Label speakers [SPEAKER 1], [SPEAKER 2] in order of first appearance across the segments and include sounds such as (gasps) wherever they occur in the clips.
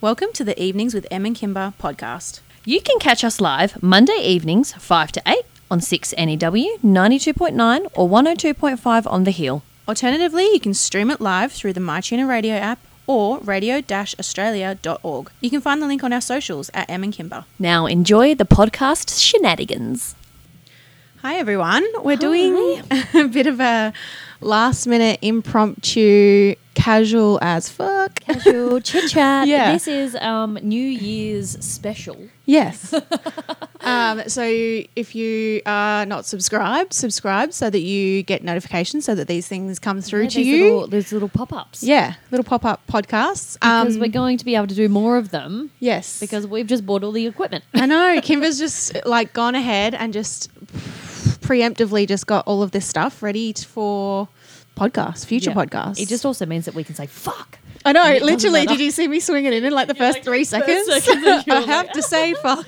[SPEAKER 1] Welcome to the Evenings with Em and Kimber podcast.
[SPEAKER 2] You can catch us live Monday evenings, 5 to 8, on E 6 NEW, 92.9 or 102.5 on the Hill.
[SPEAKER 1] Alternatively, you can stream it live through the MyTuner radio app or radio-australia.org. You can find the link on our socials at Em and Kimber.
[SPEAKER 2] Now enjoy the podcast shenanigans.
[SPEAKER 1] Hi everyone. We're doing (laughs) a bit of a last minute impromptu casual as fuck.
[SPEAKER 2] Casual (laughs) chit chat.
[SPEAKER 1] Yeah.
[SPEAKER 2] This is um, New Year's special.
[SPEAKER 1] (laughs) Yes. um, so if you are not subscribed, subscribe so that you get notifications so that these things come through
[SPEAKER 2] Yeah,
[SPEAKER 1] to
[SPEAKER 2] those
[SPEAKER 1] you.
[SPEAKER 2] Little, those little pop ups.
[SPEAKER 1] yeah, little pop-up podcasts. Um,
[SPEAKER 2] Because we're going to be able to do more of them
[SPEAKER 1] yes.
[SPEAKER 2] because we've just bought all the equipment.
[SPEAKER 1] (laughs) I know. Kimber's just like gone ahead and just preemptively just got all of this stuff ready t- for podcasts, future
[SPEAKER 2] Yeah.
[SPEAKER 1] podcasts.
[SPEAKER 2] It just also means that we can say, fuck.
[SPEAKER 1] I know,
[SPEAKER 2] it doesn't
[SPEAKER 1] literally.
[SPEAKER 2] matter.
[SPEAKER 1] Did you see me swinging in in like the first
[SPEAKER 2] like,
[SPEAKER 1] three
[SPEAKER 2] first
[SPEAKER 1] seconds?
[SPEAKER 2] second and you
[SPEAKER 1] (laughs) I
[SPEAKER 2] were
[SPEAKER 1] have
[SPEAKER 2] like,
[SPEAKER 1] to say fuck.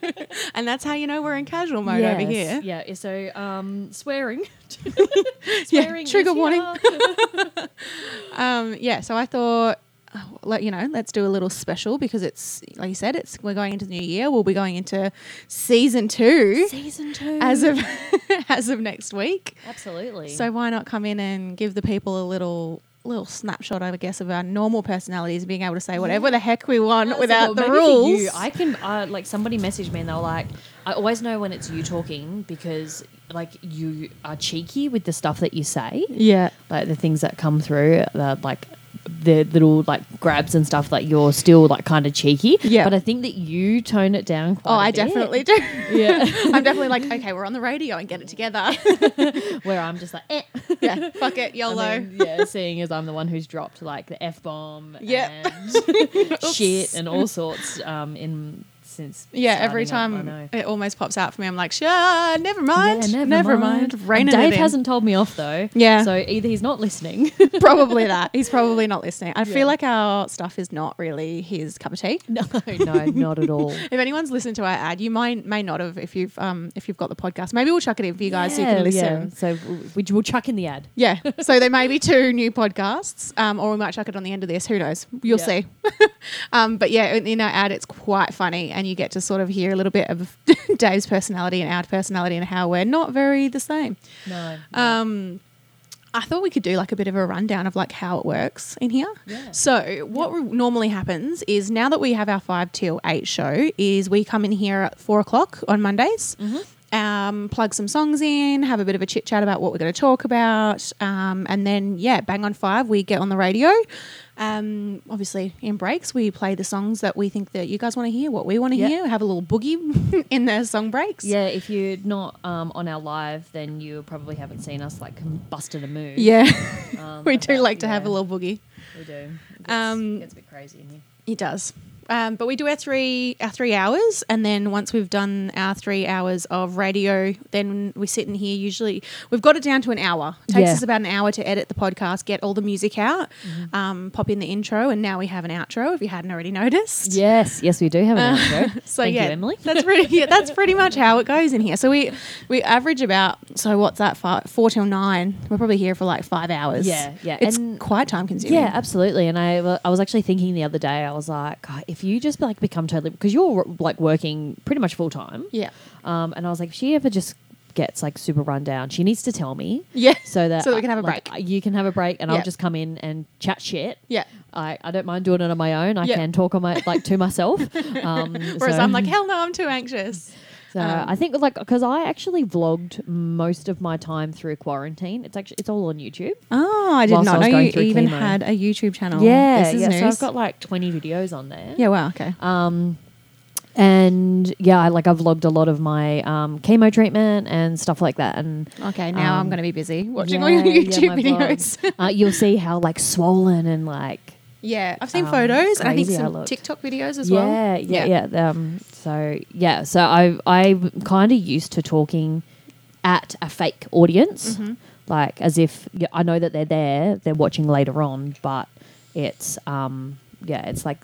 [SPEAKER 2] (laughs)
[SPEAKER 1] and that's how you know we're in casual mode over here.
[SPEAKER 2] Yes, Yeah. So um, swearing. (laughs)
[SPEAKER 1] Yeah,
[SPEAKER 2] is
[SPEAKER 1] trigger
[SPEAKER 2] here.
[SPEAKER 1] warning. Um, yeah, so I thought, oh, let, you know, let's do a little special because it's, like you said, it's we're going into the new year. We'll be going into season two
[SPEAKER 2] (laughs) Season two.
[SPEAKER 1] as of as of (laughs) next week.
[SPEAKER 2] Absolutely.
[SPEAKER 1] So why not come in and give the people a little little snapshot, I guess, of our normal personalities, being able to say whatever the heck we want
[SPEAKER 2] That's
[SPEAKER 1] without
[SPEAKER 2] cool.
[SPEAKER 1] the
[SPEAKER 2] Maybe for
[SPEAKER 1] rules.
[SPEAKER 2] you, I can uh, like somebody messaged me and they were like, I always know when it's you talking because like you are cheeky with the stuff that you say,
[SPEAKER 1] yeah.
[SPEAKER 2] like the things that come through, the like the little like grabs and stuff. Like you're still like kind of cheeky,
[SPEAKER 1] Yeah.
[SPEAKER 2] But I think that you tone it down. Quite
[SPEAKER 1] Oh,
[SPEAKER 2] I
[SPEAKER 1] I definitely
[SPEAKER 2] (laughs)
[SPEAKER 1] do. (laughs)
[SPEAKER 2] Yeah,
[SPEAKER 1] I'm definitely like, okay, we're on the radio and get it together.
[SPEAKER 2] where I'm just like, eh.
[SPEAKER 1] yeah, (laughs) fuck it, YOLO.
[SPEAKER 2] And then, yeah, seeing as I'm the one who's dropped like the f bomb,
[SPEAKER 1] Yep. (laughs)
[SPEAKER 2] and shit, and all sorts um, in since
[SPEAKER 1] yeah, every
[SPEAKER 2] starting up, I
[SPEAKER 1] time
[SPEAKER 2] know.
[SPEAKER 1] it almost pops out for me, I'm like, sure, never mind,
[SPEAKER 2] Yeah,
[SPEAKER 1] never, mind.
[SPEAKER 2] And
[SPEAKER 1] Raining
[SPEAKER 2] Dave
[SPEAKER 1] it in.
[SPEAKER 2] hasn't told me off though.
[SPEAKER 1] Yeah.
[SPEAKER 2] So either he's not listening.
[SPEAKER 1] (laughs) probably that. He's probably not listening. I
[SPEAKER 2] Yeah.
[SPEAKER 1] feel like our stuff is not really his cup of tea.
[SPEAKER 2] no, no, not at (laughs) all.
[SPEAKER 1] If anyone's listened to our ad, you might may not have if you've um if you've got the podcast. Maybe we'll chuck it in for you guys so you can listen.
[SPEAKER 2] So w- we, we'll chuck in the ad.
[SPEAKER 1] Yeah. So there may be two new podcasts, um, or we might chuck it on the end of this. Who knows? You'll
[SPEAKER 2] Yeah.
[SPEAKER 1] see. (laughs) um, but yeah, in, in our ad, it's quite funny, and you get to sort of hear a little bit of (laughs) Dave's personality and our personality, and how we're not very the same.
[SPEAKER 2] No.
[SPEAKER 1] Um, I thought we could do like a bit of a rundown of like how it works in here.
[SPEAKER 2] Yeah.
[SPEAKER 1] So what re- normally happens is now that we have our five till eight show is we come in here at four o'clock on Mondays.
[SPEAKER 2] Mm-hmm.
[SPEAKER 1] Um, plug some songs in, have a bit of a chit chat about what we're going to talk about, um, and then yeah, bang on five, we get on the radio. Um, obviously, in breaks, we play the songs that we think that you guys want to hear, what we want to
[SPEAKER 2] Yeah.
[SPEAKER 1] hear. Have a little boogie (laughs) in the song breaks.
[SPEAKER 2] yeah, if you're not um, on our live, then you probably haven't seen us like com- busted a move.
[SPEAKER 1] yeah. (laughs)
[SPEAKER 2] Um,
[SPEAKER 1] we do
[SPEAKER 2] but,
[SPEAKER 1] like to have a
[SPEAKER 2] yeah,
[SPEAKER 1] little boogie.
[SPEAKER 2] We do. It gets,
[SPEAKER 1] Um,
[SPEAKER 2] gets a bit crazy in here.
[SPEAKER 1] It does. Um, but we do our three our three hours, and then once we've done our three hours of radio, then we sit in here. Usually, we've got it down to an hour. It takes
[SPEAKER 2] Yeah.
[SPEAKER 1] us about an hour to edit the podcast, get all the music out,
[SPEAKER 2] Mm-hmm.
[SPEAKER 1] um, pop in the intro, and now we have an outro. If you hadn't already noticed,
[SPEAKER 2] Yes, yes, we do have an outro.
[SPEAKER 1] Uh, (laughs) so
[SPEAKER 2] Thank
[SPEAKER 1] yeah,
[SPEAKER 2] you, Emily.
[SPEAKER 1] That's pretty. (laughs) Yeah, that's pretty much how it goes in here. So we we average about so what's that five, four till nine. We're probably here for like five hours.
[SPEAKER 2] Yeah, yeah,
[SPEAKER 1] It's
[SPEAKER 2] and-
[SPEAKER 1] quite time consuming.
[SPEAKER 2] Yeah, absolutely. And I, well, I was actually thinking the other day, I was like, God, if you just like become totally because you're like working pretty much full time.
[SPEAKER 1] Yeah.
[SPEAKER 2] Um, and I was like, if she ever just gets like super run down, she needs to tell me.
[SPEAKER 1] Yeah.
[SPEAKER 2] (laughs) So that
[SPEAKER 1] So that we can have a
[SPEAKER 2] like,
[SPEAKER 1] break.
[SPEAKER 2] You can have a break, and
[SPEAKER 1] Yeah.
[SPEAKER 2] I'll just come in and chat shit.
[SPEAKER 1] Yeah.
[SPEAKER 2] I, I don't mind doing it on my own. I
[SPEAKER 1] Yeah.
[SPEAKER 2] can talk on my like
[SPEAKER 1] (laughs)
[SPEAKER 2] to myself. Um,
[SPEAKER 1] Whereas
[SPEAKER 2] so-
[SPEAKER 1] I'm like, hell no, I'm too anxious.
[SPEAKER 2] so
[SPEAKER 1] Um,
[SPEAKER 2] I think like because I actually vlogged most of my time through quarantine. It's actually it's all on YouTube.
[SPEAKER 1] Oh, I did
[SPEAKER 2] whilst I
[SPEAKER 1] not
[SPEAKER 2] was
[SPEAKER 1] know
[SPEAKER 2] going
[SPEAKER 1] you
[SPEAKER 2] through
[SPEAKER 1] even
[SPEAKER 2] chemo.
[SPEAKER 1] had a YouTube channel.
[SPEAKER 2] yeah,
[SPEAKER 1] this is
[SPEAKER 2] yeah.
[SPEAKER 1] news.
[SPEAKER 2] So I've got like twenty videos on there.
[SPEAKER 1] yeah, wow, okay.
[SPEAKER 2] Um, and yeah, I, like I've logged a lot of my um, chemo treatment and stuff like that. And
[SPEAKER 1] Okay, now
[SPEAKER 2] um,
[SPEAKER 1] I'm going to be busy watching
[SPEAKER 2] yeah,
[SPEAKER 1] all your
[SPEAKER 2] yeah,
[SPEAKER 1] YouTube
[SPEAKER 2] my
[SPEAKER 1] videos.
[SPEAKER 2] (laughs) vlogs. uh, you'll see how like swollen and like
[SPEAKER 1] yeah, I've seen
[SPEAKER 2] Um,
[SPEAKER 1] photos and I think
[SPEAKER 2] crazy I
[SPEAKER 1] some
[SPEAKER 2] looked.
[SPEAKER 1] TikTok videos as well.
[SPEAKER 2] yeah, yeah, yeah, Um, so yeah, so I I'm kind of used to talking at a fake audience,
[SPEAKER 1] Mm-hmm.
[SPEAKER 2] like as if yeah, I know that they're there, they're watching later on, but it's um yeah, it's like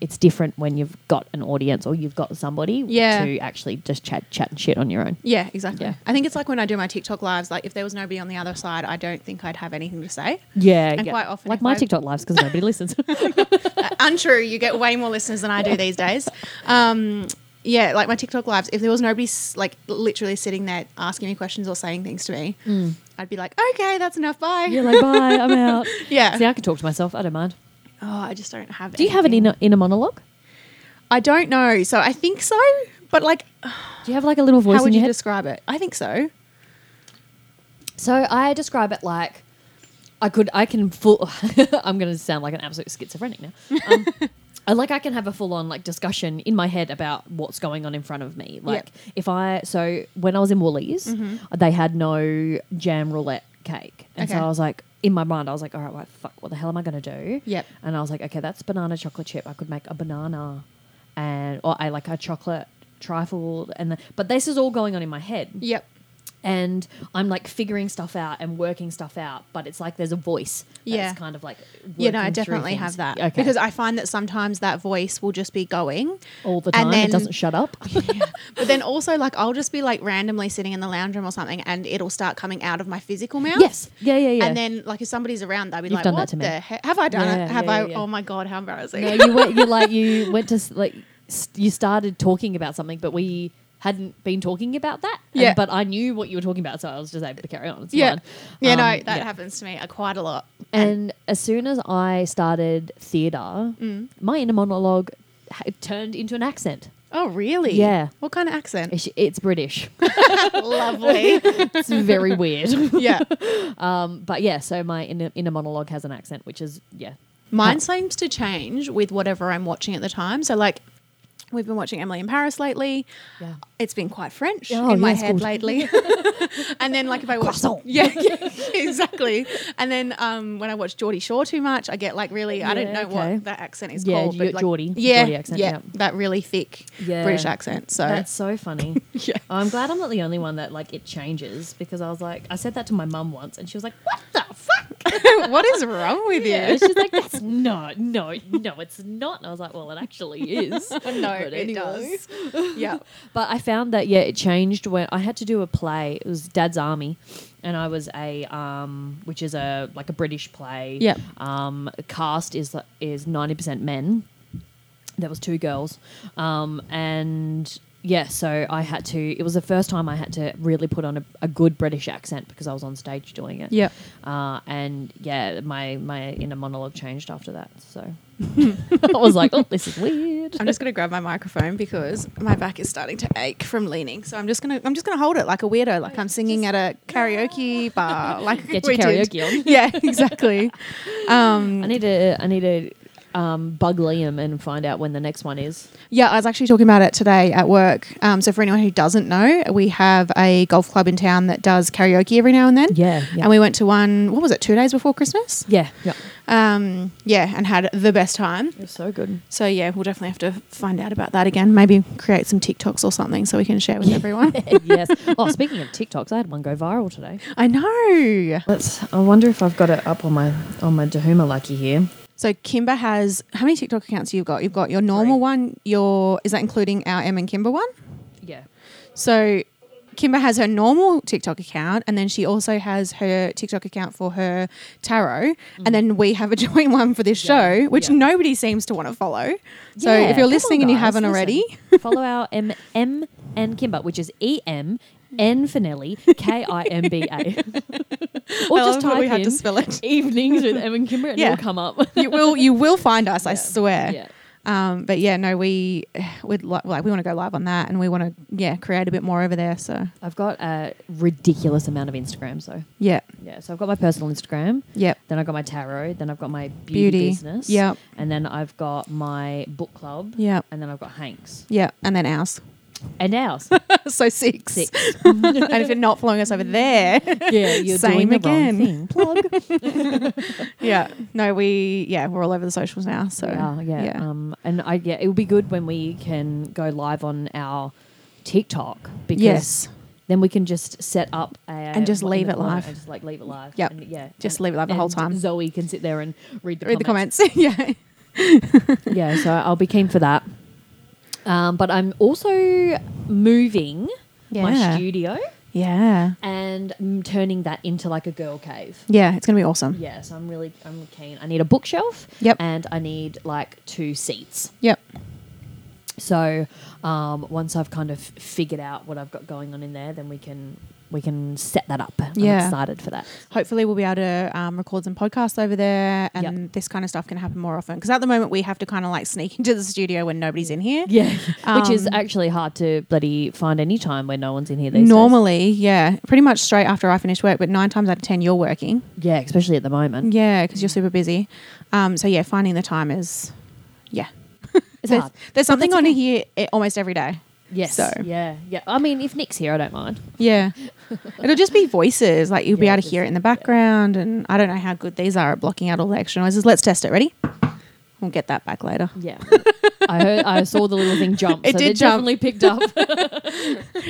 [SPEAKER 2] it's different when you've got an audience or you've got somebody
[SPEAKER 1] Yeah.
[SPEAKER 2] to actually just chat chat and shit on your own.
[SPEAKER 1] Yeah, exactly.
[SPEAKER 2] Yeah.
[SPEAKER 1] I think it's like when I do my TikTok lives, like if there was nobody on the other side, I don't think I'd have anything to say. (laughs)
[SPEAKER 2] Yeah,
[SPEAKER 1] And quite often
[SPEAKER 2] like
[SPEAKER 1] if
[SPEAKER 2] my
[SPEAKER 1] I-
[SPEAKER 2] TikTok lives because nobody listens. (laughs)
[SPEAKER 1] Uh, untrue. You get way more listeners than I do these days. Um, yeah, like my TikTok lives, if there was nobody s- like literally sitting there asking me questions or saying things to me, I'd be like, okay, that's enough. Bye.
[SPEAKER 2] Mm. You're like, bye, I'm out.
[SPEAKER 1] (laughs) Yeah.
[SPEAKER 2] See, I can talk to myself. I don't mind.
[SPEAKER 1] oh, I just don't have.
[SPEAKER 2] Do you have an inner, inner monologue?
[SPEAKER 1] I don't know. So I think so, but like,
[SPEAKER 2] Do you have like a little voice
[SPEAKER 1] how would
[SPEAKER 2] in your
[SPEAKER 1] you
[SPEAKER 2] head?
[SPEAKER 1] describe it? I think so.
[SPEAKER 2] So I describe it like I could, I can full. (laughs) I'm going to sound like an absolute schizophrenic now. Um, (laughs) I like I can have a full on like discussion in my head about what's going on in front of me. Like if I so when I was in Woolies, they had no jam roulette cake, and so
[SPEAKER 1] Mm-hmm. Okay.
[SPEAKER 2] I was like. In my mind, I was like, "All right, well, fuck. What the hell am I going to do?"
[SPEAKER 1] Yep.
[SPEAKER 2] And I was like, "Okay, that's banana chocolate chip. I could make a banana, and or I like a chocolate trifle, and the, but this is all going on in my head
[SPEAKER 1] Yep.
[SPEAKER 2] and I'm like figuring stuff out and working stuff out, but it's like there's a voice that's
[SPEAKER 1] Yeah.
[SPEAKER 2] kind of like
[SPEAKER 1] Yeah, no, I
[SPEAKER 2] working through
[SPEAKER 1] definitely
[SPEAKER 2] things.
[SPEAKER 1] have that
[SPEAKER 2] Okay.
[SPEAKER 1] because I find that sometimes that voice will just be
[SPEAKER 2] (laughs)
[SPEAKER 1] going
[SPEAKER 2] all the
[SPEAKER 1] and
[SPEAKER 2] time
[SPEAKER 1] then-
[SPEAKER 2] it doesn't shut up.
[SPEAKER 1] But then also, like, I'll just be like randomly sitting in the lounge room or something, and it'll start coming out of my physical mouth.
[SPEAKER 2] yes, yeah, yeah, yeah.
[SPEAKER 1] And then, like, if somebody's around, they'll be like,
[SPEAKER 2] done that
[SPEAKER 1] "What
[SPEAKER 2] to me.
[SPEAKER 1] the heck? Have I done
[SPEAKER 2] Yeah,
[SPEAKER 1] it? Have
[SPEAKER 2] yeah,
[SPEAKER 1] I?
[SPEAKER 2] yeah, yeah.
[SPEAKER 1] Oh my god, how embarrassing!"
[SPEAKER 2] No, you went, you like you went to s- like s- you started talking about something, but we hadn't been talking about that. and-
[SPEAKER 1] Yeah.
[SPEAKER 2] but I knew what you were talking about, so I was just able to carry on. It's
[SPEAKER 1] yeah,
[SPEAKER 2] fine.
[SPEAKER 1] yeah, no,
[SPEAKER 2] Um,
[SPEAKER 1] that happens to me uh, quite a lot.
[SPEAKER 2] And as soon as I started theatre,
[SPEAKER 1] Mm.
[SPEAKER 2] my inner monologue ha- turned into an accent.
[SPEAKER 1] Oh, really?
[SPEAKER 2] Yeah.
[SPEAKER 1] What kind of accent?
[SPEAKER 2] It's, it's British.
[SPEAKER 1] (laughs) Lovely. (laughs)
[SPEAKER 2] it's very weird.
[SPEAKER 1] yeah,
[SPEAKER 2] But yeah, so my inner, inner monologue has an accent, which is yeah.
[SPEAKER 1] mine seems to change with whatever I'm watching at the time. So, like, we've been watching Emily in Paris lately.
[SPEAKER 2] Yeah.
[SPEAKER 1] it's been quite French
[SPEAKER 2] Oh,
[SPEAKER 1] in my
[SPEAKER 2] yes,
[SPEAKER 1] head
[SPEAKER 2] good. (laughs)
[SPEAKER 1] lately. (laughs) and then like if I watch,
[SPEAKER 2] Croissant.
[SPEAKER 1] (laughs) yeah, yeah, exactly. And then um, when I watch Geordie Shore too much, I get like really I don't
[SPEAKER 2] Yeah,
[SPEAKER 1] know
[SPEAKER 2] okay.
[SPEAKER 1] what that accent is
[SPEAKER 2] Yeah,
[SPEAKER 1] called.
[SPEAKER 2] you
[SPEAKER 1] but,
[SPEAKER 2] got
[SPEAKER 1] like,
[SPEAKER 2] Geordie-
[SPEAKER 1] yeah,
[SPEAKER 2] Geordie accent,
[SPEAKER 1] yeah,
[SPEAKER 2] yeah.
[SPEAKER 1] that really thick
[SPEAKER 2] Yeah.
[SPEAKER 1] British accent. So
[SPEAKER 2] That's so funny.
[SPEAKER 1] (laughs)
[SPEAKER 2] (laughs)
[SPEAKER 1] Yeah. (laughs)
[SPEAKER 2] I'm glad I'm not the only one that like it changes because I was like I said that to my mum once and she was like, What the fuck?
[SPEAKER 1] what is wrong with
[SPEAKER 2] (laughs) Yeah.
[SPEAKER 1] you?
[SPEAKER 2] (laughs) She's like, That's no, no, no, it's not. And I was like, Well it actually is. (laughs) no,
[SPEAKER 1] it does.
[SPEAKER 2] (laughs)
[SPEAKER 1] yeah,
[SPEAKER 2] But I found that yeah, it changed when I had to do a play. It was Dad's Army, and I was a um, which is a like a British play.
[SPEAKER 1] Yep.
[SPEAKER 2] Um, cast is is ninety percent men. There was two girls, um, and yeah, so I had to. It was the first time I had to really put on a, a good British accent because I was on stage doing it.
[SPEAKER 1] Yep.
[SPEAKER 2] Uh, and yeah, my my inner monologue changed after that. So (laughs) I was like, oh, this is weird.
[SPEAKER 1] I'm just gonna grab my microphone because my back is starting to ache from leaning. So I'm just gonna I'm just gonna hold it like a weirdo, like I'm singing at a karaoke
[SPEAKER 2] (laughs)
[SPEAKER 1] bar, like
[SPEAKER 2] Get your
[SPEAKER 1] we did.
[SPEAKER 2] karaoke on.
[SPEAKER 1] (laughs) Yeah, exactly. Um,
[SPEAKER 2] I need to I need to um, bug Liam and find out when the next one is.
[SPEAKER 1] Yeah, I was actually talking about it today at work. Um, so, for anyone who doesn't know, we have a golf club in town that does karaoke every now and then.
[SPEAKER 2] Yeah, yeah.
[SPEAKER 1] And we went to one, what was it, two days before Christmas?
[SPEAKER 2] Yeah, yeah,
[SPEAKER 1] Um, yeah, and had the best time.
[SPEAKER 2] it's so good.
[SPEAKER 1] So, yeah, we'll definitely have to find out about that again. Maybe create some TikToks or something so we can share with
[SPEAKER 2] (laughs)
[SPEAKER 1] everyone.
[SPEAKER 2] (laughs) yes. Oh, speaking of TikToks, I had one go viral today.
[SPEAKER 1] I know.
[SPEAKER 2] Let's. I wonder if I've got it up on my on my Dahuma lucky here.
[SPEAKER 1] So, Kimber has, how many TikTok accounts you've got? You've got your normal
[SPEAKER 2] Three.
[SPEAKER 1] one, your, is that including our Em and Kimber one?
[SPEAKER 2] Yeah.
[SPEAKER 1] So Kimber has her normal TikTok account, and then she also has her TikTok account for her tarot, and then we have a (laughs) joint one for this
[SPEAKER 2] Mm. Yeah,
[SPEAKER 1] show, which
[SPEAKER 2] yeah.
[SPEAKER 1] nobody seems to want to follow. So if you're listening and you haven't already,
[SPEAKER 2] (laughs) follow our M M and Kimber, which is E M N Finelli K I M B (laughs) A, or
[SPEAKER 1] I
[SPEAKER 2] just
[SPEAKER 1] love that
[SPEAKER 2] type
[SPEAKER 1] we had
[SPEAKER 2] in
[SPEAKER 1] to spell
[SPEAKER 2] (laughs)
[SPEAKER 1] it.
[SPEAKER 2] evenings with M and Kimber, and
[SPEAKER 1] Yeah.
[SPEAKER 2] it'll come up.
[SPEAKER 1] you will you will find us, I swear.
[SPEAKER 2] Yeah.
[SPEAKER 1] Um, but yeah, no, we (sighs) would li- like we want to go live on that, and we want to yeah create a bit more over there. So
[SPEAKER 2] I've got a ridiculous amount of Instagrams though.
[SPEAKER 1] yeah,
[SPEAKER 2] Yeah, so I've got my personal Instagram.
[SPEAKER 1] Yep.
[SPEAKER 2] Then I've got my tarot. Then I've got my beauty,
[SPEAKER 1] Beauty.
[SPEAKER 2] business.
[SPEAKER 1] Yep.
[SPEAKER 2] And then I've got my book club.
[SPEAKER 1] Yep.
[SPEAKER 2] And then I've got Hanks.
[SPEAKER 1] yeah, and then ours. (laughs)
[SPEAKER 2] And ours.
[SPEAKER 1] so six.
[SPEAKER 2] Six.
[SPEAKER 1] (laughs) and if you're not following us over
[SPEAKER 2] (laughs)
[SPEAKER 1] there,
[SPEAKER 2] yeah, you're
[SPEAKER 1] Same
[SPEAKER 2] doing the
[SPEAKER 1] again.
[SPEAKER 2] wrong
[SPEAKER 1] (laughs)
[SPEAKER 2] thing. Plug.
[SPEAKER 1] yeah. No, we yeah, we're all over the socials now. So
[SPEAKER 2] yeah, yeah. Um, and I yeah, it will be good when we can go live on our TikTok because
[SPEAKER 1] Yes.
[SPEAKER 2] then we can just set up a, and
[SPEAKER 1] just leave it live.
[SPEAKER 2] And just like leave it live.
[SPEAKER 1] Yep.
[SPEAKER 2] And, yeah.
[SPEAKER 1] Just
[SPEAKER 2] and-
[SPEAKER 1] leave it live the whole
[SPEAKER 2] and
[SPEAKER 1] time.
[SPEAKER 2] Zoe can sit there and read the
[SPEAKER 1] Read the
[SPEAKER 2] comments.
[SPEAKER 1] comments. (laughs) yeah.
[SPEAKER 2] yeah, so I'll be keen for that. Um, but I'm also moving my
[SPEAKER 1] Yeah.
[SPEAKER 2] studio
[SPEAKER 1] Yeah.
[SPEAKER 2] and mm, turning that into like a girl cave.
[SPEAKER 1] Yeah, it's going to be awesome.
[SPEAKER 2] Yeah, so I'm really I'm keen. I need a bookshelf.
[SPEAKER 1] Yep.
[SPEAKER 2] And I need like two seats.
[SPEAKER 1] Yep.
[SPEAKER 2] So um, once I've kind of figured out what I've got going on in there, then we can we can set that up. I'm
[SPEAKER 1] Yeah.
[SPEAKER 2] excited for that.
[SPEAKER 1] Hopefully, we'll be able to um, record some podcasts over there, and
[SPEAKER 2] Yep.
[SPEAKER 1] this kind of stuff can happen more often. Because at the moment, we have to kind of like sneak (laughs) into the studio when nobody's in here.
[SPEAKER 2] Yeah. (laughs) Which is
[SPEAKER 1] Um,
[SPEAKER 2] actually hard to bloody find any time when no one's in here these days.
[SPEAKER 1] Normally, yeah, pretty much straight after I finish work, but nine times out of ten, you're working.
[SPEAKER 2] Yeah, especially at the moment.
[SPEAKER 1] Yeah, because you're super busy. Um, so yeah, finding the time is, yeah,
[SPEAKER 2] It's
[SPEAKER 1] there's,
[SPEAKER 2] hard.
[SPEAKER 1] there's something
[SPEAKER 2] that's
[SPEAKER 1] on
[SPEAKER 2] okay.
[SPEAKER 1] here eh, almost every day.
[SPEAKER 2] Yes.
[SPEAKER 1] So.
[SPEAKER 2] Yeah. Yeah. I mean, if Nick's here, I don't mind.
[SPEAKER 1] Yeah, it'll just be voices. Like you'll be
[SPEAKER 2] Yeah,
[SPEAKER 1] able to hear it in the
[SPEAKER 2] just- yeah.
[SPEAKER 1] background, and I don't know how good these are at blocking out all the extra noises. Let's test it. Ready? We'll get that back later.
[SPEAKER 2] Yeah. (laughs) I heard. I saw the little (laughs) thing jump.
[SPEAKER 1] It
[SPEAKER 2] so
[SPEAKER 1] did
[SPEAKER 2] they
[SPEAKER 1] jump.
[SPEAKER 2] definitely picked (laughs) up.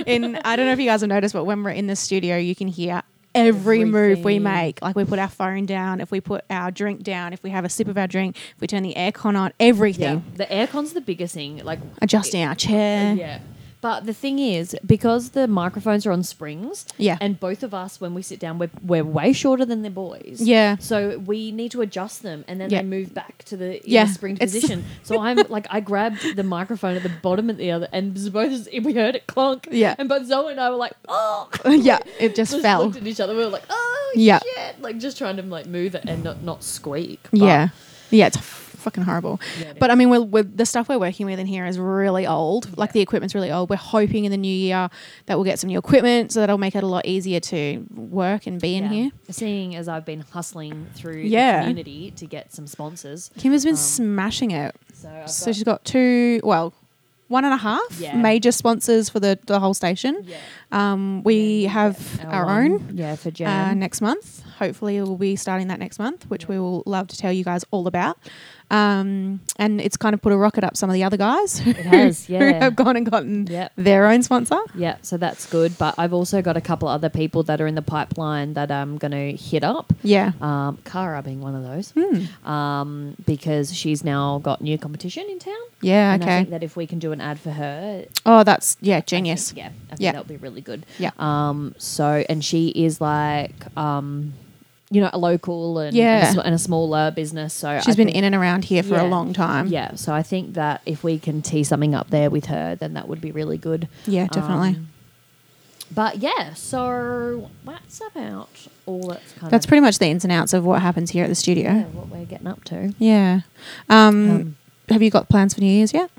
[SPEAKER 1] in I don't know if you guys have noticed, but when we're in the studio, you can hear every move we
[SPEAKER 2] Everything.
[SPEAKER 1] make. Like we put our phone down, if we put our drink down, if we have a sip of our drink, if we turn the aircon on, everything.
[SPEAKER 2] The aircon's the biggest thing. Like.
[SPEAKER 1] Adjusting our chair.
[SPEAKER 2] Yeah. But the thing is, because the microphones are on springs,
[SPEAKER 1] Yeah.
[SPEAKER 2] and both of us, when we sit down, we're, we're way shorter than the boys.
[SPEAKER 1] Yeah.
[SPEAKER 2] So we need to adjust them, and then
[SPEAKER 1] Yeah.
[SPEAKER 2] they move back to the yeah.
[SPEAKER 1] Yeah.
[SPEAKER 2] spring
[SPEAKER 1] It's- (laughs)
[SPEAKER 2] position. so I'm like, I grabbed the microphone at the bottom at the other, and both we heard it clonk.
[SPEAKER 1] Yeah.
[SPEAKER 2] And both Zoe and I were like,
[SPEAKER 1] (laughs)
[SPEAKER 2] oh.
[SPEAKER 1] (laughs) Yeah, it just
[SPEAKER 2] Just
[SPEAKER 1] fell.
[SPEAKER 2] looked at each other. We were like, oh
[SPEAKER 1] Yeah.
[SPEAKER 2] shit! Like just trying to like move it and not not squeak. But
[SPEAKER 1] Yeah. Yeah, it's f- fucking horrible.
[SPEAKER 2] Yeah, it
[SPEAKER 1] but I mean, we're, we're, the stuff we're working with in here is really old. Like
[SPEAKER 2] Yeah.
[SPEAKER 1] the equipment's really old. We're hoping in the new year that we'll get some new equipment so that'll make it a lot easier to work and be in
[SPEAKER 2] yeah.
[SPEAKER 1] here.
[SPEAKER 2] Seeing as I've been hustling through
[SPEAKER 1] Yeah.
[SPEAKER 2] the community to get some sponsors,
[SPEAKER 1] Kim has been
[SPEAKER 2] Um,
[SPEAKER 1] smashing it.
[SPEAKER 2] so I've
[SPEAKER 1] So
[SPEAKER 2] got-
[SPEAKER 1] she's got two, well, one and a half
[SPEAKER 2] Yeah.
[SPEAKER 1] major sponsors for the, the whole station.
[SPEAKER 2] yeah.
[SPEAKER 1] Um, we
[SPEAKER 2] Yeah,
[SPEAKER 1] have our, own
[SPEAKER 2] Yeah, for
[SPEAKER 1] uh,
[SPEAKER 2] Jan.
[SPEAKER 1] next month. Hopefully, we'll be starting that next month, which
[SPEAKER 2] Yeah.
[SPEAKER 1] we will love to tell you guys all about. Um, and it's kind of put a rocket up some of the other guys
[SPEAKER 2] it
[SPEAKER 1] (laughs)
[SPEAKER 2] has,
[SPEAKER 1] who
[SPEAKER 2] yeah.
[SPEAKER 1] have gone and gotten
[SPEAKER 2] Yep.
[SPEAKER 1] their own sponsor.
[SPEAKER 2] Yeah, so that's good. But I've also got a couple other people that are in the pipeline that I'm going to hit up.
[SPEAKER 1] Yeah.
[SPEAKER 2] Um, Cara being one of those,
[SPEAKER 1] Hmm.
[SPEAKER 2] um, because she's now got new competition in town.
[SPEAKER 1] Yeah.
[SPEAKER 2] And I think
[SPEAKER 1] Okay.
[SPEAKER 2] that if we can do an ad for her,
[SPEAKER 1] Oh, that's yeah,
[SPEAKER 2] I think-
[SPEAKER 1] genius.
[SPEAKER 2] yeah, I think
[SPEAKER 1] Yeah.
[SPEAKER 2] that'll be really good.
[SPEAKER 1] Yeah.
[SPEAKER 2] Um. So, and she is like, um, you know, a local and
[SPEAKER 1] Yeah.
[SPEAKER 2] and, a, sm- and a smaller business. So
[SPEAKER 1] She's
[SPEAKER 2] I
[SPEAKER 1] been
[SPEAKER 2] think-
[SPEAKER 1] in and around here for a
[SPEAKER 2] Yeah.
[SPEAKER 1] long time.
[SPEAKER 2] Yeah. So I think that if we can tee something up there with her, then that would be really good.
[SPEAKER 1] Yeah, definitely.
[SPEAKER 2] Um, but yeah, so that's about all that's kind
[SPEAKER 1] that's
[SPEAKER 2] of
[SPEAKER 1] pretty much the ins and outs of what happens here at the
[SPEAKER 2] yeah,
[SPEAKER 1] studio.
[SPEAKER 2] what we're getting up to.
[SPEAKER 1] Yeah. Um,
[SPEAKER 2] Um,
[SPEAKER 1] have you got plans for New Year's yet?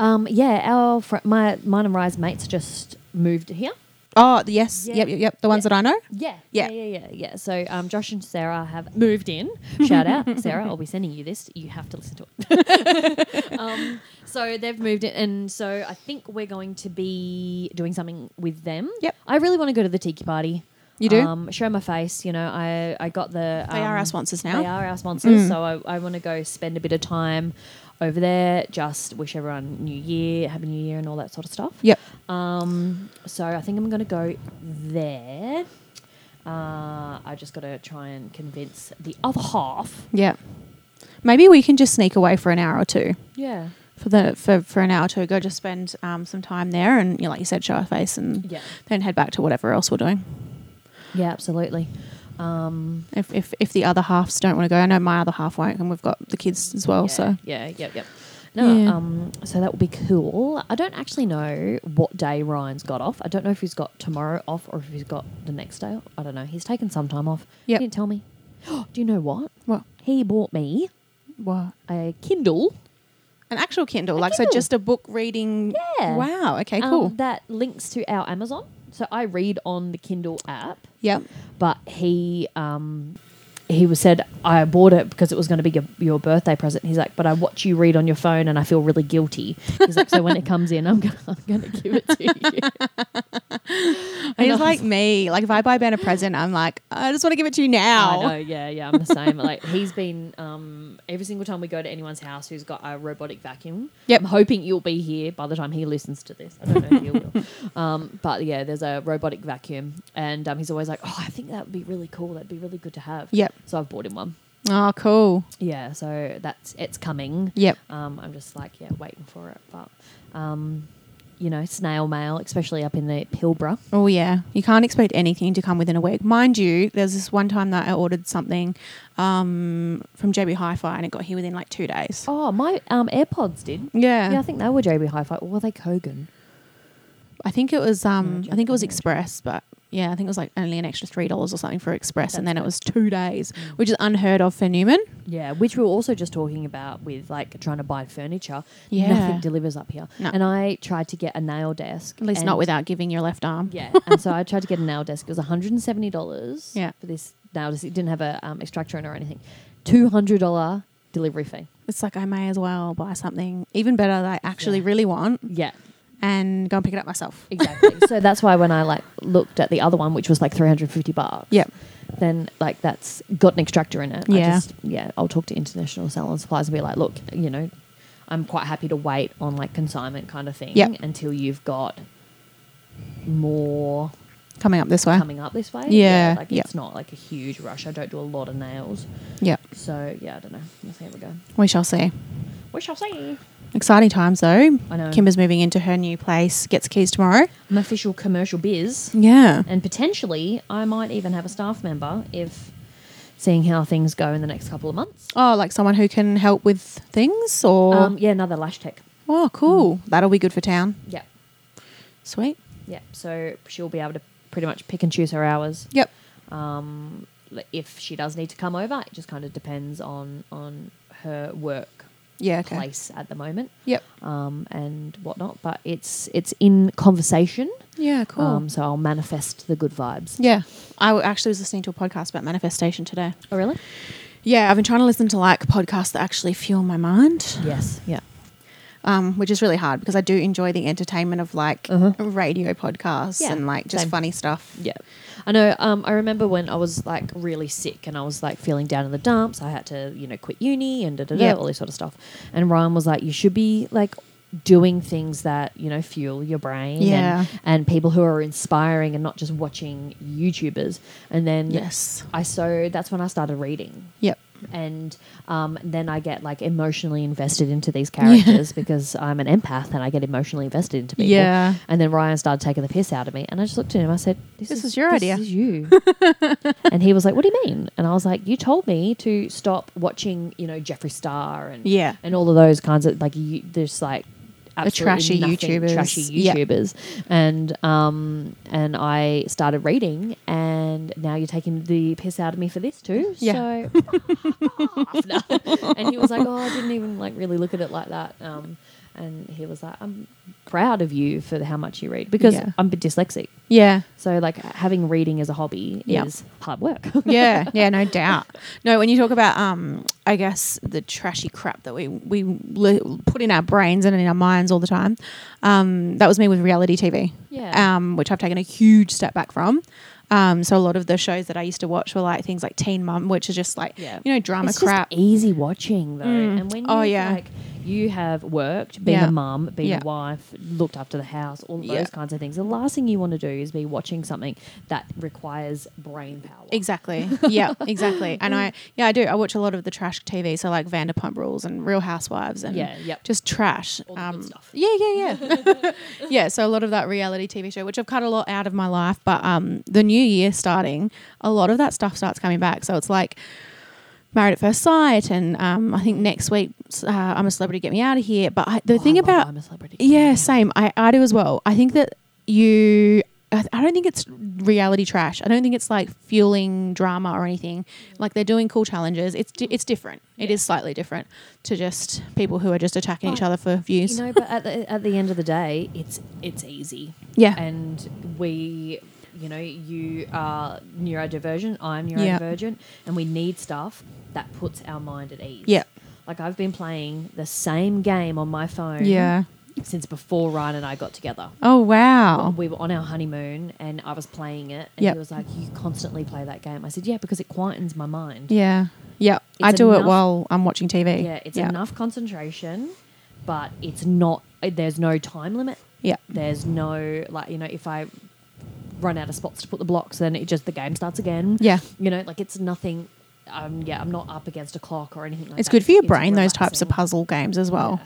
[SPEAKER 2] Um, yeah, our fr- my mine and Rye's mates just moved here.
[SPEAKER 1] Oh, the- yes.
[SPEAKER 2] Yeah.
[SPEAKER 1] Yep, yep, yep. The ones
[SPEAKER 2] Yeah.
[SPEAKER 1] that I know.
[SPEAKER 2] Yeah,
[SPEAKER 1] Yeah.
[SPEAKER 2] yeah, yeah, yeah. yeah. So um, Josh and Sarah have moved in.
[SPEAKER 1] (laughs)
[SPEAKER 2] Shout out, Sarah! I'll be sending you this. You have to listen to
[SPEAKER 1] (laughs)
[SPEAKER 2] it. (laughs) um, so they've moved in, and so I think we're going to be doing something with them.
[SPEAKER 1] Yep.
[SPEAKER 2] I really want to go to the tiki party.
[SPEAKER 1] You do?
[SPEAKER 2] Um, show my face. You know, I I got the.
[SPEAKER 1] They are
[SPEAKER 2] um,
[SPEAKER 1] our sponsors now.
[SPEAKER 2] They are our sponsors.
[SPEAKER 1] Mm.
[SPEAKER 2] So I, I want to go spend a bit of time over there. Just wish everyone New Year, Happy New Year, and all that sort of stuff.
[SPEAKER 1] Yep.
[SPEAKER 2] Um, so I think I'm going to go there. Uh, I just got to try and convince the other half.
[SPEAKER 1] Yep. Maybe we can just sneak away for an hour or two.
[SPEAKER 2] Yeah.
[SPEAKER 1] For the for, for an hour or two, go just spend um, some time there and you know, like you said, show our face and
[SPEAKER 2] Yeah.
[SPEAKER 1] then head back to whatever else we're doing.
[SPEAKER 2] Yeah, absolutely. Um,
[SPEAKER 1] If if, if the other halves don't want to go, I know my other half won't and we've got the kids as well,
[SPEAKER 2] yeah,
[SPEAKER 1] so
[SPEAKER 2] yeah, yep, yep. No,
[SPEAKER 1] Yeah.
[SPEAKER 2] um, so that will be cool. I don't actually know what day Ryan's got off. I don't know if he's got tomorrow off or if he's got the next day. off. I don't know. He's taken some time off.
[SPEAKER 1] Yep.
[SPEAKER 2] He didn't tell me. (gasps) Do you know what?
[SPEAKER 1] what
[SPEAKER 2] He bought me
[SPEAKER 1] what?
[SPEAKER 2] a Kindle.
[SPEAKER 1] An actual Kindle, like
[SPEAKER 2] Kindle.
[SPEAKER 1] so just a book reading
[SPEAKER 2] Yeah.
[SPEAKER 1] Wow, okay,
[SPEAKER 2] um,
[SPEAKER 1] cool.
[SPEAKER 2] that links to our Amazon. So I read on the Kindle app,
[SPEAKER 1] yep.
[SPEAKER 2] but he um, he was said I bought it because it was going to be your, your birthday present. He's like, but I watch you read on your phone and I feel really guilty. He's like, so when it comes in, I'm (laughs) gonna, I'm gonna give it to you. And I
[SPEAKER 1] He's
[SPEAKER 2] was-
[SPEAKER 1] like me. Like if I buy Ben a present, I'm like, (gasps) I just want to give it to you now.
[SPEAKER 2] I know, yeah, yeah, I'm the same. like he's been um, every single time we go to anyone's house who's got a robotic vacuum.
[SPEAKER 1] Yep.
[SPEAKER 2] I'm hoping you'll be here by the time he listens to this. I don't know if he (laughs) will. Um, but yeah, there's a robotic vacuum, and um, he's always like, "Oh, I think that would be really cool. That'd be really good to have."
[SPEAKER 1] Yep.
[SPEAKER 2] So I've bought him one.
[SPEAKER 1] Oh, cool.
[SPEAKER 2] Yeah, so that's it's coming.
[SPEAKER 1] Yep.
[SPEAKER 2] Um, I'm just like yeah, waiting for it, but um, you know, snail mail, especially up in the Pilbara.
[SPEAKER 1] Oh yeah, you can't expect anything to come within a week, mind you. There's this one time that I ordered something um, from JB Hi-Fi and it got here within like two days.
[SPEAKER 2] Oh, my um, AirPods did.
[SPEAKER 1] Yeah.
[SPEAKER 2] Yeah, I think they were JB Hi-Fi, or were they Kogan?
[SPEAKER 1] I think it was um
[SPEAKER 2] Yeah,
[SPEAKER 1] I think it was
[SPEAKER 2] Japanese.
[SPEAKER 1] Express, but yeah, I think it was like only an extra three dollars or something for Express, and
[SPEAKER 2] That's Mm.
[SPEAKER 1] then it was two days, which is unheard of for Newman.
[SPEAKER 2] Yeah, which we were also just talking about with like trying to buy furniture.
[SPEAKER 1] Yeah.
[SPEAKER 2] nothing delivers up here.
[SPEAKER 1] No.
[SPEAKER 2] And I tried to get a nail desk.
[SPEAKER 1] At least
[SPEAKER 2] and-
[SPEAKER 1] not without giving your left arm.
[SPEAKER 2] (laughs) Yeah, and so I tried to get a nail desk. It was one hundred and seventy dollars.
[SPEAKER 1] Yeah.
[SPEAKER 2] for this nail desk, it didn't have a um, extractor in or anything. Two hundred dollar delivery fee.
[SPEAKER 1] It's like I may as well buy something even better that I actually
[SPEAKER 2] Yeah.
[SPEAKER 1] really want
[SPEAKER 2] Yeah,
[SPEAKER 1] and go and pick it up myself.
[SPEAKER 2] exactly. so that's why when I like looked at the other one, which was like three hundred fifty bucks.
[SPEAKER 1] Yep.
[SPEAKER 2] Then like that's got an extractor in it. I
[SPEAKER 1] Yeah.
[SPEAKER 2] just- yeah. I'll talk to international salon suppliers and be like, look, you know, I'm quite happy to wait on like consignment kind of thing
[SPEAKER 1] Yep.
[SPEAKER 2] until you've got more
[SPEAKER 1] Coming up this way.
[SPEAKER 2] coming up this way.
[SPEAKER 1] Uh, Yeah,
[SPEAKER 2] like
[SPEAKER 1] yep.
[SPEAKER 2] it's not like a huge rush. I don't do a lot of nails.
[SPEAKER 1] Yep.
[SPEAKER 2] So yeah, I don't know. We'll see how we go.
[SPEAKER 1] We shall see.
[SPEAKER 2] We shall see.
[SPEAKER 1] Exciting times though.
[SPEAKER 2] I know.
[SPEAKER 1] Kimber's moving into her new place, gets keys tomorrow.
[SPEAKER 2] I'm official commercial biz.
[SPEAKER 1] Yeah.
[SPEAKER 2] And potentially, I might even have a staff member if seeing how things go in the next couple of months.
[SPEAKER 1] Oh, like someone who can help with things or
[SPEAKER 2] Um, yeah, another lash tech.
[SPEAKER 1] Oh, cool. That'll be good for town.
[SPEAKER 2] Yeah,
[SPEAKER 1] Sweet.
[SPEAKER 2] yeah. So she'll be able to pretty much pick and choose her hours.
[SPEAKER 1] Yep.
[SPEAKER 2] Um, like, if she does need to come over, it just kind of depends on on her work
[SPEAKER 1] Yeah, okay.
[SPEAKER 2] place at the moment.
[SPEAKER 1] Yep.
[SPEAKER 2] Um, and whatnot, but it's it's in conversation.
[SPEAKER 1] Yeah, cool.
[SPEAKER 2] Um, so I'll manifest the good vibes.
[SPEAKER 1] yeah. I w- actually was listening to a podcast about manifestation today.
[SPEAKER 2] Oh, really?
[SPEAKER 1] Yeah, I've been trying to listen to like podcasts that actually fuel my mind,
[SPEAKER 2] Yes. Yeah.
[SPEAKER 1] um, which is really hard because I do enjoy the entertainment of like
[SPEAKER 2] Uh-huh.
[SPEAKER 1] radio podcasts
[SPEAKER 2] Yeah,
[SPEAKER 1] and like just
[SPEAKER 2] same.
[SPEAKER 1] funny stuff.
[SPEAKER 2] Yeah. I know. Um, I remember when I was like really sick and I was like feeling down in the dumps. I had to, you know, quit uni and da da da,
[SPEAKER 1] Yeah.
[SPEAKER 2] all this sort of stuff. And Ryan was like, you should be like doing things that, you know, fuel your brain
[SPEAKER 1] Yeah.
[SPEAKER 2] and, and people who are inspiring and not just watching YouTubers. And then
[SPEAKER 1] Yes.
[SPEAKER 2] I so that's when I started reading
[SPEAKER 1] Yep.
[SPEAKER 2] and um, then I get like emotionally invested into these
[SPEAKER 1] (laughs)
[SPEAKER 2] characters because I'm an empath and I get emotionally invested into people.
[SPEAKER 1] Yeah.
[SPEAKER 2] And then Ryan started taking the piss out of me, and I just looked at him. I said, "This,
[SPEAKER 1] This
[SPEAKER 2] is,
[SPEAKER 1] is your
[SPEAKER 2] this
[SPEAKER 1] idea." (laughs)
[SPEAKER 2] Is you." and he was like, "What do you mean?" And I was like, "You told me to stop watching, you know, Jeffree Star and
[SPEAKER 1] Yeah.
[SPEAKER 2] and all of those kinds of like you, there's like."
[SPEAKER 1] trashy
[SPEAKER 2] Absolutely nothing
[SPEAKER 1] YouTubers.
[SPEAKER 2] trashy
[SPEAKER 1] Yeah.
[SPEAKER 2] YouTubers, and um, and I started reading, and now you're taking the piss out of me for this too.
[SPEAKER 1] Yeah. (laughs)
[SPEAKER 2] So after. and he was like, "Oh, I didn't even like really look at it like that." Um, and he was like, "I'm proud of you for how much you read because
[SPEAKER 1] Yeah.
[SPEAKER 2] I'm a bit dyslexic,
[SPEAKER 1] Yeah.
[SPEAKER 2] so like having reading as a hobby
[SPEAKER 1] Yeah.
[SPEAKER 2] is hard work."
[SPEAKER 1] (laughs) yeah, yeah, no doubt. No, when you talk about, um, I guess the trashy crap that we we li- put in our brains and in our minds all the time, um, that was me with reality TV.
[SPEAKER 2] Yeah.
[SPEAKER 1] um, which I've taken a huge step back from. Um, so a lot of the shows that I used to watch were like things like Teen Mum, which is just like
[SPEAKER 2] (laughs) Yeah.
[SPEAKER 1] you know drama
[SPEAKER 2] it's
[SPEAKER 1] crap.
[SPEAKER 2] just easy watching though,
[SPEAKER 1] Mm.
[SPEAKER 2] and when you
[SPEAKER 1] Oh, yeah.
[SPEAKER 2] like you have worked, been
[SPEAKER 1] Yeah.
[SPEAKER 2] a mum, been
[SPEAKER 1] Yeah.
[SPEAKER 2] a wife, looked after the house, all
[SPEAKER 1] Yeah.
[SPEAKER 2] those kinds of things. The last thing you want to do is be watching something that requires brain power.
[SPEAKER 1] Exactly. Yeah, exactly. And I, yeah, I do. I watch a lot of the trash TV, so like Vanderpump Rules and Real Housewives, and
[SPEAKER 2] Yeah, yep.
[SPEAKER 1] just trash. um,
[SPEAKER 2] All the good stuff.
[SPEAKER 1] Yeah, yeah, yeah,
[SPEAKER 2] (laughs)
[SPEAKER 1] (laughs) yeah. So a lot of that reality TV show, which I've cut a lot out of my life, but um, the new year starting, a lot of that stuff starts coming back. So it's like. Married at First Sight, and um, I think next week uh, I'm a celebrity. Get me out of here! But I, the
[SPEAKER 2] Oh, I
[SPEAKER 1] thing
[SPEAKER 2] love
[SPEAKER 1] about
[SPEAKER 2] I'm a celebrity.
[SPEAKER 1] yeah, same. I, I do as well. I think that you. I I don't think it's reality trash. I don't think it's like fueling drama or anything. Like they're doing cool challenges. It's di- it's different. It
[SPEAKER 2] Yeah.
[SPEAKER 1] is slightly different to just people who are just attacking each
[SPEAKER 2] But,
[SPEAKER 1] other for views.
[SPEAKER 2] Oh, You know, but at the, at the end of the day, it's it's easy.
[SPEAKER 1] Yeah.
[SPEAKER 2] And we, you know, you are neurodivergent. I'm neurodivergent, and we need stuff that puts our mind at ease.
[SPEAKER 1] Yeah.
[SPEAKER 2] Like I've been playing the same game on my phone.
[SPEAKER 1] Yeah.
[SPEAKER 2] Since before Ryan and I got together.
[SPEAKER 1] oh wow.
[SPEAKER 2] We were on our honeymoon and I was playing it, and
[SPEAKER 1] Yep.
[SPEAKER 2] he was like, You constantly play that game. I said, Yeah, because it quietens my mind.
[SPEAKER 1] Yeah. Yeah. I
[SPEAKER 2] It's
[SPEAKER 1] do it
[SPEAKER 2] enough-
[SPEAKER 1] while I'm watching TV.
[SPEAKER 2] Yeah, it's enough concentration, but it's not. uh, There's no time limit.
[SPEAKER 1] Yeah.
[SPEAKER 2] There's no like you know if I run out of spots to put the blocks, then it just the game starts again.
[SPEAKER 1] Yeah.
[SPEAKER 2] You know, like it's nothing um, yeah, I'm not up against a clock or anything like
[SPEAKER 1] It's
[SPEAKER 2] that.
[SPEAKER 1] good for your
[SPEAKER 2] It's
[SPEAKER 1] brain, those types of
[SPEAKER 2] relaxing.
[SPEAKER 1] puzzle games as well.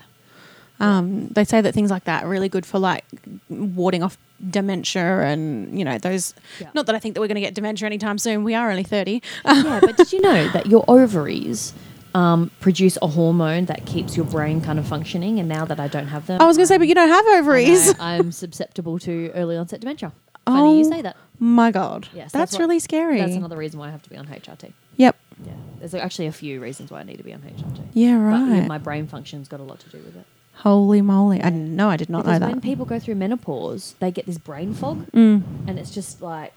[SPEAKER 1] Um, they say that things like that are really good for like warding off dementia and, you know, those.
[SPEAKER 2] Yeah.
[SPEAKER 1] Not that I think that we're going to get dementia anytime soon. We are only 30.
[SPEAKER 2] yeah, but did you know that your ovaries um, produce a hormone that keeps your brain kind of functioning? And now that I don't have them,
[SPEAKER 1] I was going to say, but you don't have ovaries.
[SPEAKER 2] I, am susceptible to early onset
[SPEAKER 1] (laughs)
[SPEAKER 2] dementia. Funny you
[SPEAKER 1] Oh,
[SPEAKER 2] say that.
[SPEAKER 1] (laughs) My God.
[SPEAKER 2] Yes,
[SPEAKER 1] that's,
[SPEAKER 2] what-
[SPEAKER 1] really scary.
[SPEAKER 2] That's another reason why I have to be on HRT.
[SPEAKER 1] Yep.
[SPEAKER 2] Yeah, there's actually a few reasons why I need to be on HRT.
[SPEAKER 1] Yeah,
[SPEAKER 2] But
[SPEAKER 1] right.
[SPEAKER 2] my brain function's got a lot to do with it.
[SPEAKER 1] Holy moly. I didn't know. I did not
[SPEAKER 2] because
[SPEAKER 1] know
[SPEAKER 2] when
[SPEAKER 1] that.
[SPEAKER 2] people go through menopause, they get this brain fog,
[SPEAKER 1] Mm,
[SPEAKER 2] and it's just like,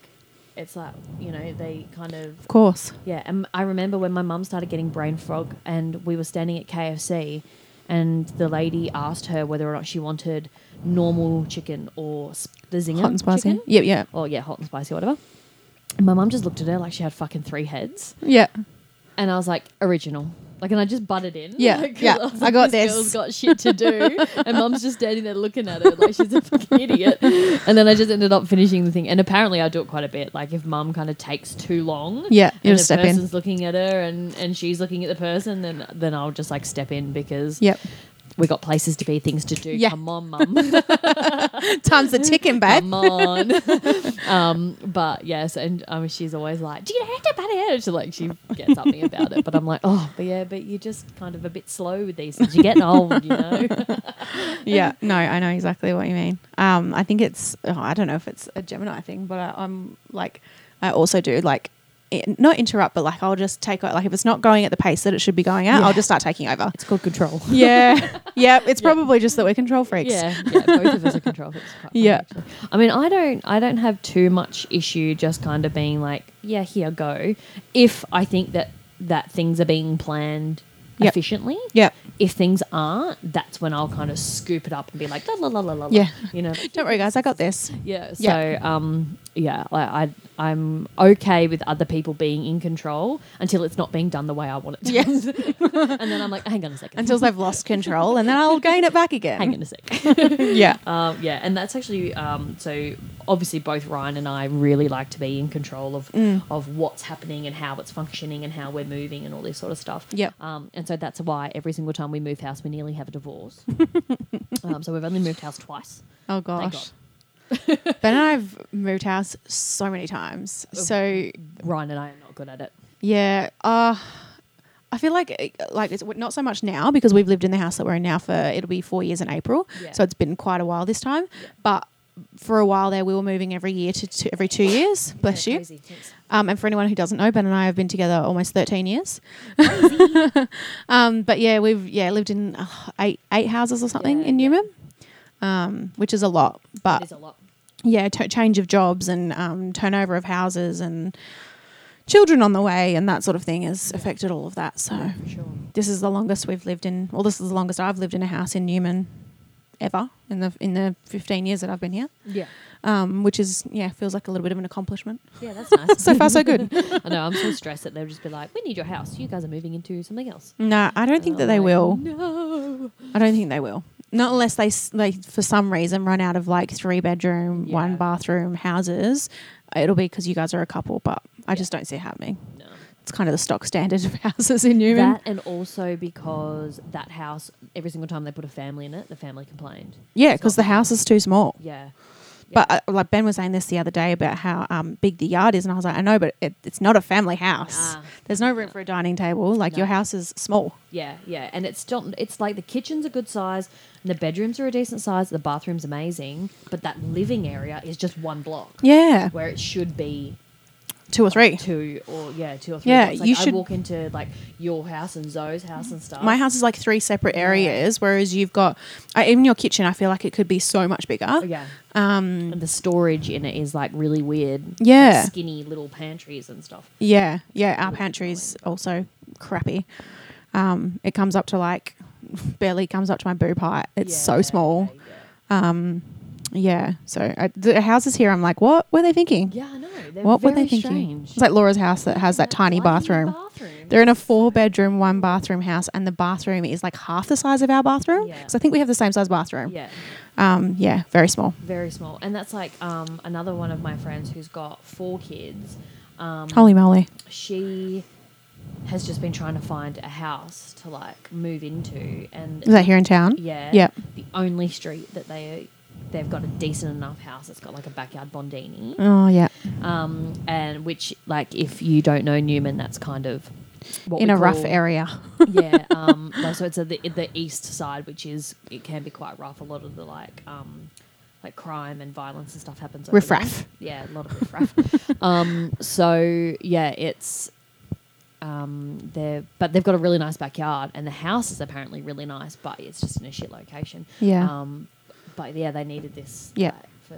[SPEAKER 2] it's like you know they kind of
[SPEAKER 1] of course.
[SPEAKER 2] Yeah, and I remember when my mum started getting brain fog, and we were standing at KFC, and the lady asked her whether or not she wanted normal chicken or sp- the zinger
[SPEAKER 1] Hot and spicy.
[SPEAKER 2] chicken.
[SPEAKER 1] Yep, yeah.
[SPEAKER 2] Or yeah, hot and spicy, whatever. And my mum just looked at her like she had fucking three heads,
[SPEAKER 1] Yeah.
[SPEAKER 2] and I was like, original. Like, and I just butted in.
[SPEAKER 1] Yeah,
[SPEAKER 2] Like, 'cause
[SPEAKER 1] yeah,
[SPEAKER 2] was
[SPEAKER 1] I got
[SPEAKER 2] this.
[SPEAKER 1] this."
[SPEAKER 2] Girl's got shit
[SPEAKER 1] (laughs)
[SPEAKER 2] to do, and mum's just standing there looking at her like she's a fucking idiot. And then I just ended up finishing the thing, and apparently I do it quite a bit. Like, if mum kind of takes too long,
[SPEAKER 1] Yeah, you
[SPEAKER 2] and
[SPEAKER 1] just
[SPEAKER 2] the
[SPEAKER 1] step in.
[SPEAKER 2] person's looking at her, and and she's looking at the person, then then I'll just like step in because
[SPEAKER 1] Yep.
[SPEAKER 2] we got places to be, things to do.
[SPEAKER 1] Yeah.
[SPEAKER 2] Come on, mum. (laughs)
[SPEAKER 1] Time's the ticking, babe.
[SPEAKER 2] Come on. (laughs) um, but yes, and um, she's always like, "Do you have to butt it?" She like she gets up me about it, but I'm like, "Oh, but yeah, but you're just kind of a bit slow with these things. You're getting old, you know."
[SPEAKER 1] yeah, no, I know exactly what you mean. Um, I think it's oh, I don't know if it's a Gemini thing, but I, I'm like I also do like in, not interrupt, but like I'll just take o- like if it's not going at the pace that it should be going at,
[SPEAKER 2] Yeah.
[SPEAKER 1] I'll just start taking over.
[SPEAKER 2] (laughs) it's called control.
[SPEAKER 1] yeah, (laughs) yeah, it's probably just that we're control freaks.
[SPEAKER 2] Yeah, yeah, both of us are control freaks. Quite funny,
[SPEAKER 1] Yeah.
[SPEAKER 2] actually. I mean, I don't, I don't have too much issue just kind of being like, yeah, here go, if I think that that things are being planned
[SPEAKER 1] Yep.
[SPEAKER 2] efficiently.
[SPEAKER 1] Yeah.
[SPEAKER 2] If things aren't, that's when I'll kind of scoop it up and be like, la la la la la. la,"
[SPEAKER 1] Yeah.
[SPEAKER 2] You know.
[SPEAKER 1] Don't worry, guys, I got this.
[SPEAKER 2] Yeah. So
[SPEAKER 1] Yeah.
[SPEAKER 2] um yeah, I, I I'm okay with other people being in control until it's not being done the way I want it to.
[SPEAKER 1] Yes.
[SPEAKER 2] (laughs) and then I'm like, hang on a
[SPEAKER 1] (laughs)
[SPEAKER 2] second.
[SPEAKER 1] Until they've lost control, and then I'll gain it back again.
[SPEAKER 2] hang on a sec. (laughs)
[SPEAKER 1] Yeah,
[SPEAKER 2] Um, yeah, and that's actually um, so. Obviously, both Ryan and I really like to be in control of
[SPEAKER 1] Mm.
[SPEAKER 2] of what's happening and how it's functioning and how we're moving and all this sort of stuff.
[SPEAKER 1] Yep.
[SPEAKER 2] Um, and so that's why every single time we move house, we nearly have
[SPEAKER 1] (laughs)
[SPEAKER 2] a divorce. um, so we've only moved house twice.
[SPEAKER 1] Oh
[SPEAKER 2] Thank
[SPEAKER 1] gosh. Ben and I've moved house so many times. So
[SPEAKER 2] God. Ryan and I are not good at it.
[SPEAKER 1] Yeah. Uh, I feel like it- like it's not so much now because we've lived in the house that we're in now for it'll be four years in April,
[SPEAKER 2] Yeah.
[SPEAKER 1] so it's been quite a while this time. But for a while there, we were moving every year to, to every two years. Bless you.
[SPEAKER 2] Crazy. Thanks.
[SPEAKER 1] Um, and for anyone who doesn't know, Ben and I have been together almost thirteen years. (laughs) um, but yeah, we've yeah lived in uh, eight eight houses or something
[SPEAKER 2] Yeah,
[SPEAKER 1] in
[SPEAKER 2] yeah.
[SPEAKER 1] Newman, um, which is a lot. But
[SPEAKER 2] It is a lot.
[SPEAKER 1] yeah, t- change of jobs and um, turnover of houses and children on the way and that sort of thing has affected all of that. So
[SPEAKER 2] For sure.
[SPEAKER 1] this is the longest we've lived in. Well, this is the longest I've lived in a house in Newman ever in the in the 15 years that I've been here,
[SPEAKER 2] Yeah.
[SPEAKER 1] um, which is yeah feels like a little bit of an accomplishment.
[SPEAKER 2] Yeah, that's (laughs) nice.
[SPEAKER 1] So far, so good.
[SPEAKER 2] I know. I'm so stressed that they'll just be like, "We need your house. You guys are moving into something else."
[SPEAKER 1] No, I don't think that they will.
[SPEAKER 2] No.
[SPEAKER 1] I don't think they will. Not unless they s- they for some reason run out of like three bedroom,
[SPEAKER 2] Yeah.
[SPEAKER 1] one bathroom houses. It'll be because you guys are a couple, but I just don't see it happening.
[SPEAKER 2] No.
[SPEAKER 1] It's kind of the stock standard (laughs) of houses in Newman.
[SPEAKER 2] That and also because that house, every single time they put a family in it, the family complained.
[SPEAKER 1] yeah, because the house is too small.
[SPEAKER 2] Yeah.
[SPEAKER 1] But uh, like Ben was saying this the other day about how um, big the yard is, and I was like, I know, but it, it's not a family house.
[SPEAKER 2] Nah.
[SPEAKER 1] There's no room for a dining table. Like your
[SPEAKER 2] Ah. No.
[SPEAKER 1] house is small.
[SPEAKER 2] Yeah, yeah. And it's still, it's like the kitchen's a good size, and the bedrooms are a decent size, the bathroom's amazing, but that living area is just one block
[SPEAKER 1] Yeah,
[SPEAKER 2] where it should be
[SPEAKER 1] two or three.
[SPEAKER 2] two or, yeah, two or three
[SPEAKER 1] Yeah,
[SPEAKER 2] blocks. Like,
[SPEAKER 1] you
[SPEAKER 2] I
[SPEAKER 1] should-
[SPEAKER 2] walk into like your house and Zoe's house and stuff.
[SPEAKER 1] My house is like three separate areas, whereas you've got I, even your kitchen. I feel like it could be so much bigger.
[SPEAKER 2] Oh, Yeah. Um, and the storage in it is like really weird. like,
[SPEAKER 1] Yeah.
[SPEAKER 2] skinny little pantries and stuff.
[SPEAKER 1] Yeah, yeah. Our pantry's also crappy. Um, it comes up to like (laughs) barely comes up to my boob height. It's
[SPEAKER 2] Yeah,
[SPEAKER 1] so small.
[SPEAKER 2] yeah, yeah.
[SPEAKER 1] Yeah. So I, the houses here, I'm like, what were they thinking?
[SPEAKER 2] Yeah, I know. They're
[SPEAKER 1] What
[SPEAKER 2] very
[SPEAKER 1] were they thinking?
[SPEAKER 2] strange.
[SPEAKER 1] It's like Laura's house that has that
[SPEAKER 2] That
[SPEAKER 1] tiny
[SPEAKER 2] tiny
[SPEAKER 1] bathroom.
[SPEAKER 2] bathroom.
[SPEAKER 1] They're in a four bedroom, one bathroom house, and the bathroom is like half the size of our bathroom.
[SPEAKER 2] Yeah.
[SPEAKER 1] So I think we have the same size bathroom.
[SPEAKER 2] yeah,
[SPEAKER 1] Um, yeah, very small.
[SPEAKER 2] very small. And that's like um, another one of my friends who's got four kids. Um,
[SPEAKER 1] Holy moly.
[SPEAKER 2] she has just been trying to find a house to like move into, and
[SPEAKER 1] Is that here in town?
[SPEAKER 2] yeah,
[SPEAKER 1] Yep.
[SPEAKER 2] the only street that they they've got a decent enough house that's got like a backyard bondini,
[SPEAKER 1] Oh, yeah.
[SPEAKER 2] um, and which like if you don't know Newman, that's kind of what
[SPEAKER 1] In
[SPEAKER 2] we
[SPEAKER 1] a rough
[SPEAKER 2] call-
[SPEAKER 1] area. (laughs)
[SPEAKER 2] (laughs) yeah, um, no, so it's a, the, the east side, which is it can be quite rough. A lot of the like um, like crime and violence and stuff happens. over there.
[SPEAKER 1] Riffraff.
[SPEAKER 2] Yeah, a lot of riffraff. (laughs) um, so yeah, it's um, they're but they've got a really nice backyard, and the house is apparently really nice, but it's just in a shit location.
[SPEAKER 1] Yeah.
[SPEAKER 2] Um, but yeah, they needed this.
[SPEAKER 1] Yeah.
[SPEAKER 2] like, for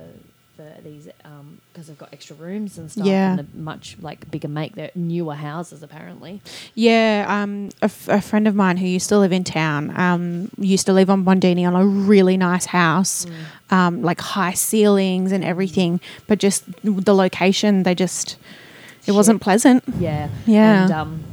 [SPEAKER 2] for these um because they've got extra rooms and stuff
[SPEAKER 1] Yeah.
[SPEAKER 2] and a much like bigger make they're newer houses apparently
[SPEAKER 1] Yeah, um, a, f- a friend of mine who used to live in town um, used to live on Bondini on a really nice house,
[SPEAKER 2] Mm.
[SPEAKER 1] um, like high ceilings and everything, but just the location, they just, it
[SPEAKER 2] Shit.
[SPEAKER 1] wasn't pleasant.
[SPEAKER 2] Yeah.
[SPEAKER 1] Yeah.
[SPEAKER 2] And um,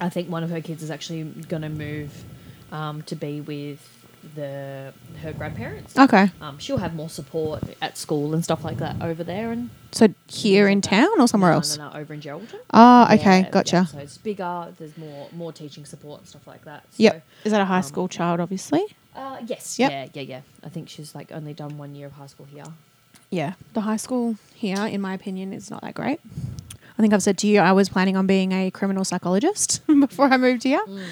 [SPEAKER 2] I think one of her kids is actually going to move um, to be with the her grandparents.
[SPEAKER 1] Okay.
[SPEAKER 2] Um, she'll have more support at school and stuff like that over there and
[SPEAKER 1] So here in town or somewhere
[SPEAKER 2] No, no,
[SPEAKER 1] else?
[SPEAKER 2] no, over in Geraldton.
[SPEAKER 1] Oh, okay,
[SPEAKER 2] Yeah, yeah.
[SPEAKER 1] gotcha.
[SPEAKER 2] So it's bigger. There's more more teaching support and stuff like that. So,
[SPEAKER 1] Yep. Is that a high
[SPEAKER 2] um,
[SPEAKER 1] school child, obviously?
[SPEAKER 2] Uh, yes.
[SPEAKER 1] Yep.
[SPEAKER 2] Yeah. Yeah. Yeah. I think she's like only done one year of high school here.
[SPEAKER 1] Yeah. The high school here, in my opinion, is not that great. I think I've said to you, I was planning on being a criminal psychologist (laughs) before I moved here.
[SPEAKER 2] Mm.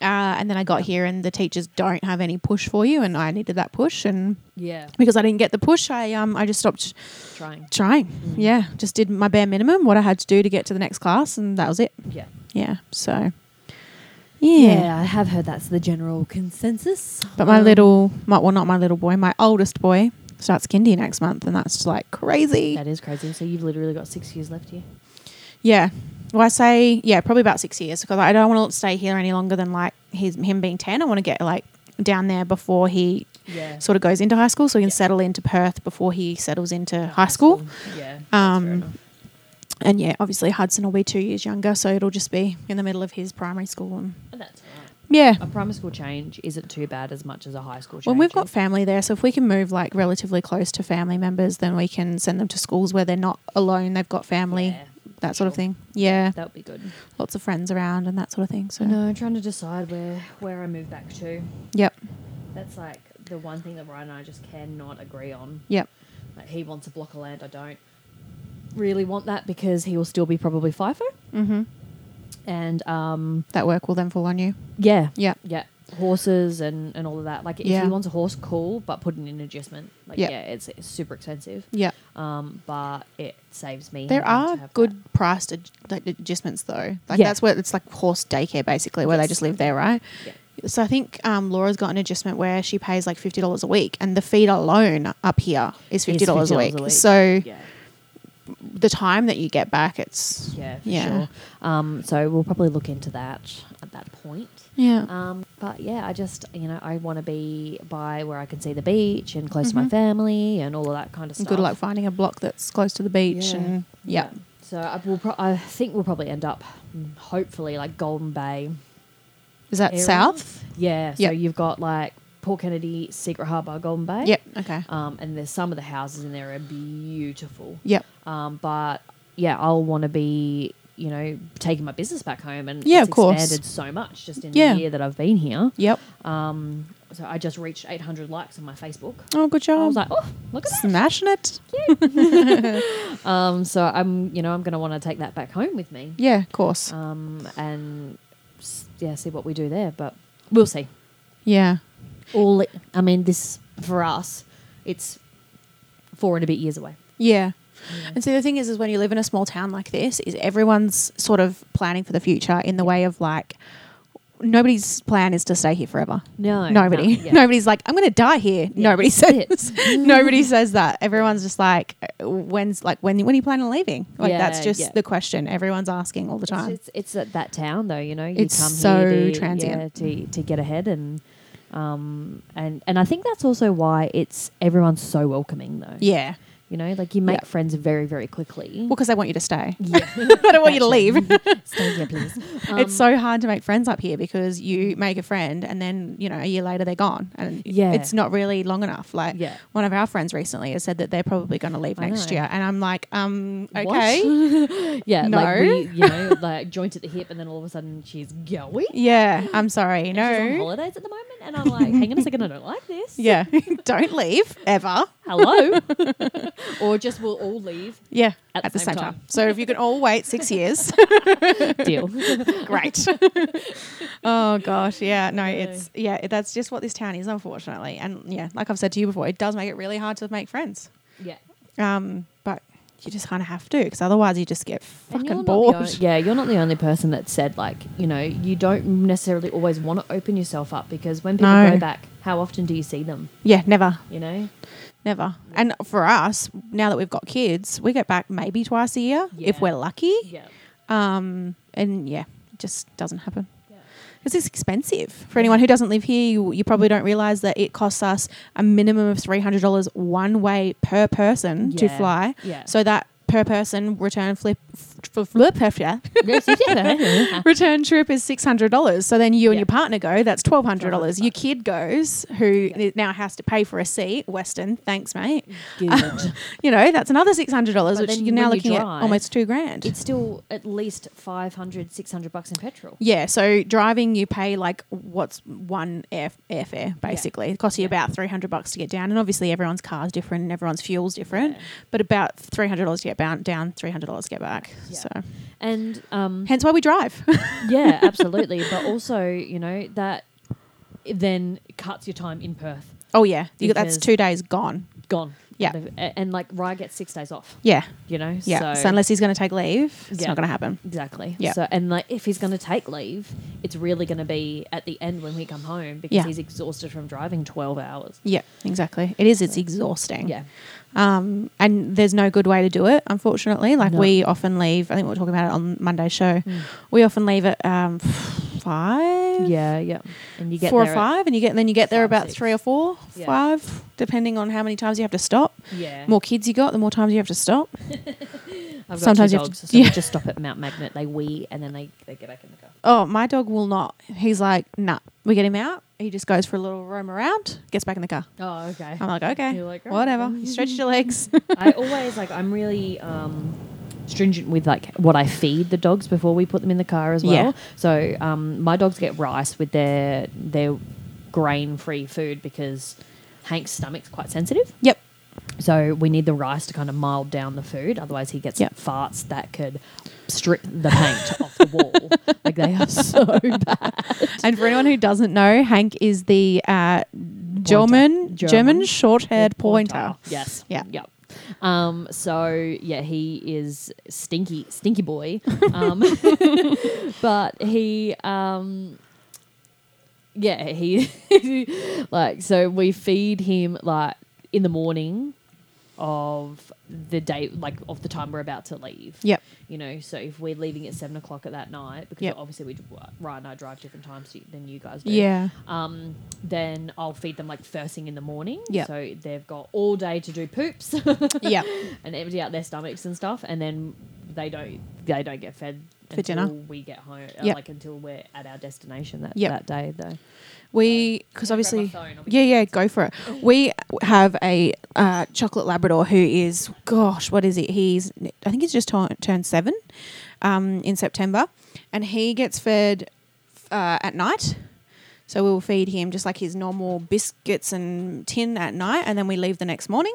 [SPEAKER 1] Uh, and then I got here, and the teachers don't have any push for you, and I needed that push. And
[SPEAKER 2] Yeah.
[SPEAKER 1] because I didn't get the push, I um I just stopped
[SPEAKER 2] Trying.
[SPEAKER 1] trying.
[SPEAKER 2] Mm.
[SPEAKER 1] Yeah, just did my bare minimum, what I had to do to get to the next class, and that was it.
[SPEAKER 2] Yeah.
[SPEAKER 1] Yeah, so
[SPEAKER 2] yeah.
[SPEAKER 1] yeah.
[SPEAKER 2] I have heard that's the general consensus.
[SPEAKER 1] But my
[SPEAKER 2] Um,
[SPEAKER 1] little, my, well, not my little boy, my oldest boy starts kindy next month, and that's like crazy.
[SPEAKER 2] That is crazy. So you've literally got six years left here.
[SPEAKER 1] Yeah. Well, I say yeah, probably about six years because I don't want to stay here any longer than like his him being ten. I want to get like down there before he
[SPEAKER 2] Yeah.
[SPEAKER 1] sort of goes into high school, so he can
[SPEAKER 2] Yeah.
[SPEAKER 1] settle into Perth before he settles into high school.
[SPEAKER 2] Yeah.
[SPEAKER 1] Um, And yeah, obviously Hudson will be two years younger, so it'll just be in the middle of his primary school. And
[SPEAKER 2] and that's all right.
[SPEAKER 1] yeah,
[SPEAKER 2] A primary school change isn't too bad as much as a high school change.
[SPEAKER 1] well, we've got
[SPEAKER 2] is.
[SPEAKER 1] family there, so if we can move like relatively close to family members, then we can send them to schools where they're not alone. They've got family,
[SPEAKER 2] Yeah,
[SPEAKER 1] that sort of
[SPEAKER 2] sure.
[SPEAKER 1] thing. Yeah,
[SPEAKER 2] that would be good.
[SPEAKER 1] lots of friends around and that sort of thing. So
[SPEAKER 2] No, trying to decide where where I move back to.
[SPEAKER 1] yep,
[SPEAKER 2] That's like the one thing that Ryan and I just cannot agree on.
[SPEAKER 1] yep.
[SPEAKER 2] Like he wants a block of land, I don't really want that because he will still be probably FIFO.
[SPEAKER 1] Mm-hmm.
[SPEAKER 2] And um,
[SPEAKER 1] That work will then fall on you.
[SPEAKER 2] yeah,
[SPEAKER 1] Yeah.
[SPEAKER 2] yeah, horses and and all of that. Like if
[SPEAKER 1] Yeah.
[SPEAKER 2] he wants a horse, cool, but put in an adjustment. Like
[SPEAKER 1] Yeah.
[SPEAKER 2] yeah, it's, it's super expensive.
[SPEAKER 1] Yeah.
[SPEAKER 2] um, but it saves me.
[SPEAKER 1] There
[SPEAKER 2] having to
[SPEAKER 1] are
[SPEAKER 2] have
[SPEAKER 1] good
[SPEAKER 2] that.
[SPEAKER 1] priced ad- like adjustments though. Like
[SPEAKER 2] Yeah.
[SPEAKER 1] that's where it's like horse daycare basically, where they
[SPEAKER 2] Yes.
[SPEAKER 1] just live there, right?
[SPEAKER 2] Yeah.
[SPEAKER 1] So I think um, Laura's got an adjustment where she pays like fifty dollars a week, and the feed alone up here is
[SPEAKER 2] Is
[SPEAKER 1] fifty dollars a,
[SPEAKER 2] $50
[SPEAKER 1] week. So
[SPEAKER 2] yeah,
[SPEAKER 1] the time that you get back, it's
[SPEAKER 2] yeah, for
[SPEAKER 1] Yeah.
[SPEAKER 2] sure. Um, so we'll probably look into that at that point.
[SPEAKER 1] yeah,
[SPEAKER 2] Um, but yeah, I just you know I want to be by where I can see the beach and close to my family and all of that kind of stuff.
[SPEAKER 1] Mm-hmm. good luck finding a block that's close to the beach,
[SPEAKER 2] Yeah.
[SPEAKER 1] and yeah,
[SPEAKER 2] So I will. Pro- I think we'll probably end up, mm, hopefully, like Golden Bay.
[SPEAKER 1] is that
[SPEAKER 2] area.
[SPEAKER 1] south?
[SPEAKER 2] Yeah. So
[SPEAKER 1] Yep.
[SPEAKER 2] you've got like Port Kennedy, Secret Harbour, Golden Bay.
[SPEAKER 1] Yep. Okay.
[SPEAKER 2] Um, and there's some of the houses in there are beautiful.
[SPEAKER 1] Yep.
[SPEAKER 2] Um, but yeah, I'll want to be, you know, taking my business back home, and
[SPEAKER 1] Yeah,
[SPEAKER 2] it's
[SPEAKER 1] of course.
[SPEAKER 2] expanded so much just in
[SPEAKER 1] Yeah.
[SPEAKER 2] the year that I've been here.
[SPEAKER 1] Yep.
[SPEAKER 2] Um, so I just reached 800 likes on my Facebook.
[SPEAKER 1] Oh, good job.
[SPEAKER 2] I was like, oh, look at that.
[SPEAKER 1] smashing it.
[SPEAKER 2] Um, so I'm, you know, I'm going to want to take that back home with me.
[SPEAKER 1] Yeah, of course.
[SPEAKER 2] Um, and s- yeah, see what we do there, but we'll see.
[SPEAKER 1] yeah.
[SPEAKER 2] All, I mean, this for us, it's four and a bit years away.
[SPEAKER 1] Yeah. And so the thing is, is when you live in a small town like this, is everyone's sort of planning for the future in the way of like, nobody's plan is to stay here forever.
[SPEAKER 2] No,
[SPEAKER 1] Nobody.
[SPEAKER 2] no,
[SPEAKER 1] (laughs)
[SPEAKER 2] yeah.
[SPEAKER 1] Nobody's like, I'm going to die here.
[SPEAKER 2] Yeah,
[SPEAKER 1] Nobody
[SPEAKER 2] that's
[SPEAKER 1] says. (laughs) nobody says that. Everyone's just like, uh, when's like when when are you planning on leaving? Like that's
[SPEAKER 2] Yeah,
[SPEAKER 1] just
[SPEAKER 2] yeah.
[SPEAKER 1] the question everyone's asking all the time.
[SPEAKER 2] It's, it's, it's at that town though, you know. You
[SPEAKER 1] It's
[SPEAKER 2] come
[SPEAKER 1] so
[SPEAKER 2] here to,
[SPEAKER 1] transient.
[SPEAKER 2] yeah, to, to get ahead and um and and I think that's also why it's everyone's so welcoming though.
[SPEAKER 1] yeah.
[SPEAKER 2] You know, like you make
[SPEAKER 1] Yeah.
[SPEAKER 2] friends very, very quickly.
[SPEAKER 1] Well, because I want you to stay. (laughs)
[SPEAKER 2] Yeah.
[SPEAKER 1] I don't want you to leave. (laughs)
[SPEAKER 2] Stay here, please. Um,
[SPEAKER 1] it's so hard to make friends up here because you make a friend and then, you know, a year later they're gone. And
[SPEAKER 2] Yeah.
[SPEAKER 1] it's not really long enough. Like
[SPEAKER 2] Yeah.
[SPEAKER 1] one of our friends recently has said that they're probably going to leave
[SPEAKER 2] I
[SPEAKER 1] next
[SPEAKER 2] know.
[SPEAKER 1] year. And I'm like, um,
[SPEAKER 2] What?
[SPEAKER 1] okay.
[SPEAKER 2] (laughs) Yeah, like
[SPEAKER 1] No.
[SPEAKER 2] we, you know, like joint at the hip, and then all of a sudden she's going.
[SPEAKER 1] Yeah, I'm sorry.
[SPEAKER 2] She's on
[SPEAKER 1] No.
[SPEAKER 2] holidays at the moment, and I'm like, hang on a second, I don't like this.
[SPEAKER 1] Yeah. (laughs) don't leave ever. (laughs)
[SPEAKER 2] Hello. or just we'll all leave.
[SPEAKER 1] Yeah. At, the same, time. So if you can all wait six
[SPEAKER 2] (laughs)
[SPEAKER 1] years,
[SPEAKER 2] Deal.
[SPEAKER 1] great. oh gosh, yeah, no, it's yeah, that's just what this town is, unfortunately. And yeah, like I've said to you before, it does make it really hard to make friends.
[SPEAKER 2] (laughs) yeah.
[SPEAKER 1] Um, but you just kind of have to, because otherwise you just get
[SPEAKER 2] And
[SPEAKER 1] fucking
[SPEAKER 2] you're not the
[SPEAKER 1] bored.
[SPEAKER 2] on- yeah, you're not the only person that said like, you know, you don't necessarily always want to open yourself up because when people
[SPEAKER 1] No.
[SPEAKER 2] go back, how often do you see them?
[SPEAKER 1] yeah, never,
[SPEAKER 2] You know,
[SPEAKER 1] never. And for us, now that we've got kids, we get back maybe twice a year
[SPEAKER 2] Yeah.
[SPEAKER 1] if we're lucky.
[SPEAKER 2] yeah,
[SPEAKER 1] Um, and yeah, it just doesn't happen. Because it's expensive. For anyone who doesn't live here, you, you probably don't realise that it costs us a minimum of $300 one way per person to
[SPEAKER 2] Yeah.
[SPEAKER 1] fly.
[SPEAKER 2] Yeah.
[SPEAKER 1] So that per person return flip, flip, flip, flip (laughs) return trip is $600. So then you and
[SPEAKER 2] Yeah.
[SPEAKER 1] your partner go, that's $1,200. Your
[SPEAKER 2] $1,200.
[SPEAKER 1] kid goes, who now has to pay for a seat, Western, thanks, mate.
[SPEAKER 2] Good.
[SPEAKER 1] You know, that's another $600, which
[SPEAKER 2] then
[SPEAKER 1] you're now
[SPEAKER 2] when you
[SPEAKER 1] looking at
[SPEAKER 2] drive,
[SPEAKER 1] almost two grand.
[SPEAKER 2] it's still at least 500, 600 bucks in petrol.
[SPEAKER 1] Yeah, so driving you pay like what's one air airfare basically. It costs you about three hundred bucks to get down, and obviously everyone's car's different and everyone's fuel's different.
[SPEAKER 2] Yeah.
[SPEAKER 1] But about three hundred dollars to get bound, down, three hundred dollars to get back.
[SPEAKER 2] Yeah.
[SPEAKER 1] So
[SPEAKER 2] And um,
[SPEAKER 1] hence why we drive. (laughs)
[SPEAKER 2] yeah, absolutely. But also, you know, that then cuts your time in Perth.
[SPEAKER 1] oh yeah, you, that's
[SPEAKER 2] Because-
[SPEAKER 1] two days gone.
[SPEAKER 2] Gone.
[SPEAKER 1] Yeah.
[SPEAKER 2] A- And like Rye gets six days off,
[SPEAKER 1] Yeah,
[SPEAKER 2] you know?
[SPEAKER 1] yeah. So, unless he's going to take leave, it's
[SPEAKER 2] Yeah.
[SPEAKER 1] not going to happen.
[SPEAKER 2] Exactly.
[SPEAKER 1] Yeah.
[SPEAKER 2] So and like if he's going to take leave, it's really going to be at the end when we come home because
[SPEAKER 1] Yeah.
[SPEAKER 2] he's exhausted from driving 12 hours.
[SPEAKER 1] Yeah, exactly. It is. It's exhausting.
[SPEAKER 2] Yeah.
[SPEAKER 1] Um, and there's no good way to do it, unfortunately. Like
[SPEAKER 2] No.
[SPEAKER 1] we often leave. I think we were talking about it on Monday's show.
[SPEAKER 2] Mm.
[SPEAKER 1] We often leave at um, five.
[SPEAKER 2] Yeah, yeah. And you get
[SPEAKER 1] four or
[SPEAKER 2] there at-
[SPEAKER 1] five, and you get then you get there
[SPEAKER 2] five,
[SPEAKER 1] about
[SPEAKER 2] six.
[SPEAKER 1] three or four,
[SPEAKER 2] Yeah.
[SPEAKER 1] five, depending on how many times you have to stop.
[SPEAKER 2] yeah.
[SPEAKER 1] More kids you got, the more times you have to stop.
[SPEAKER 2] I've got
[SPEAKER 1] sometimes
[SPEAKER 2] two
[SPEAKER 1] you have to-
[SPEAKER 2] dogs, so we
[SPEAKER 1] yeah.
[SPEAKER 2] just stop at Mount Magnet, they wee and then they, they get back in the car.
[SPEAKER 1] Oh, my dog will not. He's like, nah. We get him out. He just goes for a little roam around, gets back in the car.
[SPEAKER 2] Oh, okay.
[SPEAKER 1] I'm like, okay,
[SPEAKER 2] You're like, "Oh, all right,
[SPEAKER 1] whatever.
[SPEAKER 2] then.
[SPEAKER 1] You stretch
[SPEAKER 2] (laughs)
[SPEAKER 1] your legs.
[SPEAKER 2] I always like I'm really um, stringent with like what I feed the dogs before we put them in the car as well.
[SPEAKER 1] Yeah.
[SPEAKER 2] So um, my dogs get rice with their their grain free food because Hank's stomach's quite sensitive.
[SPEAKER 1] yep.
[SPEAKER 2] So we need the rice to kind of mild down the food, otherwise he gets
[SPEAKER 1] Yep.
[SPEAKER 2] farts that could strip the paint off the
[SPEAKER 1] (laughs)
[SPEAKER 2] wall. Like they are so bad.
[SPEAKER 1] And for anyone who doesn't know, Hank is the uh, German,
[SPEAKER 2] German.
[SPEAKER 1] German short-haired pointer.
[SPEAKER 2] Yes.
[SPEAKER 1] Yeah.
[SPEAKER 2] Yep. Um, so yeah, he is stinky,
[SPEAKER 1] (laughs)
[SPEAKER 2] stinky boy. Um, (laughs) but he, um, yeah, he (laughs) like so we feed him like in the morning of the day, like of the time we're about to leave.
[SPEAKER 1] Yep.
[SPEAKER 2] You know, so if we're leaving at seven o'clock at that night, because
[SPEAKER 1] Yep.
[SPEAKER 2] obviously we Ryan and I drive different times than you guys do
[SPEAKER 1] Yeah.
[SPEAKER 2] um, then I'll feed them like first thing in the morning.
[SPEAKER 1] Yeah.
[SPEAKER 2] So they've got all day to do poops
[SPEAKER 1] (laughs)
[SPEAKER 2] (laughs)
[SPEAKER 1] yep.
[SPEAKER 2] and empty out their stomachs and stuff, and then they don't they don't get fed
[SPEAKER 1] For
[SPEAKER 2] until
[SPEAKER 1] dinner.
[SPEAKER 2] we get home, uh,
[SPEAKER 1] Yep.
[SPEAKER 2] like until we're at our destination that
[SPEAKER 1] Yep.
[SPEAKER 2] that day though.
[SPEAKER 1] We, because
[SPEAKER 2] Can I grab my
[SPEAKER 1] obviously,
[SPEAKER 2] phone? I'll be
[SPEAKER 1] yeah, yeah, go for it. We have a uh, chocolate Labrador who is, gosh, what is it? He's, I think he's just tu- turned seven um, in September, and he gets fed uh, at night. So we'll feed him just like his normal biscuits and tin at night, and then we leave the next morning.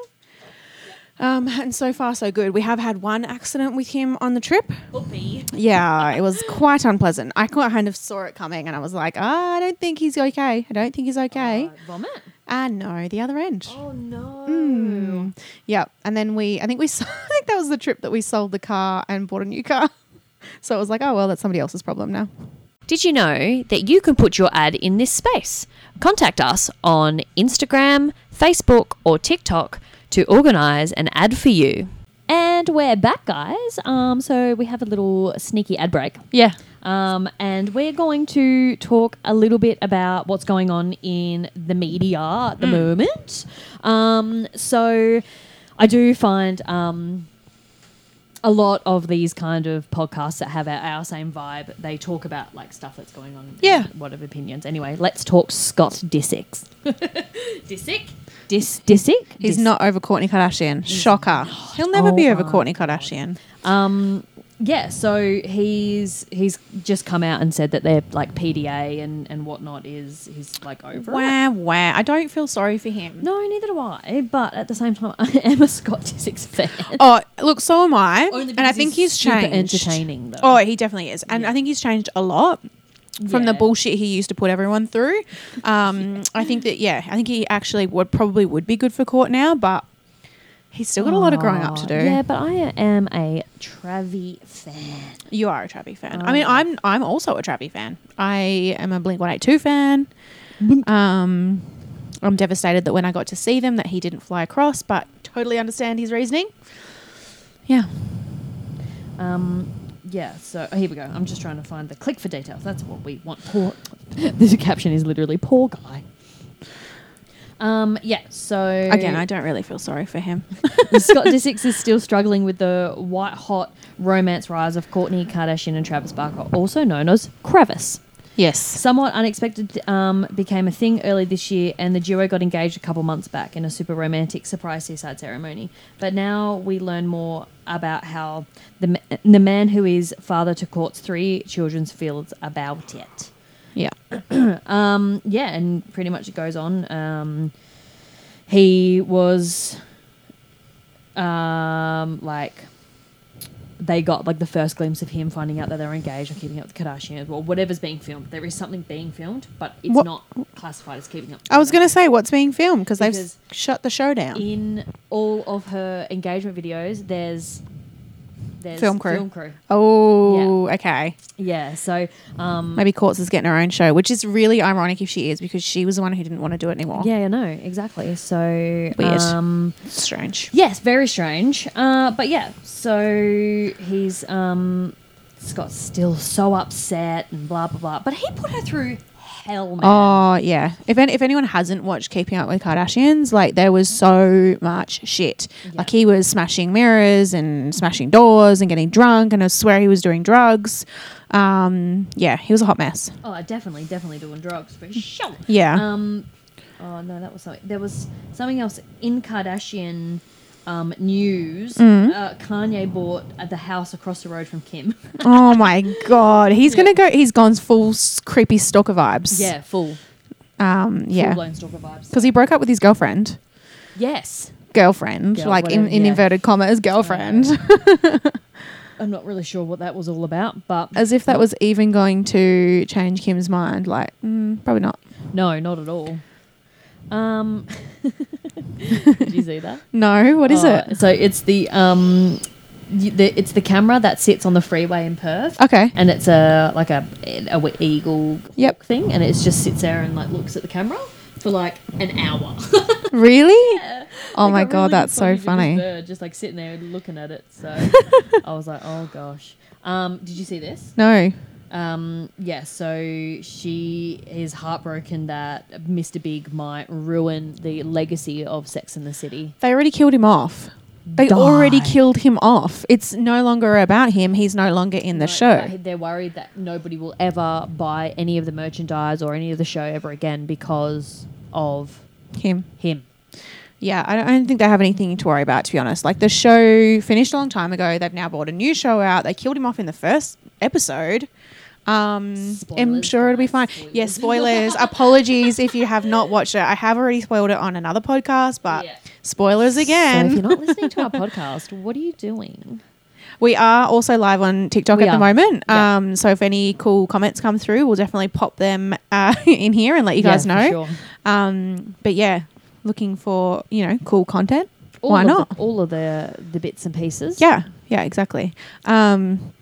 [SPEAKER 1] Um, (laughs) and so far, so good. We have had one accident with him on the trip.
[SPEAKER 2] Poopy.
[SPEAKER 1] Yeah, it was quite unpleasant. I kind of saw it coming and I was like, "Ah, I don't think he's okay. I don't think he's okay.
[SPEAKER 2] Uh, vomit.
[SPEAKER 1] Ah, no, the other end.
[SPEAKER 2] Oh no.
[SPEAKER 1] Mm. Yeah. And then we, I think we, (laughs) sold, I think that was the trip that we sold the car and bought a new car. (laughs) So it was like, oh, well, that's somebody else's problem now.
[SPEAKER 2] Did you know that you can put your ad in this space? Contact us on Instagram, Facebook, or TikTok to organise an ad for you. And we're back, guys. Um, so we have a little sneaky ad break.
[SPEAKER 1] Yeah.
[SPEAKER 2] Um, and we're going to talk a little bit about what's
[SPEAKER 1] Mm.
[SPEAKER 2] going on in the media at the moment. Um, so I do find um, a lot of these kind of podcasts that have our, our same vibe. They talk about like stuff that's going on. and
[SPEAKER 1] Yeah.
[SPEAKER 2] What of opinions? Anyway, let's talk Scott
[SPEAKER 1] (laughs)
[SPEAKER 2] Disick. Disick. Dis Disick.
[SPEAKER 1] He's
[SPEAKER 2] Dis-
[SPEAKER 1] not over Courtney Kardashian. Shocker. He'll never
[SPEAKER 2] Oh
[SPEAKER 1] be over
[SPEAKER 2] my
[SPEAKER 1] Courtney Kardashian.
[SPEAKER 2] Um, yeah, so he's he's just come out and said that they're like PDA and and whatnot is he's like over. it.
[SPEAKER 1] Wow, wow. I don't feel sorry for him.
[SPEAKER 2] No, neither do I. But at the same time, (laughs) I am a Scott Disick's fan.
[SPEAKER 1] Oh, look, so am I.
[SPEAKER 2] Only
[SPEAKER 1] and I
[SPEAKER 2] because
[SPEAKER 1] think he's,
[SPEAKER 2] super
[SPEAKER 1] changed.
[SPEAKER 2] entertaining though.
[SPEAKER 1] Oh, he definitely is. And I think he's changed a lot from the
[SPEAKER 2] Yeah.
[SPEAKER 1] bullshit he used to put everyone through. Um, I think that, yeah, I think he actually would probably would be good for court now, but he's still got a lot of growing up to do.
[SPEAKER 2] Yeah, but I am a Travi fan.
[SPEAKER 1] You are a Travi fan.
[SPEAKER 2] Oh.
[SPEAKER 1] I mean, I'm I'm also a Travi fan. I am a Blink One Eight Two fan. Um, I'm devastated that when I got to see them that he didn't fly across, but totally understand his reasoning. Yeah.
[SPEAKER 2] Um, yeah, so oh, here we go. I'm just trying to find the click for details. That's what we want. Poor. (laughs) this caption is literally poor guy. Um, yeah, so
[SPEAKER 1] Again, I don't really feel sorry for him.
[SPEAKER 2] (laughs) Scott Disick is still struggling with the white hot romance rise of Courtney Kardashian and Travis Barker, also known as Kravis.
[SPEAKER 1] (laughs) yes.
[SPEAKER 2] Somewhat unexpected um, became a thing early this year, and the duo got engaged a couple months back in a super romantic surprise seaside ceremony. But now we learn more about how the ma- the man who is father to Court's three children feels about it.
[SPEAKER 1] Yeah.
[SPEAKER 2] Um, yeah, and pretty much it goes on. Um, he was um, like they got like the first glimpse of him finding out that they're engaged or keeping up with the Kardashians or whatever's being filmed. There is something being filmed, but it's
[SPEAKER 1] What-
[SPEAKER 2] not classified as keeping up.
[SPEAKER 1] I was going to say what's being filmed because they've
[SPEAKER 2] Because-
[SPEAKER 1] s- shut the show down.
[SPEAKER 2] in all of her engagement videos. There's there's
[SPEAKER 1] Film crew.
[SPEAKER 2] Film crew.
[SPEAKER 1] Oh, okay.
[SPEAKER 2] Yeah. So um,
[SPEAKER 1] Maybe Courts is getting her own show, which is really ironic if she is because she was the one who didn't want to do it anymore.
[SPEAKER 2] yeah, I know exactly. So
[SPEAKER 1] Weird.
[SPEAKER 2] Um,
[SPEAKER 1] Strange.
[SPEAKER 2] Yes, very strange. Uh, but yeah, so he's um, Scott's still so upset and blah blah blah. But he put her through hell, man.
[SPEAKER 1] Oh yeah. If any, if anyone hasn't watched Keeping Up with Kardashians, like there was so much shit. Like he was smashing mirrors and smashing doors and getting drunk, and I swear he was doing drugs. Um, yeah, he was a hot mess.
[SPEAKER 2] Oh, definitely, definitely doing drugs for sure.
[SPEAKER 1] Yeah.
[SPEAKER 2] Um, oh no, that was something. There was something else in Kardashian um, news.
[SPEAKER 1] Mm.
[SPEAKER 2] Uh, Kanye bought uh, the house across the road from Kim.
[SPEAKER 1] oh my god, he's gonna go. He's gone full s- creepy stalker vibes.
[SPEAKER 2] (laughs) yeah, full,
[SPEAKER 1] Um,
[SPEAKER 2] full
[SPEAKER 1] yeah.
[SPEAKER 2] blown stalker vibes.
[SPEAKER 1] Because he broke up with his girlfriend.
[SPEAKER 2] Yes,
[SPEAKER 1] Girlfriend,
[SPEAKER 2] Girl-
[SPEAKER 1] like in,
[SPEAKER 2] whatever,
[SPEAKER 1] in
[SPEAKER 2] yeah.
[SPEAKER 1] inverted commas, girlfriend.
[SPEAKER 2] I'm not really sure what that was all about, but
[SPEAKER 1] (laughs) As if that was even going to change Kim's mind. Like, mm, probably not.
[SPEAKER 2] No, not at all. Um, (laughs) did you see that?
[SPEAKER 1] No, what is
[SPEAKER 2] Oh,
[SPEAKER 1] it?
[SPEAKER 2] So it's the um, y- the, it's the camera that sits on the freeway in Perth,
[SPEAKER 1] Okay.
[SPEAKER 2] and it's a like a a w- eagle
[SPEAKER 1] Yep.
[SPEAKER 2] hawk thing, and it just sits there and like looks at the camera for like an hour. (laughs)
[SPEAKER 1] Really? Oh
[SPEAKER 2] Like,
[SPEAKER 1] my
[SPEAKER 2] a
[SPEAKER 1] god,
[SPEAKER 2] really
[SPEAKER 1] that's so
[SPEAKER 2] footage of this
[SPEAKER 1] funny.
[SPEAKER 2] bird just like sitting there looking at it.
[SPEAKER 1] (laughs)
[SPEAKER 2] So I was like, oh gosh. Um, did you see this?
[SPEAKER 1] No.
[SPEAKER 2] Um, yeah, so she is heartbroken that Mr. Big might ruin the legacy of Sex in the City.
[SPEAKER 1] They already killed him off. They already
[SPEAKER 2] Die.
[SPEAKER 1] killed him off. It's no longer about him. He's no longer in the
[SPEAKER 2] Like,
[SPEAKER 1] show.
[SPEAKER 2] that They're worried that nobody will ever buy any of the merchandise or any of the show ever again because of
[SPEAKER 1] Him.
[SPEAKER 2] him.
[SPEAKER 1] Yeah, I don't, I don't think they have anything to worry about, to be honest. Like, the show finished a long time ago. They've now brought a new show out. They killed him off in the first episode. Um, I'm
[SPEAKER 2] Spoilers,
[SPEAKER 1] sure it'll be fine.
[SPEAKER 2] guys,
[SPEAKER 1] Yes, yeah,
[SPEAKER 2] (laughs)
[SPEAKER 1] spoilers. Apologies if you have not watched it. I have already spoiled it on another podcast, but
[SPEAKER 2] Yeah.
[SPEAKER 1] spoilers again.
[SPEAKER 2] So if you're not
[SPEAKER 1] (laughs)
[SPEAKER 2] listening to our podcast, what are you doing?
[SPEAKER 1] We are also live on TikTok
[SPEAKER 2] We
[SPEAKER 1] at the
[SPEAKER 2] are.
[SPEAKER 1] moment.
[SPEAKER 2] Yeah.
[SPEAKER 1] Um, so if any cool comments come through, we'll definitely pop them uh, (laughs) in here and let you guys
[SPEAKER 2] Yeah,
[SPEAKER 1] know.
[SPEAKER 2] for sure.
[SPEAKER 1] Um, but yeah, looking for you know cool content.
[SPEAKER 2] All
[SPEAKER 1] Why
[SPEAKER 2] of the-
[SPEAKER 1] not?
[SPEAKER 2] all of the the bits and pieces.
[SPEAKER 1] Yeah, yeah, exactly. Um,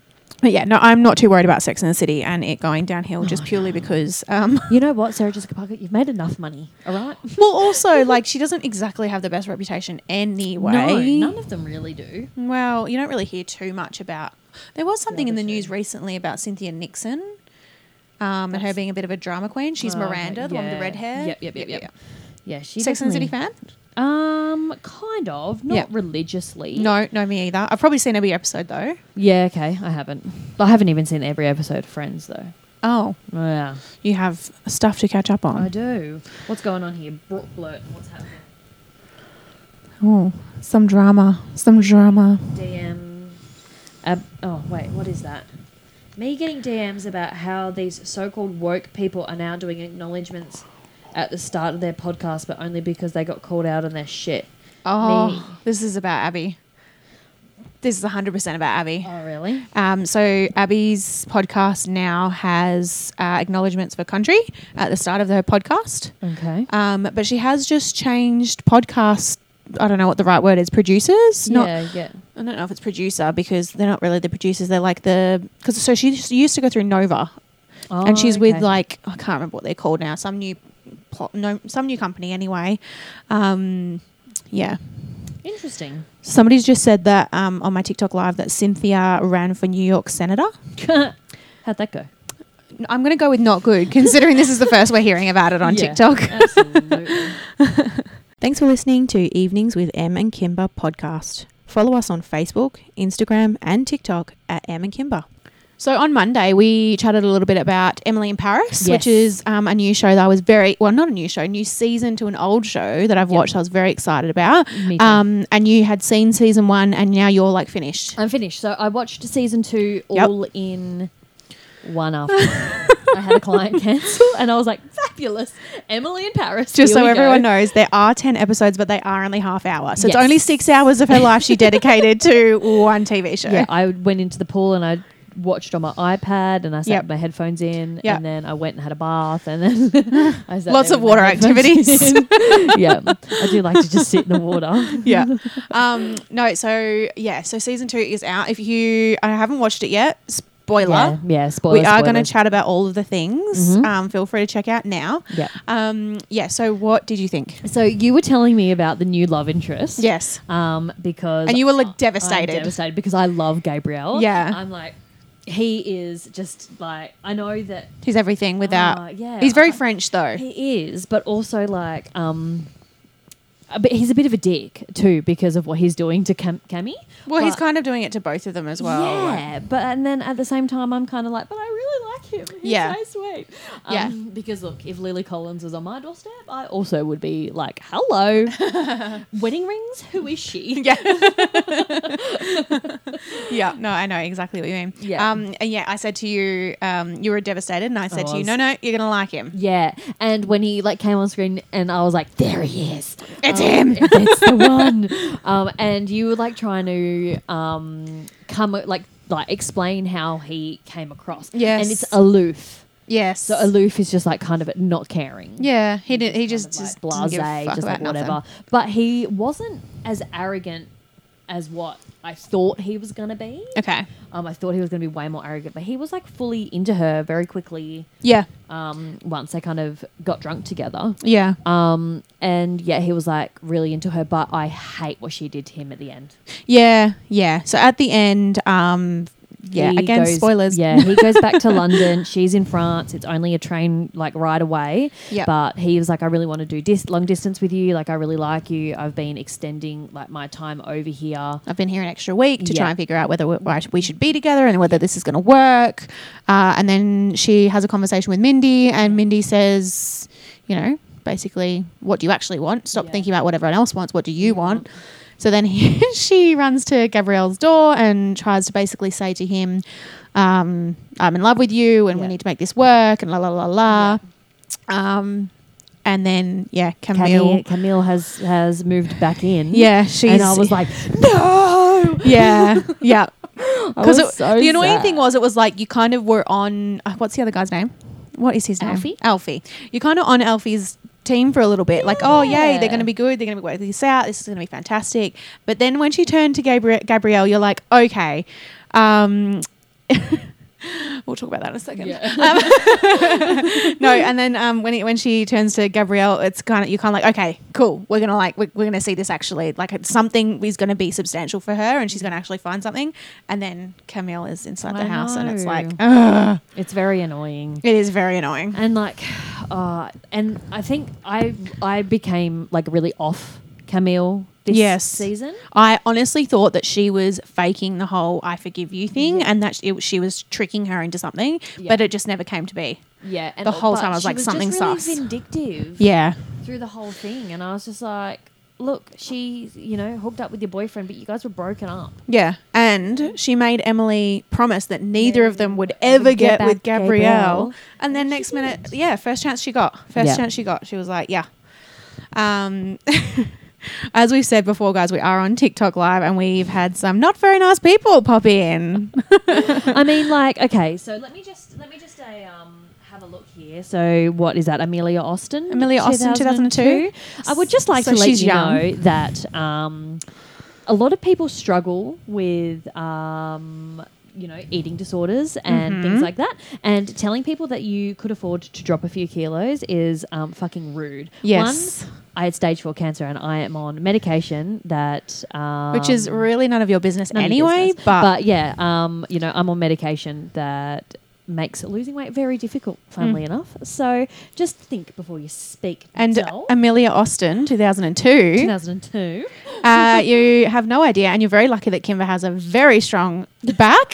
[SPEAKER 1] but yeah, no, I'm not too worried about Sex and the City and it going downhill just purely because. Um,
[SPEAKER 2] Oh (laughs) You know what, Sarah Jessica Parker, you've made enough money, all right?
[SPEAKER 1] well, also like she doesn't exactly have the best reputation anyway.
[SPEAKER 2] No, none of them really do.
[SPEAKER 1] Well, you don't really hear too much about. There was something in the
[SPEAKER 2] other two.
[SPEAKER 1] news recently about Cynthia Nixon, um, and her being a bit of a drama queen. She's
[SPEAKER 2] Oh,
[SPEAKER 1] Miranda, the one with the
[SPEAKER 2] yeah.
[SPEAKER 1] red hair.
[SPEAKER 2] Yep, yep, yep, yep. Yeah, she
[SPEAKER 1] Sex and the City
[SPEAKER 2] definitely-
[SPEAKER 1] fan.
[SPEAKER 2] Um, kind of. Not
[SPEAKER 1] Yeah.
[SPEAKER 2] religiously.
[SPEAKER 1] No, no, me either. I've probably seen every episode though.
[SPEAKER 2] Yeah, okay. I haven't. I haven't even seen every episode of Friends though.
[SPEAKER 1] Oh,
[SPEAKER 2] Yeah.
[SPEAKER 1] you have stuff to catch up
[SPEAKER 2] I
[SPEAKER 1] on.
[SPEAKER 2] do. What's going on here? Brooke Blurt, what's happening?
[SPEAKER 1] Oh, some drama, some drama.
[SPEAKER 2] DM. Ab- oh, wait, what is that? Me getting DMs about how these so called woke people are now doing acknowledgements at the start of their podcast, but only because they got called out on their shit.
[SPEAKER 1] Oh,
[SPEAKER 2] Me.
[SPEAKER 1] this is about Abby. This is 100% about Abby.
[SPEAKER 2] Oh, really?
[SPEAKER 1] Um, so Abby's podcast now has uh, acknowledgements for country at the start of her podcast,
[SPEAKER 2] Okay.
[SPEAKER 1] um, but she has just changed podcast. I don't know what the right word is. Producers, not
[SPEAKER 2] yeah, yeah.
[SPEAKER 1] I don't know if it's producer because they're not really the producers. They're like the because so she just used to go through Nova,
[SPEAKER 2] Oh,
[SPEAKER 1] and she's with
[SPEAKER 2] okay.
[SPEAKER 1] like I can't remember what they're called now. Some new, pl- no, some new company anyway. Um, yeah,
[SPEAKER 2] Interesting. (laughs)
[SPEAKER 1] somebody's just said that um, on my TikTok live that Cynthia ran for New York senator.
[SPEAKER 2] How'd that go?
[SPEAKER 1] I'm going to go with not good, (laughs) considering this is the first we're hearing about it on
[SPEAKER 2] Yeah,
[SPEAKER 1] TikTok.
[SPEAKER 2] Absolutely.
[SPEAKER 1] Thanks for listening to Evenings with M and Kimber podcast. Follow us on Facebook, Instagram, and TikTok at M and Kimber. So on Monday we chatted a little bit about Emily in Paris,
[SPEAKER 2] Yes.
[SPEAKER 1] which is um, a new show that I was very well, not a new show, new season to an old show that I've
[SPEAKER 2] Yep.
[SPEAKER 1] watched. I was very excited about.
[SPEAKER 2] Me too.
[SPEAKER 1] Um, and you had seen season one, and now you're like finished.
[SPEAKER 2] I'm finished. So I watched season two
[SPEAKER 1] Yep.
[SPEAKER 2] all in one afternoon. I had a client cancel, and I was like, "Fabulous, Emily in Paris."
[SPEAKER 1] Just
[SPEAKER 2] here
[SPEAKER 1] so
[SPEAKER 2] we
[SPEAKER 1] everyone
[SPEAKER 2] go.
[SPEAKER 1] knows, there are ten episodes, but they are only half hour. So
[SPEAKER 2] Yes.
[SPEAKER 1] it's only six hours
[SPEAKER 2] (laughs)
[SPEAKER 1] of her life she dedicated to one TV show.
[SPEAKER 2] Yeah, I went into the pool and I watched on my iPad, and I sat
[SPEAKER 1] Yep.
[SPEAKER 2] with my headphones in,
[SPEAKER 1] Yep.
[SPEAKER 2] and then I went and had a bath, and then (laughs) I sat
[SPEAKER 1] Lots
[SPEAKER 2] there
[SPEAKER 1] of
[SPEAKER 2] with my
[SPEAKER 1] water
[SPEAKER 2] headphones
[SPEAKER 1] activities.
[SPEAKER 2] in. (laughs) yeah, I do like to just sit in the water.
[SPEAKER 1] (laughs) yeah. Um, no, so yeah, so season two is out. If you, I haven't watched it yet. Spoiler.
[SPEAKER 2] Yeah, yeah. Spoilers.
[SPEAKER 1] we are going to
[SPEAKER 2] spoilers.
[SPEAKER 1] chat about all of the things.
[SPEAKER 2] Mhm.
[SPEAKER 1] Um, feel free to check out now.
[SPEAKER 2] Yep.
[SPEAKER 1] Um, yeah. So, what did you think?
[SPEAKER 2] So you were telling me about the new love interest.
[SPEAKER 1] Yes.
[SPEAKER 2] um, because
[SPEAKER 1] And you were, like,
[SPEAKER 2] I- I'm
[SPEAKER 1] devastated.
[SPEAKER 2] devastated because I love Gabriel.
[SPEAKER 1] Yeah.
[SPEAKER 2] I'm like, he is just like I know that
[SPEAKER 1] He's everything without.
[SPEAKER 2] Ah, yeah.
[SPEAKER 1] He's very
[SPEAKER 2] I-
[SPEAKER 1] French though.
[SPEAKER 2] he is, but also like um, a bit, he's a bit of a dick too because of what he's doing to Cam- Cammy.
[SPEAKER 1] well, he's
[SPEAKER 2] But-
[SPEAKER 1] kind of doing it to both of them as well.
[SPEAKER 2] Yeah, but and then at the same time, I'm kind of like, but I really like him. He's
[SPEAKER 1] Yeah.
[SPEAKER 2] so sweet. Um,
[SPEAKER 1] Yeah.
[SPEAKER 2] Because look, if Lily Collins was on my doorstep, I also would be like,
[SPEAKER 1] (laughs)
[SPEAKER 2] hello, wedding rings. Who is she?
[SPEAKER 1] yeah, no, I know exactly what you mean.
[SPEAKER 2] Yeah. Oh,
[SPEAKER 1] Um, and yeah, I said to you, um, you were devastated, and I said
[SPEAKER 2] I
[SPEAKER 1] to you,
[SPEAKER 2] was.
[SPEAKER 1] no, no, you're gonna like him.
[SPEAKER 2] Yeah, and when he like came on screen, and I was like, "There he is!
[SPEAKER 1] It's
[SPEAKER 2] Um,
[SPEAKER 1] him!"
[SPEAKER 2] It's the one!"
[SPEAKER 1] (laughs)
[SPEAKER 2] Um, and you were like trying to um, come like like explain how he came across.
[SPEAKER 1] Yes.
[SPEAKER 2] and it's aloof.
[SPEAKER 1] Yes.
[SPEAKER 2] So aloof is just like kind of not caring.
[SPEAKER 1] yeah, he did. He
[SPEAKER 2] Kind
[SPEAKER 1] just
[SPEAKER 2] of, like,
[SPEAKER 1] just doesn't give a fuck
[SPEAKER 2] just like
[SPEAKER 1] about nothing.
[SPEAKER 2] whatever. But he wasn't as arrogant as what I thought he was gonna be.
[SPEAKER 1] Okay.
[SPEAKER 2] Um, I thought he was gonna be way more arrogant, but he was like fully into her very quickly.
[SPEAKER 1] Yeah.
[SPEAKER 2] Um, once they kind of got drunk together.
[SPEAKER 1] Yeah.
[SPEAKER 2] Um, and yeah, he was like really into her, but I hate what she did to him at the end.
[SPEAKER 1] Yeah, yeah. So at the end, um, yeah,
[SPEAKER 2] He
[SPEAKER 1] again,
[SPEAKER 2] goes-
[SPEAKER 1] spoilers.
[SPEAKER 2] Yeah, he goes back to London. (laughs) She's in France. It's only a train like right away.
[SPEAKER 1] Yep.
[SPEAKER 2] But he was like, I really want to do dis- long distance with you. Like, I really like you. I've been extending like my time over here.
[SPEAKER 1] I've been here an extra week to
[SPEAKER 2] Yeah.
[SPEAKER 1] try and figure out whether we, why we should be together and whether this is going to work. Uh, and then she has a conversation with Mindy, and Mindy says, you know, basically, what do you actually want? Stop
[SPEAKER 2] Yeah.
[SPEAKER 1] thinking about what everyone else wants. What do you want? So then (laughs) he, she runs to Gabrielle's door and tries to basically say to him, um, I'm in love with you and we
[SPEAKER 2] Yeah.
[SPEAKER 1] need to make this work and la la la la. Um, and then, yeah, Camille.
[SPEAKER 2] Camille, Camille has has moved back in.
[SPEAKER 1] Yeah, she's.
[SPEAKER 2] and I was like, no. (laughs)
[SPEAKER 1] yeah, yeah. Because
[SPEAKER 2] was so
[SPEAKER 1] the annoying
[SPEAKER 2] sad.
[SPEAKER 1] thing was, it was like you kind of were on. uh, What's the other guy's name? What is his name?
[SPEAKER 2] Alfie?
[SPEAKER 1] Alfie. You're kind of on Alfie's team for a little bit. Like, oh yay,
[SPEAKER 2] Yeah.
[SPEAKER 1] they're going to be good. They're going to be working this out. This is going to be fantastic. But then when she turned to Gabriel, Gabrielle, you're like, okay. Um, (laughs) We'll talk about that in a second. Um, no, and then um, when it, when she turns to Gabrielle, it's kind of you're kind of like, okay, cool. We're gonna like we're, we're gonna see this actually. Like it's something is gonna be substantial for her, and she's gonna actually find something. And then Camille is inside
[SPEAKER 2] I
[SPEAKER 1] the house, and it's
[SPEAKER 2] know.
[SPEAKER 1] like, (laughs) ugh,
[SPEAKER 2] It's very annoying.
[SPEAKER 1] it is very annoying.
[SPEAKER 2] and like uh and i think i i became like really off Camille this
[SPEAKER 1] Yes.
[SPEAKER 2] season.
[SPEAKER 1] I honestly thought that she was faking the whole "I forgive you" thing, and that it, she was tricking her into something,
[SPEAKER 2] Yeah.
[SPEAKER 1] but it just never came to be.
[SPEAKER 2] Yeah, and
[SPEAKER 1] The whole
[SPEAKER 2] but
[SPEAKER 1] time I was
[SPEAKER 2] she
[SPEAKER 1] like,
[SPEAKER 2] just
[SPEAKER 1] "Something's
[SPEAKER 2] really
[SPEAKER 1] sus."
[SPEAKER 2] vindictive
[SPEAKER 1] Yeah,
[SPEAKER 2] through the whole thing, and I was just like, "Look, she, you know, hooked up with your boyfriend, but you guys were broken up."
[SPEAKER 1] yeah, and she made Emily promise that neither
[SPEAKER 2] Yeah.
[SPEAKER 1] of them would ever
[SPEAKER 2] Get
[SPEAKER 1] get,
[SPEAKER 2] back
[SPEAKER 1] with Gabrielle,
[SPEAKER 2] Gabrielle.
[SPEAKER 1] and then
[SPEAKER 2] And she
[SPEAKER 1] next minute, yeah, first chance she got, first
[SPEAKER 2] Yeah.
[SPEAKER 1] chance she got, she was like, yeah. Um, (laughs) as we've said before, guys, we are on TikTok live, and we've had some not very nice people pop in.
[SPEAKER 2] (laughs) I mean, like, okay, so let me just let me just uh, um, have a look here. So, what is that, Amelia Austin?
[SPEAKER 1] Amelia Austin, 2002.
[SPEAKER 2] I would just like
[SPEAKER 1] So
[SPEAKER 2] to let
[SPEAKER 1] she's
[SPEAKER 2] you
[SPEAKER 1] young.
[SPEAKER 2] know that um, a lot of people struggle with. Um, you know, eating disorders and
[SPEAKER 1] Mm-hmm.
[SPEAKER 2] things like that. And telling people that you could afford to drop a few kilos is um, fucking rude.
[SPEAKER 1] Yes.
[SPEAKER 2] One, I had stage four cancer and I am on medication that. Um,
[SPEAKER 1] Which is really none of your business
[SPEAKER 2] none of your
[SPEAKER 1] anyway,
[SPEAKER 2] business.
[SPEAKER 1] but,
[SPEAKER 2] yeah, um, you know, I'm on medication that makes losing weight very difficult. Funnily enough, so just think before you speak.
[SPEAKER 1] Mm. and um,
[SPEAKER 2] doll.
[SPEAKER 1] Amelia Austin, 2002.
[SPEAKER 2] 2002.
[SPEAKER 1] uh, you have no idea, and you're very lucky that Kimber has a very strong
[SPEAKER 2] (laughs)
[SPEAKER 1] back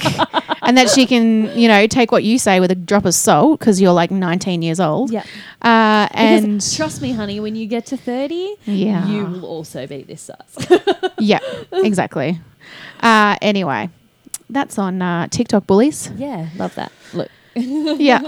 [SPEAKER 1] and that she can, you know, take what you say with a drop of salt because you're like 19 years old.
[SPEAKER 2] Yeah.
[SPEAKER 1] Uh,
[SPEAKER 2] Because
[SPEAKER 1] and
[SPEAKER 2] trust me, honey, when you get to 30,
[SPEAKER 1] Yeah.
[SPEAKER 2] you will also be this size. (laughs)
[SPEAKER 1] yeah, exactly. Uh, anyway, that's on uh, TikTok
[SPEAKER 2] (laughs)
[SPEAKER 1] bullies.
[SPEAKER 2] yeah, love that. Look.
[SPEAKER 1] yeah.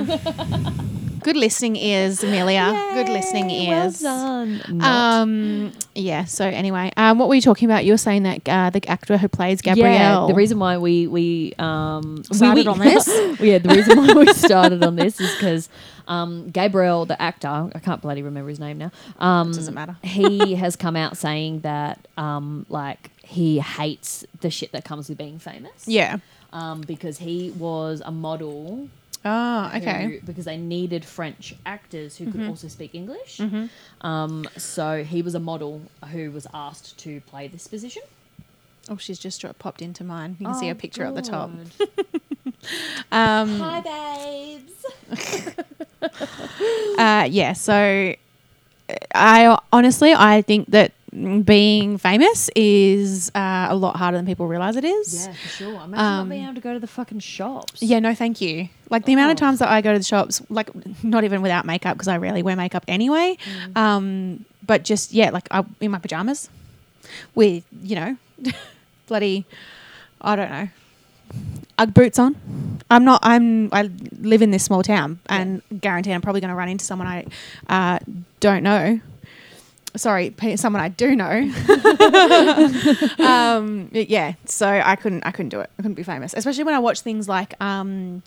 [SPEAKER 1] Good listening ears, Amelia. Good
[SPEAKER 2] Yay,
[SPEAKER 1] listening
[SPEAKER 2] Well
[SPEAKER 1] ears.
[SPEAKER 2] done. Not.
[SPEAKER 1] Um. Yeah. So anyway, um, what were you talking about? You were saying that uh, the actor who plays
[SPEAKER 2] Yeah,
[SPEAKER 1] Gabrielle.
[SPEAKER 2] the reason why we we um we-
[SPEAKER 1] Started
[SPEAKER 2] we-
[SPEAKER 1] on this?
[SPEAKER 2] yeah, the reason why we started on this is because um Gabriel, the actor, I can't bloody remember his name now. Um,
[SPEAKER 1] doesn't matter.
[SPEAKER 2] he has come out saying that um like he hates the shit that comes with being famous.
[SPEAKER 1] Yeah.
[SPEAKER 2] Um, because he was a model
[SPEAKER 1] Oh,
[SPEAKER 2] who- because they needed French actors who
[SPEAKER 1] Mm-hmm.
[SPEAKER 2] could also speak English. Um, so he was a model who was asked to play this position.
[SPEAKER 1] Oh, she's just dro- popped into mine. You can see
[SPEAKER 2] Oh,
[SPEAKER 1] a picture at the top.
[SPEAKER 2] God.
[SPEAKER 1] (laughs) Um.
[SPEAKER 2] Hi, babes.
[SPEAKER 1] Uh. Yeah. So, uh, I honestly, I think that mm, being famous is uh, a lot harder than people realize it is.
[SPEAKER 2] Yeah, for sure. Imagine not being able to go to the fucking shops.
[SPEAKER 1] Yeah, no, thank you. Like the amount of
[SPEAKER 2] Oh.
[SPEAKER 1] times that I go to the shops, like not even without makeup because I rarely wear makeup anyway.
[SPEAKER 2] Mm.
[SPEAKER 1] Um, but just yeah, like I, in my pajamas, with you know, (laughs) bloody, I don't know, Ugg boots on. I'm not. I'm. I live in this small town, and guaranteed, I'm probably going to run into someone I uh, don't know. Sorry, pe- someone I do
[SPEAKER 2] (laughs)
[SPEAKER 1] know. um, but yeah, so I couldn't. I couldn't do it. I couldn't be famous, especially when I watch things like. Um,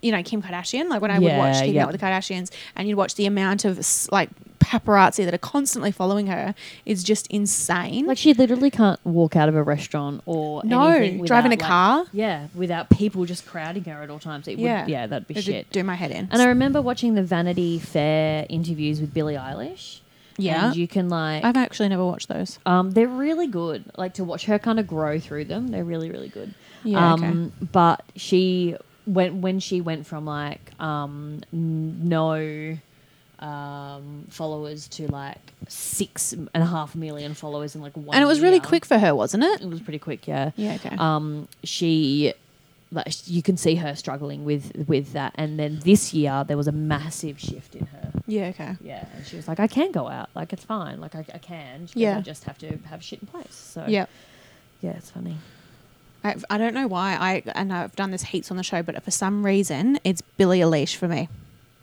[SPEAKER 1] you know Kim Kardashian, like when I would watch
[SPEAKER 2] Yeah,
[SPEAKER 1] Keeping
[SPEAKER 2] yeah.
[SPEAKER 1] Up with the Kardashians, and you'd watch the amount of s- like paparazzi that are constantly following her is just insane.
[SPEAKER 2] Like she literally can't walk out of a restaurant or
[SPEAKER 1] No,
[SPEAKER 2] anything
[SPEAKER 1] drive in
[SPEAKER 2] without,
[SPEAKER 1] a
[SPEAKER 2] like-
[SPEAKER 1] car.
[SPEAKER 2] Yeah, without people just crowding her at all times. It
[SPEAKER 1] Yeah.
[SPEAKER 2] would, yeah, that'd be
[SPEAKER 1] It'd
[SPEAKER 2] shit.
[SPEAKER 1] do my head in.
[SPEAKER 2] And I remember watching the Vanity Fair interviews with Billie Eilish.
[SPEAKER 1] Yeah.
[SPEAKER 2] and you can like
[SPEAKER 1] I've actually never watched those.
[SPEAKER 2] Um, they're really good. Like to watch her kind of grow through them, they're really really good.
[SPEAKER 1] Yeah, okay.
[SPEAKER 2] Um, but she when when she went from like um, n- no um, followers to like six and a half million followers in like one,
[SPEAKER 1] And it was really
[SPEAKER 2] year.
[SPEAKER 1] quick for her, wasn't it?
[SPEAKER 2] It was pretty quick, yeah.
[SPEAKER 1] Yeah, okay.
[SPEAKER 2] Um, she, like, sh- you can see her struggling with with that. And then this year there was a massive shift in her.
[SPEAKER 1] Yeah, okay.
[SPEAKER 2] Yeah, and she was like, I can go out. Like, it's fine. Like, I, I can. She goes,
[SPEAKER 1] Yeah.
[SPEAKER 2] I just have to have shit in place. So,
[SPEAKER 1] Yeah.
[SPEAKER 2] Yeah, it's funny.
[SPEAKER 1] I, I don't know why I and I've done this heaps on the show, but for some reason it's Billie Eilish for me.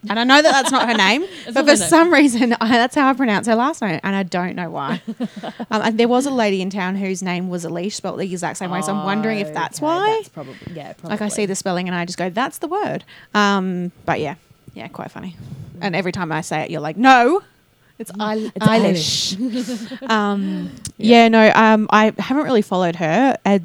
[SPEAKER 1] And I know that that's
[SPEAKER 2] (laughs)
[SPEAKER 1] not her name,
[SPEAKER 2] not
[SPEAKER 1] but
[SPEAKER 2] her
[SPEAKER 1] for
[SPEAKER 2] name.
[SPEAKER 1] some reason I, that's how I pronounce her last name, and I don't know
[SPEAKER 2] (laughs)
[SPEAKER 1] why. um, and there was a lady in town whose name was Elish, spelled the exact same way. So I'm wondering if that's
[SPEAKER 2] Okay,
[SPEAKER 1] why.
[SPEAKER 2] Oh, That's probably, yeah, probably.
[SPEAKER 1] Like I see the spelling and I just go, "That's the word." Um, but yeah, yeah, quite funny. And every time I say it, you're like, "No, it's, (laughs) I-
[SPEAKER 2] It's
[SPEAKER 1] Eilish." (laughs) um, yeah. no, um, I haven't really followed her. I,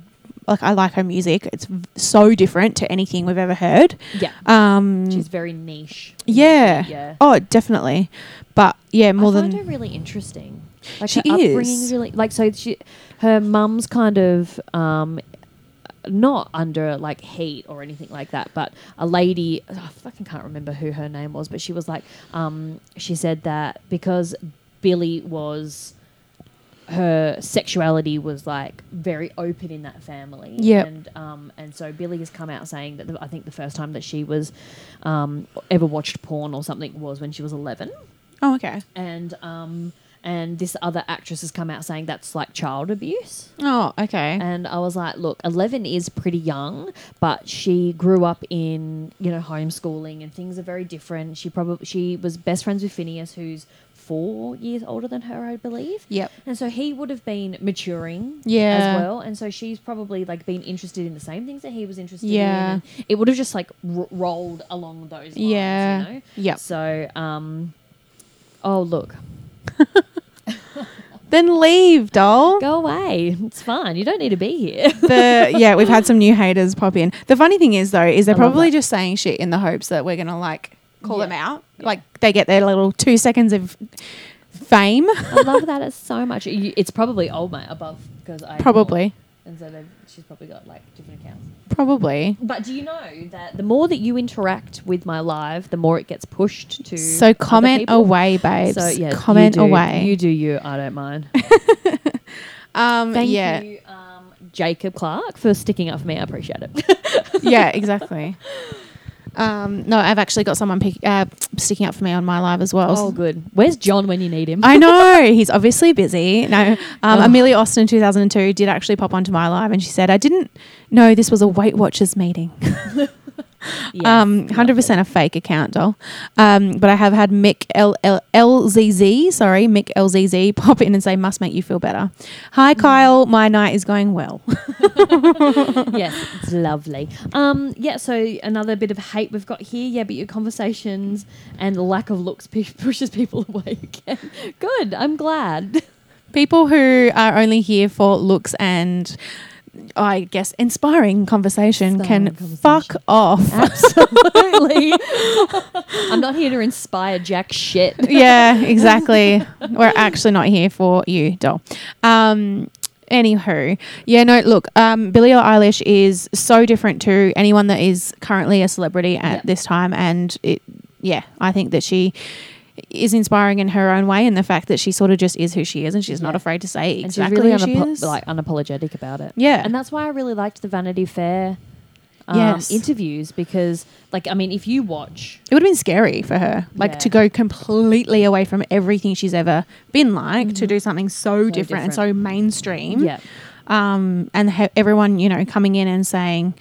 [SPEAKER 1] like I like her music; it's v- so different to anything we've ever heard.
[SPEAKER 2] Yeah.
[SPEAKER 1] Um,
[SPEAKER 2] She's very niche.
[SPEAKER 1] yeah.
[SPEAKER 2] Yeah.
[SPEAKER 1] oh, definitely. But yeah, more
[SPEAKER 2] I
[SPEAKER 1] than
[SPEAKER 2] find her really interesting. Like
[SPEAKER 1] She
[SPEAKER 2] her
[SPEAKER 1] is.
[SPEAKER 2] upbringing really like so she her mum's kind of um not under like heat or anything like that, but a lady oh, I fucking can't remember who her name was, but she was like um she said that because Billy was her sexuality was like very open in that family.
[SPEAKER 1] Yep.
[SPEAKER 2] And um and so Billy has come out saying that the, I think the first time that she was um ever watched porn or something was when she was 11
[SPEAKER 1] Oh, okay.
[SPEAKER 2] and um and this other actress has come out saying that's like child abuse.
[SPEAKER 1] Oh, okay.
[SPEAKER 2] And I was like, look, 11 is pretty young, but she grew up in, you know, homeschooling and things are very different. She probably she was best friends with Phineas who's 4 years older than her, I believe.
[SPEAKER 1] Yep.
[SPEAKER 2] And so he would have been maturing
[SPEAKER 1] Yeah.
[SPEAKER 2] as well, and so she's probably like been interested in the same things that he was interested
[SPEAKER 1] Yeah.
[SPEAKER 2] in. And it would have just like r- rolled along those lines,
[SPEAKER 1] Yeah.
[SPEAKER 2] you know.
[SPEAKER 1] Yep.
[SPEAKER 2] So, um oh look,
[SPEAKER 1] Then leave, doll.
[SPEAKER 2] go away. It's fine. You don't need to be here.
[SPEAKER 1] the yeah, we've had some new haters pop in. The funny thing is though, is they're
[SPEAKER 2] I love
[SPEAKER 1] probably
[SPEAKER 2] that.
[SPEAKER 1] just saying shit in the hopes that we're gonna like call
[SPEAKER 2] Yeah.
[SPEAKER 1] them out. Like they get their little two seconds of fame.
[SPEAKER 2] I
[SPEAKER 1] (laughs)
[SPEAKER 2] love that it's so much. You, it's probably old mate above because I
[SPEAKER 1] Probably.
[SPEAKER 2] and so they've, she's probably got like different accounts.
[SPEAKER 1] Probably.
[SPEAKER 2] But do you know that the more that you interact with my live, the more it gets pushed to.
[SPEAKER 1] So
[SPEAKER 2] other
[SPEAKER 1] comment
[SPEAKER 2] people.
[SPEAKER 1] away, babes.
[SPEAKER 2] So yeah, you
[SPEAKER 1] comment
[SPEAKER 2] do-
[SPEAKER 1] away. (laughs)
[SPEAKER 2] You do you. I don't mind.
[SPEAKER 1] um
[SPEAKER 2] Thank
[SPEAKER 1] yeah.
[SPEAKER 2] you, um, Jacob Clark, for sticking up for me. I appreciate it.
[SPEAKER 1] yeah, exactly. Um no, I've actually got someone pick, uh, sticking up for me on my live as well.
[SPEAKER 2] oh, good. Where's John when you need him?
[SPEAKER 1] I know he's obviously busy. No, um, Amelia Austin, two thousand and two, did actually pop onto my live, and she said, "I didn't know this was a Weight Watchers meeting.
[SPEAKER 2] (laughs) Yes.
[SPEAKER 1] Um, hundred percent a fake account, doll. Um, but I have had Mick L L L Z Z, sorry, Mick L Z Z, pop in and say, "Must make you feel better."
[SPEAKER 2] Mm.
[SPEAKER 1] Hi, Kyle. My night is going well. (laughs)
[SPEAKER 2] yes, it's lovely. Um, yeah, so another bit of hate we've got here. Yeah, but your conversations and lack of looks pu- (laughs) pushes people away again. Good, I'm glad. (laughs)
[SPEAKER 1] People who are only here for looks and. I guess inspiring conversation
[SPEAKER 2] Inspiring
[SPEAKER 1] can fuck
[SPEAKER 2] conversation.
[SPEAKER 1] off.
[SPEAKER 2] Absolutely. I'm not here to inspire
[SPEAKER 1] (laughs)
[SPEAKER 2] jack shit.
[SPEAKER 1] yeah,
[SPEAKER 2] (laughs)
[SPEAKER 1] exactly. We're actually not here for you, doll. Um, anywho, yeah, no, look, um, Billie Eilish is so different to anyone that is currently a celebrity at
[SPEAKER 2] Yep.
[SPEAKER 1] this time, and it, yeah, I think that she is inspiring in her own way, and the fact that she sort of just is who she is, and she's not
[SPEAKER 2] Yeah.
[SPEAKER 1] afraid to say
[SPEAKER 2] And
[SPEAKER 1] exactly
[SPEAKER 2] she's
[SPEAKER 1] who
[SPEAKER 2] really
[SPEAKER 1] she
[SPEAKER 2] unapo-
[SPEAKER 1] is.
[SPEAKER 2] like unapologetic about it.
[SPEAKER 1] Yeah.
[SPEAKER 2] and that's why I really liked the Vanity Fair um,
[SPEAKER 1] Yes.
[SPEAKER 2] interviews because, like, I mean, if you watch,
[SPEAKER 1] it would have been scary for her, like
[SPEAKER 2] Yeah.
[SPEAKER 1] to go completely away from everything she's ever been like, to do something so, different, and so
[SPEAKER 2] Mm-hmm. different.
[SPEAKER 1] mainstream.
[SPEAKER 2] yeah,
[SPEAKER 1] um, and ha- everyone you know coming in and saying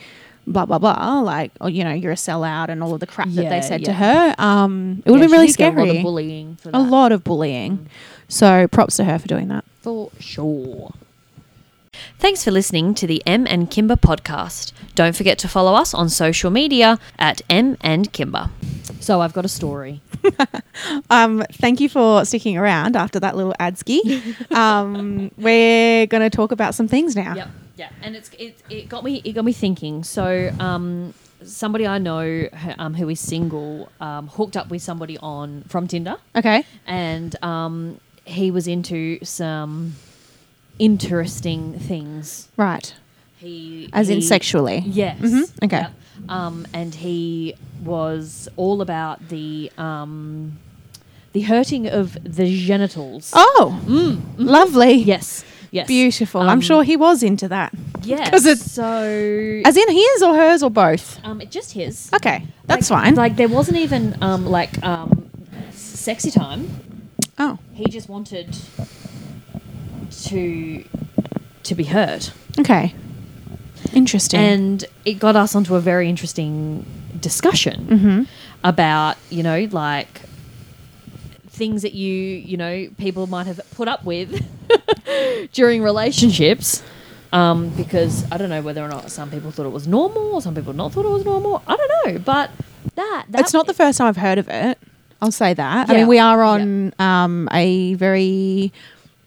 [SPEAKER 1] blah blah blah like oh, you know you're a sellout and all of the crap that
[SPEAKER 2] Yeah,
[SPEAKER 1] they said to
[SPEAKER 2] yeah.
[SPEAKER 1] her um, it would
[SPEAKER 2] yeah,
[SPEAKER 1] have been really
[SPEAKER 2] she did get
[SPEAKER 1] scary
[SPEAKER 2] A lot of bullying. For
[SPEAKER 1] A
[SPEAKER 2] that. Mm.
[SPEAKER 1] lot of bullying. so props to her for doing that
[SPEAKER 2] for sure. Thanks for listening to the M and Kimber podcast. Don't forget to follow us on social media at M and Kimber. So I've got a story.
[SPEAKER 1] um, thank you for sticking around after that little ad
[SPEAKER 2] (laughs)
[SPEAKER 1] ski um, we're going to talk about some things now
[SPEAKER 2] Yep, yeah, and it's it, it got me it got me thinking. So um, somebody I know h- um, who is single um, hooked up with somebody on from Tinder,
[SPEAKER 1] okay
[SPEAKER 2] and um, he was into some interesting things.
[SPEAKER 1] right
[SPEAKER 2] He
[SPEAKER 1] as in
[SPEAKER 2] he-
[SPEAKER 1] sexually
[SPEAKER 2] Yes.
[SPEAKER 1] Mhm. Okay.
[SPEAKER 2] Yep. Um, and he was all about the um, the hurting of the genitals. Mm.
[SPEAKER 1] oh lovely
[SPEAKER 2] Mm-hmm. Yes. Yes.
[SPEAKER 1] beautiful
[SPEAKER 2] Um,
[SPEAKER 1] i'm sure he was into that
[SPEAKER 2] Yes.
[SPEAKER 1] 'cause it's-
[SPEAKER 2] so.
[SPEAKER 1] as in his or hers or both
[SPEAKER 2] um, it just his.
[SPEAKER 1] okay that's
[SPEAKER 2] Like-
[SPEAKER 1] fine
[SPEAKER 2] Like there wasn't even um, like um, sexy time.
[SPEAKER 1] oh
[SPEAKER 2] He just wanted to to be hurt.
[SPEAKER 1] Okay. Interesting.
[SPEAKER 2] and it got us onto a very interesting discussion
[SPEAKER 1] Mm-hmm.
[SPEAKER 2] about you know like things that you you know people might have put up with (laughs) during relationships um, because I don't know whether or not some people thought it was normal or some people not thought it was normal I don't know but that, that
[SPEAKER 1] it's not the first time I've heard of it. I'll say that. I
[SPEAKER 2] Yeah.
[SPEAKER 1] mean, we are on um, a very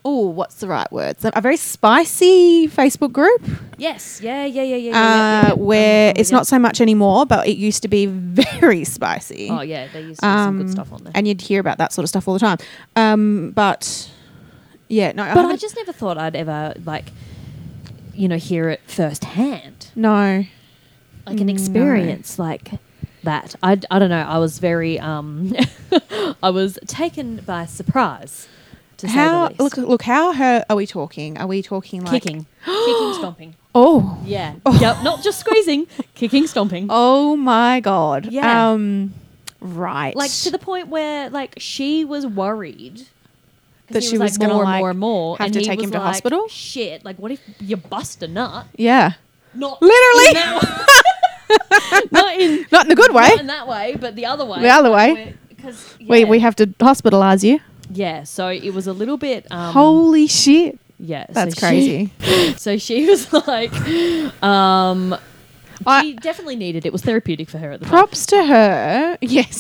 [SPEAKER 1] oh, what's the right word? A very spicy Facebook group
[SPEAKER 2] yes yeah yeah
[SPEAKER 1] uh,
[SPEAKER 2] yeah yeah, yeah, yeah, yeah.
[SPEAKER 1] where
[SPEAKER 2] Um,
[SPEAKER 1] it's
[SPEAKER 2] yeah.
[SPEAKER 1] not so much anymore, but it used to be (laughs) very spicy. Um,
[SPEAKER 2] oh yeah they used to have some good stuff on there
[SPEAKER 1] And you'd hear about that sort of stuff all the time. Um, but yeah, no,
[SPEAKER 2] but I
[SPEAKER 1] haven't-
[SPEAKER 2] just never thought I'd ever like you know hear it firsthand
[SPEAKER 1] no.
[SPEAKER 2] like an
[SPEAKER 1] Mm, No.
[SPEAKER 2] experience like that. I, (laughs) I don't know. I was very um, I was taken by surprise to
[SPEAKER 1] How
[SPEAKER 2] say the
[SPEAKER 1] look
[SPEAKER 2] least.
[SPEAKER 1] look how her are we talking? Are we talking like (gasps)
[SPEAKER 2] kicking, (gasps) kicking, stomping.
[SPEAKER 1] Oh.
[SPEAKER 2] (gasps) Yeah, yep. Not just squeezing, (laughs) kicking,
[SPEAKER 1] (laughs)
[SPEAKER 2] stomping.
[SPEAKER 1] Oh my god.
[SPEAKER 2] Yeah.
[SPEAKER 1] Um right.
[SPEAKER 2] Like to the point where like she was worried. 'cause
[SPEAKER 1] That
[SPEAKER 2] he
[SPEAKER 1] she was gonna,
[SPEAKER 2] more and
[SPEAKER 1] like,
[SPEAKER 2] more and more,
[SPEAKER 1] have
[SPEAKER 2] and
[SPEAKER 1] to
[SPEAKER 2] he
[SPEAKER 1] take
[SPEAKER 2] was
[SPEAKER 1] him to
[SPEAKER 2] like,
[SPEAKER 1] hospital?
[SPEAKER 2] Shit! Like, what if you bust a nut?
[SPEAKER 1] Yeah.
[SPEAKER 2] Not
[SPEAKER 1] Literally.
[SPEAKER 2] in
[SPEAKER 1] (laughs)
[SPEAKER 2] that way. (laughs) not in
[SPEAKER 1] Not in a good way.
[SPEAKER 2] not in that way, but the other way.
[SPEAKER 1] The other way.
[SPEAKER 2] Because
[SPEAKER 1] We we have to hospitalize you.
[SPEAKER 2] yeah. So it was a little bit. Um,
[SPEAKER 1] Holy shit.
[SPEAKER 2] yeah, so
[SPEAKER 1] That's
[SPEAKER 2] she-
[SPEAKER 1] crazy.
[SPEAKER 2] (laughs) so she was like, um, she
[SPEAKER 1] I,
[SPEAKER 2] definitely needed it. Was therapeutic for her at the time.
[SPEAKER 1] props to her. (laughs) Yes.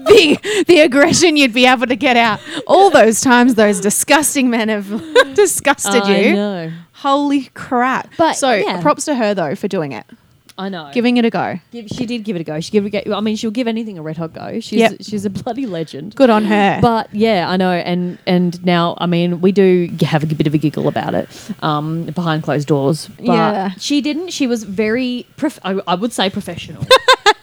[SPEAKER 1] the the aggression you'd be able to get out all those times those disgusting men have (laughs) disgusted
[SPEAKER 2] I
[SPEAKER 1] you.
[SPEAKER 2] know.
[SPEAKER 1] Holy crap.
[SPEAKER 2] But,
[SPEAKER 1] so
[SPEAKER 2] yeah.
[SPEAKER 1] props to her though for doing it.
[SPEAKER 2] I know.
[SPEAKER 1] Giving it a go.
[SPEAKER 2] Give, she did give it a go. She give it. A go. I mean, she'll give anything a red hot go. She's
[SPEAKER 1] Yep.
[SPEAKER 2] she's a bloody legend.
[SPEAKER 1] Good on her.
[SPEAKER 2] (laughs) But yeah, I know, and and now I mean, we do g- have a g- bit of a giggle about it um, behind closed doors. But
[SPEAKER 1] Yeah.
[SPEAKER 2] she didn't. She was very, prof- I, I would say,
[SPEAKER 1] (laughs)
[SPEAKER 2] professional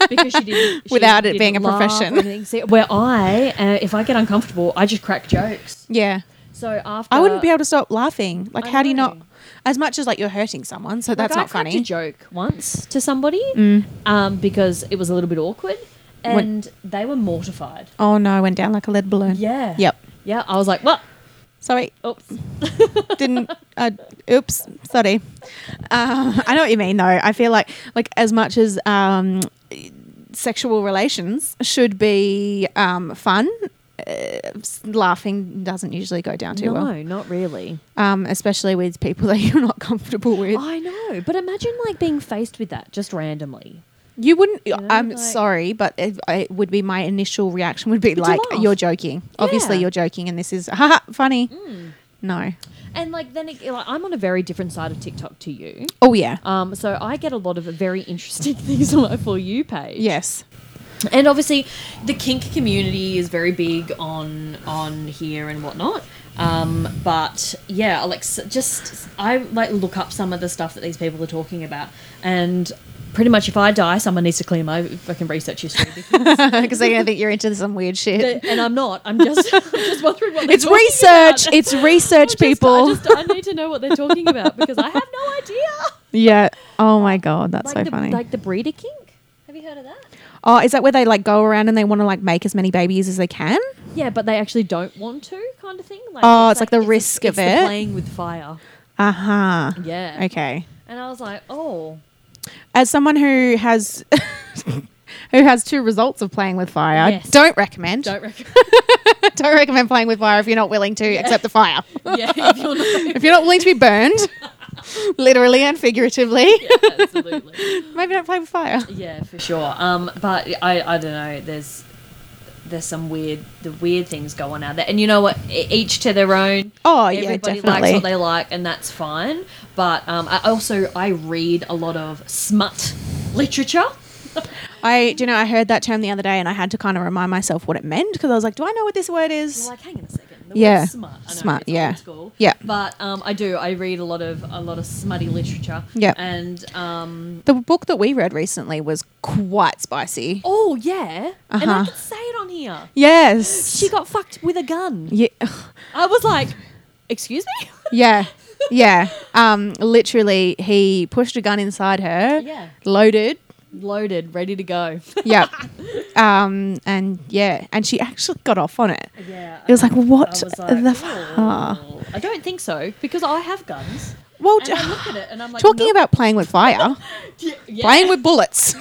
[SPEAKER 2] because she didn't she
[SPEAKER 1] Without it
[SPEAKER 2] didn't
[SPEAKER 1] being a
[SPEAKER 2] laugh or
[SPEAKER 1] profession.
[SPEAKER 2] anything. See, where I, uh, if I get uncomfortable, I just crack jokes.
[SPEAKER 1] yeah.
[SPEAKER 2] So after
[SPEAKER 1] I wouldn't be able to stop laughing. Like,
[SPEAKER 2] I
[SPEAKER 1] how do you not?
[SPEAKER 2] know.
[SPEAKER 1] As much as like you're hurting someone, so
[SPEAKER 2] Like,
[SPEAKER 1] that's
[SPEAKER 2] I
[SPEAKER 1] not
[SPEAKER 2] cracked
[SPEAKER 1] funny. Mm.
[SPEAKER 2] A joke once to somebody um, because it was a little bit awkward, and they were mortified.
[SPEAKER 1] oh no, I went down like a lead balloon.
[SPEAKER 2] Yeah.
[SPEAKER 1] Yep.
[SPEAKER 2] Yeah. I was like, well,
[SPEAKER 1] Sorry,
[SPEAKER 2] oops.
[SPEAKER 1] (laughs) didn't. Uh, oops. Sorry. Um, (laughs) I know what you mean though. I feel like like as much as um, sexual relations should be um, fun. Uh, s- laughing doesn't usually go down too
[SPEAKER 2] no,
[SPEAKER 1] well,
[SPEAKER 2] not really.
[SPEAKER 1] um, especially with people (laughs) that you're not comfortable with.
[SPEAKER 2] I know, but imagine like being faced with that just randomly.
[SPEAKER 1] You wouldn't.
[SPEAKER 2] know,
[SPEAKER 1] I'm
[SPEAKER 2] like-
[SPEAKER 1] sorry, but it, it would be my initial reaction would be
[SPEAKER 2] you
[SPEAKER 1] like,
[SPEAKER 2] laugh?
[SPEAKER 1] "You're joking. Obviously,
[SPEAKER 2] Yeah. Mm.
[SPEAKER 1] you're joking, and this is (laughs) haha funny." No.
[SPEAKER 2] And like then, it, like, I'm on a very different side of TikTok to you.
[SPEAKER 1] Oh yeah.
[SPEAKER 2] Um, so I get a lot of very interesting (laughs) things on my for you page.
[SPEAKER 1] yes.
[SPEAKER 2] and obviously the kink community is very big on on here and whatnot um, but yeah like s- just i like look up some of the stuff that these people are talking about and pretty much if i die someone needs to clear my fucking
[SPEAKER 1] (laughs)
[SPEAKER 2] research history because
[SPEAKER 1] Because they're gonna think you're into some weird shit.
[SPEAKER 2] they- and i'm not i'm just (laughs) I'm just wondering what
[SPEAKER 1] (laughs)
[SPEAKER 2] they're
[SPEAKER 1] it's
[SPEAKER 2] talking
[SPEAKER 1] research.
[SPEAKER 2] about.
[SPEAKER 1] It's
[SPEAKER 2] I
[SPEAKER 1] research,
[SPEAKER 2] just-
[SPEAKER 1] people.
[SPEAKER 2] I, just, I need to know what they're talking about because i have no idea
[SPEAKER 1] yeah. Oh my god, (laughs) that's
[SPEAKER 2] like,
[SPEAKER 1] so
[SPEAKER 2] the,
[SPEAKER 1] funny.
[SPEAKER 2] like the breeder kink have you heard of that
[SPEAKER 1] oh, is that where they like go around and they want to like make as many babies as they can?
[SPEAKER 2] Yeah, but they actually don't want to, kind of thing. Like,
[SPEAKER 1] Oh, it's like the risk
[SPEAKER 2] it's
[SPEAKER 1] of
[SPEAKER 2] the
[SPEAKER 1] it.
[SPEAKER 2] playing with fire.
[SPEAKER 1] Uh huh.
[SPEAKER 2] Yeah.
[SPEAKER 1] Okay.
[SPEAKER 2] And I was like, oh,
[SPEAKER 1] As someone who has. (laughs) Who has two results of playing with fire?
[SPEAKER 2] Yes.
[SPEAKER 1] Don't recommend.
[SPEAKER 2] don't recommend.
[SPEAKER 1] (laughs) Don't recommend playing with fire if you're not willing to accept the fire.
[SPEAKER 2] (laughs) yeah, if you're not.
[SPEAKER 1] if you're not willing to be burned, (laughs) literally and figuratively,
[SPEAKER 2] Yeah, absolutely.
[SPEAKER 1] maybe don't play with fire.
[SPEAKER 2] Yeah, for sure. Um, but I, I don't know. There's, there's some weird, the weird things go on out there, and you know what? E- Each to their own.
[SPEAKER 1] Oh, yeah,
[SPEAKER 2] Everybody
[SPEAKER 1] definitely.
[SPEAKER 2] likes what they like, and that's fine. But um, I also I read a lot of smut literature.
[SPEAKER 1] I, do you know, I heard that term the other day and I had to kind of remind myself what it meant because I was like, do I know what this word is?
[SPEAKER 2] You're like, hang on a second. The
[SPEAKER 1] Yeah.
[SPEAKER 2] word's smart. I know,
[SPEAKER 1] Smart,
[SPEAKER 2] it's old
[SPEAKER 1] yeah.
[SPEAKER 2] school.
[SPEAKER 1] Yeah.
[SPEAKER 2] But um, I do. I read a lot of a lot of smutty literature.
[SPEAKER 1] Yeah.
[SPEAKER 2] And um,
[SPEAKER 1] The book that we read recently was quite spicy.
[SPEAKER 2] oh yeah, and
[SPEAKER 1] Uh-huh.
[SPEAKER 2] I can say it on here.
[SPEAKER 1] Yes.
[SPEAKER 2] She got fucked with a gun.
[SPEAKER 1] yeah.
[SPEAKER 2] I was like, excuse me. (laughs)
[SPEAKER 1] yeah. Yeah. Um, literally, he pushed a gun inside her,
[SPEAKER 2] Yeah.
[SPEAKER 1] loaded.
[SPEAKER 2] Loaded, ready to go.
[SPEAKER 1] (laughs) Yep. um, and yeah. And she actually got off on it.
[SPEAKER 2] (laughs) yeah.
[SPEAKER 1] It was like, what
[SPEAKER 2] I
[SPEAKER 1] the
[SPEAKER 2] was like,
[SPEAKER 1] fuck?
[SPEAKER 2] "Ooh." I don't think so because I have guns.
[SPEAKER 1] Well,
[SPEAKER 2] And I look at it and I'm like,
[SPEAKER 1] Talking
[SPEAKER 2] nope.
[SPEAKER 1] about playing with (laughs) fire,
[SPEAKER 2] Yeah, yeah.
[SPEAKER 1] playing with bullets.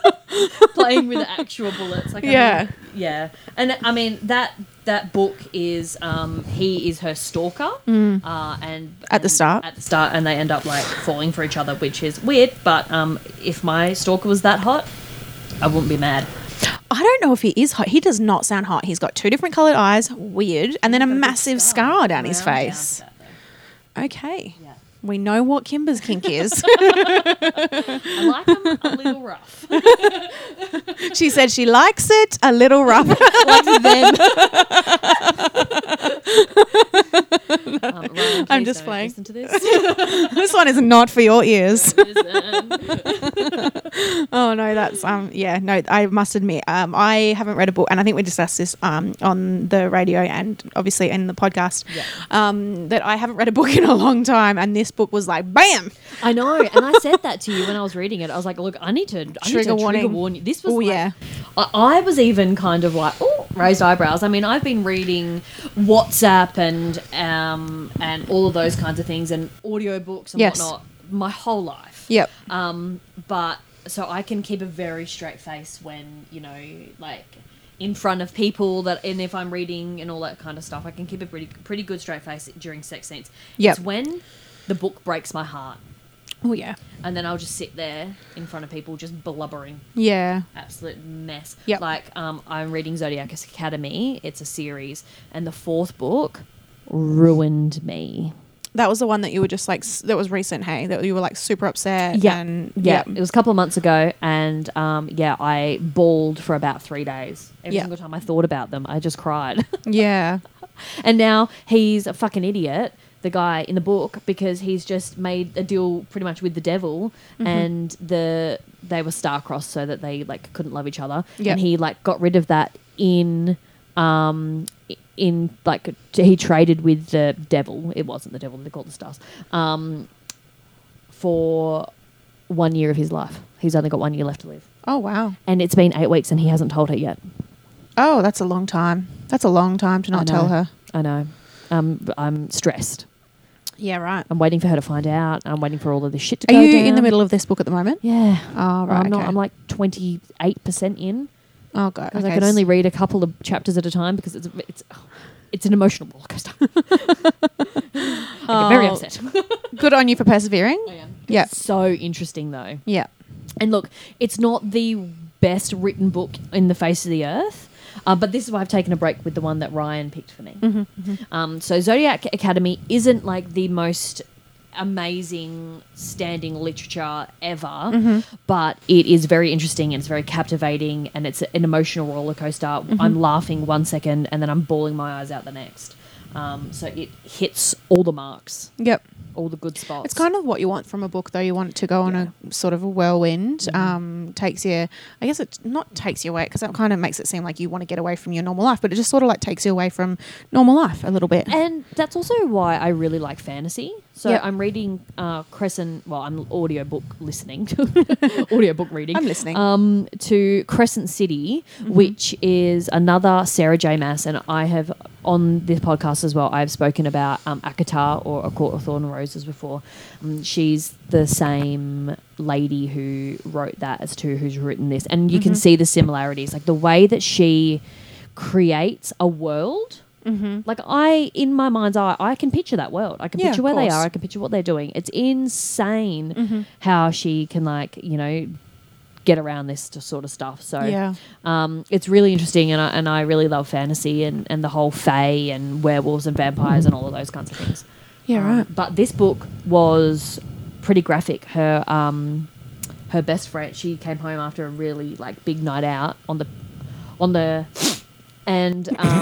[SPEAKER 2] (laughs) playing with actual bullets. Like, I
[SPEAKER 1] Yeah.
[SPEAKER 2] mean, yeah. And I mean that that book is um, he is her stalker, uh, and
[SPEAKER 1] Mm. At the
[SPEAKER 2] and-
[SPEAKER 1] start.
[SPEAKER 2] at the start, and they end up like falling for each other, which is weird. But um, if my stalker was that hot, I wouldn't be mad.
[SPEAKER 1] (laughs) I don't know if he is hot. He does not sound hot. He's got two different coloured eyes, weird, and then a massive scar down his
[SPEAKER 2] Round down
[SPEAKER 1] face.
[SPEAKER 2] to that, though.
[SPEAKER 1] Okay.
[SPEAKER 2] Yeah.
[SPEAKER 1] We know what Kimber's kink (laughs) is.
[SPEAKER 2] I like him a
[SPEAKER 1] (laughs)
[SPEAKER 2] little rough.
[SPEAKER 1] she said she likes it a little rough.
[SPEAKER 2] Like them.
[SPEAKER 1] (laughs)
[SPEAKER 2] Um, Ryan,
[SPEAKER 1] I'm
[SPEAKER 2] please
[SPEAKER 1] just
[SPEAKER 2] don't
[SPEAKER 1] playing.
[SPEAKER 2] Listen to
[SPEAKER 1] (laughs)
[SPEAKER 2] this.
[SPEAKER 1] this one is not for your ears.
[SPEAKER 2] It is, um,
[SPEAKER 1] Oh no, that's um yeah no. I must admit, um, I haven't read a book, and I think we discussed this um on the radio and obviously in the podcast,
[SPEAKER 2] Yeah.
[SPEAKER 1] um that I haven't read a book in a long time, and this book was like bam.
[SPEAKER 2] I know, and I said that to you when I was reading it. I was like, "Look, I need to I need to
[SPEAKER 1] Trigger
[SPEAKER 2] trigger
[SPEAKER 1] warning.
[SPEAKER 2] warn you." This was,
[SPEAKER 1] Oh,
[SPEAKER 2] like-
[SPEAKER 1] yeah.
[SPEAKER 2] I, I was even kind of like, "Oh, raised eyebrows." I mean, I've been reading WhatsApp and um and all of those kinds of things and audiobooks and
[SPEAKER 1] Yes.
[SPEAKER 2] whatnot my whole life.
[SPEAKER 1] Yep.
[SPEAKER 2] Um, but so I can keep a very straight face when you know, like in front of people that, and if I'm reading and all that kind of stuff, I can keep a pretty pretty good straight face during sex scenes.
[SPEAKER 1] Yep.
[SPEAKER 2] It's when the book breaks my heart,
[SPEAKER 1] Oh yeah,
[SPEAKER 2] and then I'll just sit there in front of people just blubbering.
[SPEAKER 1] yeah.
[SPEAKER 2] Absolute mess.
[SPEAKER 1] Yep.
[SPEAKER 2] Like um, I'm reading Zodiac Academy. It's a series, and the fourth book ruined me.
[SPEAKER 1] That was the one that you were just like s- that was recent. Hey, that you were like super upset.
[SPEAKER 2] Yeah.
[SPEAKER 1] and,
[SPEAKER 2] yeah.
[SPEAKER 1] yeah.
[SPEAKER 2] It was a couple of months ago. And um, yeah, I bawled for about three days. Every
[SPEAKER 1] Yeah.
[SPEAKER 2] single time I thought about them, I just cried. (laughs)
[SPEAKER 1] yeah.
[SPEAKER 2] and now he's a fucking idiot, the guy in the book, because he's just made a deal pretty much with the devil and the they were star-crossed so that they like couldn't love each other.
[SPEAKER 1] Yeah.
[SPEAKER 2] And he like got rid of that in um i- in like he traded with the devil. It wasn't the devil, they called the stars. Um for one year of his life. He's only got one year left to live.
[SPEAKER 1] Oh wow.
[SPEAKER 2] And it's been eight weeks and he hasn't told her yet.
[SPEAKER 1] Oh, that's a long time. That's a long time to
[SPEAKER 2] I
[SPEAKER 1] not
[SPEAKER 2] know.
[SPEAKER 1] tell her.
[SPEAKER 2] I know. Um, but I'm stressed.
[SPEAKER 1] Yeah, right.
[SPEAKER 2] I'm waiting for her to find out. I'm waiting for all of this shit to
[SPEAKER 1] Are
[SPEAKER 2] go
[SPEAKER 1] you in
[SPEAKER 2] down.
[SPEAKER 1] the middle of this book at the moment?
[SPEAKER 2] Yeah.
[SPEAKER 1] Oh, right,
[SPEAKER 2] I'm, not,
[SPEAKER 1] okay.
[SPEAKER 2] I'm like 28% in
[SPEAKER 1] Oh god.
[SPEAKER 2] because I
[SPEAKER 1] okay.
[SPEAKER 2] can only read a couple of chapters at a time because it's it's it's an emotional roller coaster. (laughs) I get very
[SPEAKER 1] Oh.
[SPEAKER 2] upset. (laughs)
[SPEAKER 1] Good on you for persevering. Oh, Yeah.
[SPEAKER 2] So interesting though.
[SPEAKER 1] Yeah.
[SPEAKER 2] And look, it's not the best written book in the face of the earth, uh, but this is why I've taken a break with the one that Ryan picked for me.
[SPEAKER 1] Mm-hmm.
[SPEAKER 2] Um, so Zodiac Academy isn't like the most amazing standing literature ever,
[SPEAKER 1] Mm-hmm.
[SPEAKER 2] but it is very interesting and it's very captivating and it's an emotional roller coaster.
[SPEAKER 1] Mm-hmm.
[SPEAKER 2] I'm laughing one second and then I'm bawling my eyes out the next. Um, so it hits all the marks,
[SPEAKER 1] Yep.
[SPEAKER 2] all the good spots.
[SPEAKER 1] It's kind of what you want from a book, though. You want it to go on a sort of a whirlwind. Um, takes you, I guess it not takes you away because that kind of makes it seem like you want to get away from your normal life, but it just sort of like takes you away from normal life a little bit.
[SPEAKER 2] and that's also why I really like fantasy. So
[SPEAKER 1] Yep.
[SPEAKER 2] I'm reading uh, Crescent. Well, I'm audiobook listening, (laughs) audiobook reading.
[SPEAKER 1] I'm listening. Mm-hmm.
[SPEAKER 2] Um, to Crescent City, which is another Sarah J. Mass, and I have on this podcast as well. I've spoken about um, Akatar or A Court of Thorn and Roses before. Um, she's the same lady who wrote that as to who's written this, and
[SPEAKER 1] Mm-hmm.
[SPEAKER 2] you can see the similarities, like the way that she creates a world.
[SPEAKER 1] Mm-hmm.
[SPEAKER 2] Like I, in my mind's eye, I can picture that world. I can
[SPEAKER 1] Mm. Yeah,
[SPEAKER 2] picture
[SPEAKER 1] of
[SPEAKER 2] where they
[SPEAKER 1] course. Mm-hmm.
[SPEAKER 2] are. I can picture what they're doing. It's insane how she can, like, you know, get around this to sort of stuff. So
[SPEAKER 1] Yeah.
[SPEAKER 2] um, it's really interesting, and I, and I really love fantasy and, and the whole fae and werewolves and vampires and all of those kinds of things.
[SPEAKER 1] yeah,
[SPEAKER 2] Um,
[SPEAKER 1] right.
[SPEAKER 2] But this book was pretty graphic. Her um, her best friend she came home after a really like big night out on the on the
[SPEAKER 1] (laughs)
[SPEAKER 2] and um,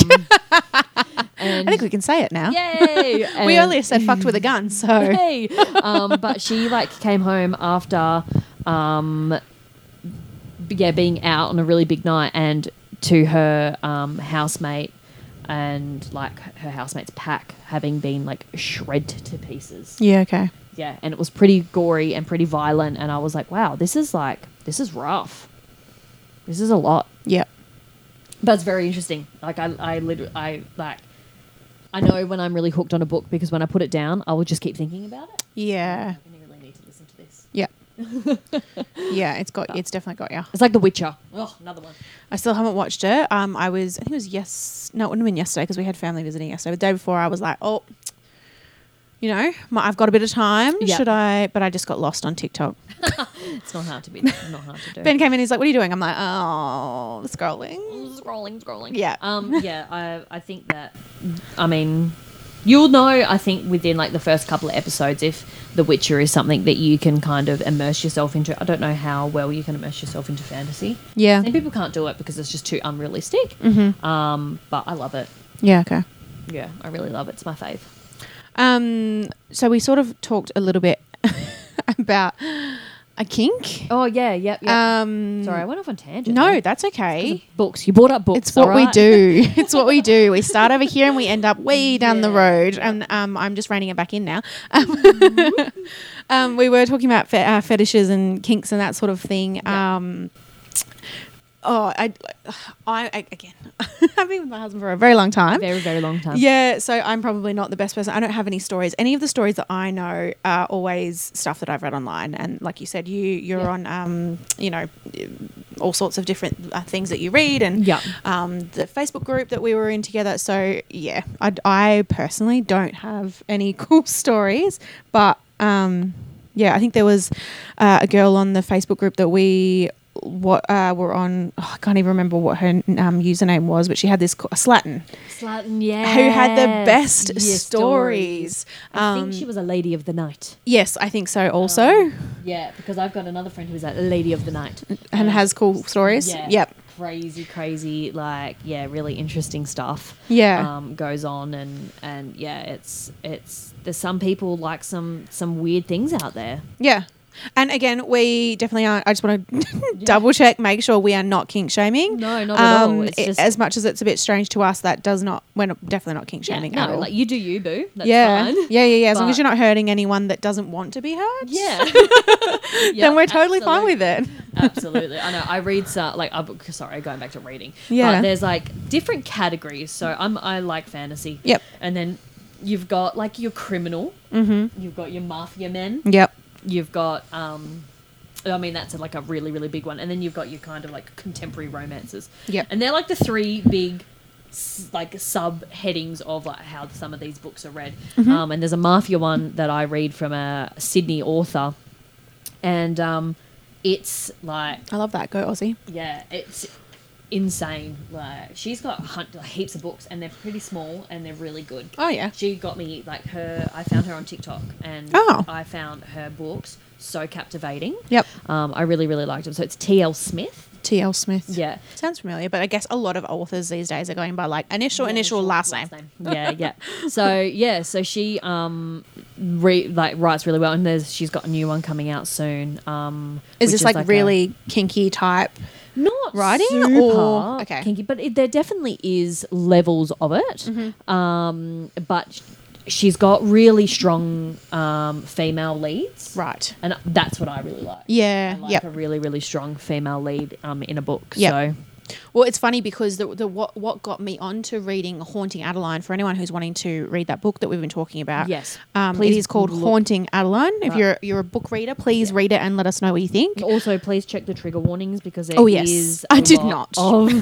[SPEAKER 2] and
[SPEAKER 1] I think we can say it now.
[SPEAKER 2] yay
[SPEAKER 1] (laughs) We
[SPEAKER 2] and-
[SPEAKER 1] only said fucked with a gun, (laughs) so
[SPEAKER 2] Hey. um, but she like came home after, um, b- yeah, being out on a really big night, and to her um, housemate and like her housemate's pack having been like shred to pieces.
[SPEAKER 1] yeah, okay.
[SPEAKER 2] Yeah, and it was pretty gory and pretty violent, and I was like, wow, this is like this is rough. This is a lot.
[SPEAKER 1] Yeah.
[SPEAKER 2] But it's very interesting. Like I, I literally, I like. I know when I'm really hooked on a book because when I put it down, I will just keep thinking about it.
[SPEAKER 1] Yeah.
[SPEAKER 2] I'm gonna really need to listen to this.
[SPEAKER 1] (laughs) Yeah. yeah, it's got it's definitely got you.
[SPEAKER 2] It's like The Witcher. Oh, another one.
[SPEAKER 1] I still haven't watched it. Um, I was, I think it was yes, no, it wouldn't have been yesterday because we had family visiting yesterday. The day before, I was like, oh, you know, my, I've got a bit of time.
[SPEAKER 2] Yeah.
[SPEAKER 1] Should I? But I just got lost on
[SPEAKER 2] (laughs)
[SPEAKER 1] TikTok.
[SPEAKER 2] (laughs) It's not hard to be. Not hard to do.
[SPEAKER 1] Ben came in, he's like, what are you doing? I'm like, oh, scrolling.
[SPEAKER 2] scrolling, scrolling.
[SPEAKER 1] Yeah. (laughs)
[SPEAKER 2] Um. Yeah. I. I think that. I mean, you'll know. I think within like the first couple of episodes, if The Witcher is something that you can kind of immerse yourself into. I don't know how well you can immerse yourself into fantasy.
[SPEAKER 1] Yeah. Mm-hmm.
[SPEAKER 2] And people can't do it because it's just too unrealistic. Um. But I love it.
[SPEAKER 1] Yeah, okay.
[SPEAKER 2] Yeah. I really love it. It's my fave.
[SPEAKER 1] Um, so we sort of talked a little bit (laughs) about a kink.
[SPEAKER 2] Oh yeah, yeah, yeah.
[SPEAKER 1] Um,
[SPEAKER 2] Sorry, I went off on tangent.
[SPEAKER 1] No,
[SPEAKER 2] there.
[SPEAKER 1] that's okay.
[SPEAKER 2] books. You brought up books.
[SPEAKER 1] It's what we
[SPEAKER 2] alright? (laughs)
[SPEAKER 1] do. (laughs) It's what we do. We start over here and we end up way down the
[SPEAKER 2] Yeah.
[SPEAKER 1] road. And um, I'm just reining it back in now. (laughs) Um,
[SPEAKER 2] Mm-hmm.
[SPEAKER 1] um, we were talking about fe- uh, fetishes and kinks and that sort of thing.
[SPEAKER 2] Yeah.
[SPEAKER 1] Um, oh, I, I, I again, (laughs) I've been with my husband for a very long time.
[SPEAKER 2] very very long time.
[SPEAKER 1] Yeah, so I'm probably not the best person. I don't have any stories. Any of the stories that I know are always stuff that I've read online, and like you said, you you're
[SPEAKER 2] Yeah.
[SPEAKER 1] on um, you know all sorts of different uh, things that you read, and
[SPEAKER 2] Yeah.
[SPEAKER 1] um, the Facebook group that we were in together. So yeah, I, I personally don't have any (laughs) cool stories, but um, yeah, I think there was uh, a girl on the Facebook group that we what uh, were on. oh, I can't even remember what her um, username was, but she had this co- Slatin
[SPEAKER 2] Slatin, yeah.
[SPEAKER 1] who had the best stories.
[SPEAKER 2] I
[SPEAKER 1] Um,
[SPEAKER 2] think she was Oh, a lady of the night.
[SPEAKER 1] Yes, I think so also.
[SPEAKER 2] Yeah, because I've got another friend who's a lady of the night
[SPEAKER 1] and has cool stories.
[SPEAKER 2] Yeah,
[SPEAKER 1] Yep.
[SPEAKER 2] Crazy, crazy, like yeah, really interesting stuff.
[SPEAKER 1] Yeah.
[SPEAKER 2] um, goes on and and yeah, it's it's there's some people like some some weird things out there.
[SPEAKER 1] Yeah. And again, we definitely aren't. I just (laughs) want to double check, make sure we are not kink shaming.
[SPEAKER 2] No, not at all. It's
[SPEAKER 1] it-
[SPEAKER 2] just-
[SPEAKER 1] as much as it's a bit strange to us, that does not. We're not, definitely not kink
[SPEAKER 2] Yeah,
[SPEAKER 1] shaming at
[SPEAKER 2] no,
[SPEAKER 1] all.
[SPEAKER 2] like you do you, boo. That's
[SPEAKER 1] yeah.
[SPEAKER 2] fine.
[SPEAKER 1] yeah, yeah, yeah. As long as
[SPEAKER 2] But-
[SPEAKER 1] you're not hurting anyone that doesn't want to be hurt,
[SPEAKER 2] (laughs) Yeah.
[SPEAKER 1] (laughs) then we're totally fine with it.
[SPEAKER 2] absolutely. I know. I read some like I'm sorry, going back to reading.
[SPEAKER 1] Yeah.
[SPEAKER 2] But there's like different categories. So I'm I like fantasy.
[SPEAKER 1] Yep.
[SPEAKER 2] And then you've got like your criminal. Mm-hmm. You've got your mafia men.
[SPEAKER 1] Yep.
[SPEAKER 2] You've got um I mean that's like a really really big one. And then you've got your kind of like contemporary romances.
[SPEAKER 1] Yep.
[SPEAKER 2] And they're like the three big s- like subheadings of like how some of these books are read. Um, and there's a mafia one that I read from a Sydney author, and um, it's like
[SPEAKER 1] I love that. Go Aussie.
[SPEAKER 2] yeah, it's insane. Like she's got hun- like, heaps of books, and they're pretty small and they're really good.
[SPEAKER 1] Oh yeah.
[SPEAKER 2] She got me like her. I found her on TikTok, and
[SPEAKER 1] Oh.
[SPEAKER 2] I found her books so captivating.
[SPEAKER 1] Yep.
[SPEAKER 2] Um, I really really liked them. So it's T. L. Smith.
[SPEAKER 1] T. L. Smith.
[SPEAKER 2] Yeah.
[SPEAKER 1] Sounds familiar, but I guess a lot of authors these days are going by like initial,
[SPEAKER 2] Yeah,
[SPEAKER 1] initial, last name.
[SPEAKER 2] Yeah, yeah.
[SPEAKER 1] (laughs)
[SPEAKER 2] So yeah, so she um re- like writes really well, and there's she's got a new one coming out soon. Um,
[SPEAKER 1] Is
[SPEAKER 2] which
[SPEAKER 1] this like,
[SPEAKER 2] a-
[SPEAKER 1] really kinky type?
[SPEAKER 2] not
[SPEAKER 1] writing
[SPEAKER 2] super
[SPEAKER 1] or- okay.
[SPEAKER 2] kinky, but it, there definitely is levels of it.
[SPEAKER 1] Mm-hmm.
[SPEAKER 2] Um, but sh- she's got really strong um, female leads,
[SPEAKER 1] Right.
[SPEAKER 2] And that's what I really like.
[SPEAKER 1] Yeah.
[SPEAKER 2] I like
[SPEAKER 1] yep.
[SPEAKER 2] a really really strong female lead um, in a book.
[SPEAKER 1] Yep.
[SPEAKER 2] So
[SPEAKER 1] Well, it's funny because the, the what what got me onto reading Haunting Adeline for anyone who's wanting to read that book that we've been talking about.
[SPEAKER 2] Yes.
[SPEAKER 1] Um, it
[SPEAKER 2] Please
[SPEAKER 1] is called
[SPEAKER 2] look.
[SPEAKER 1] Haunting Adeline. If
[SPEAKER 2] Right.
[SPEAKER 1] you're you're a book reader, please read it and let us know what you think.
[SPEAKER 2] Also, please check the trigger warnings because there
[SPEAKER 1] Oh,
[SPEAKER 2] oh,
[SPEAKER 1] yes. I
[SPEAKER 2] I
[SPEAKER 1] did not.
[SPEAKER 2] Of,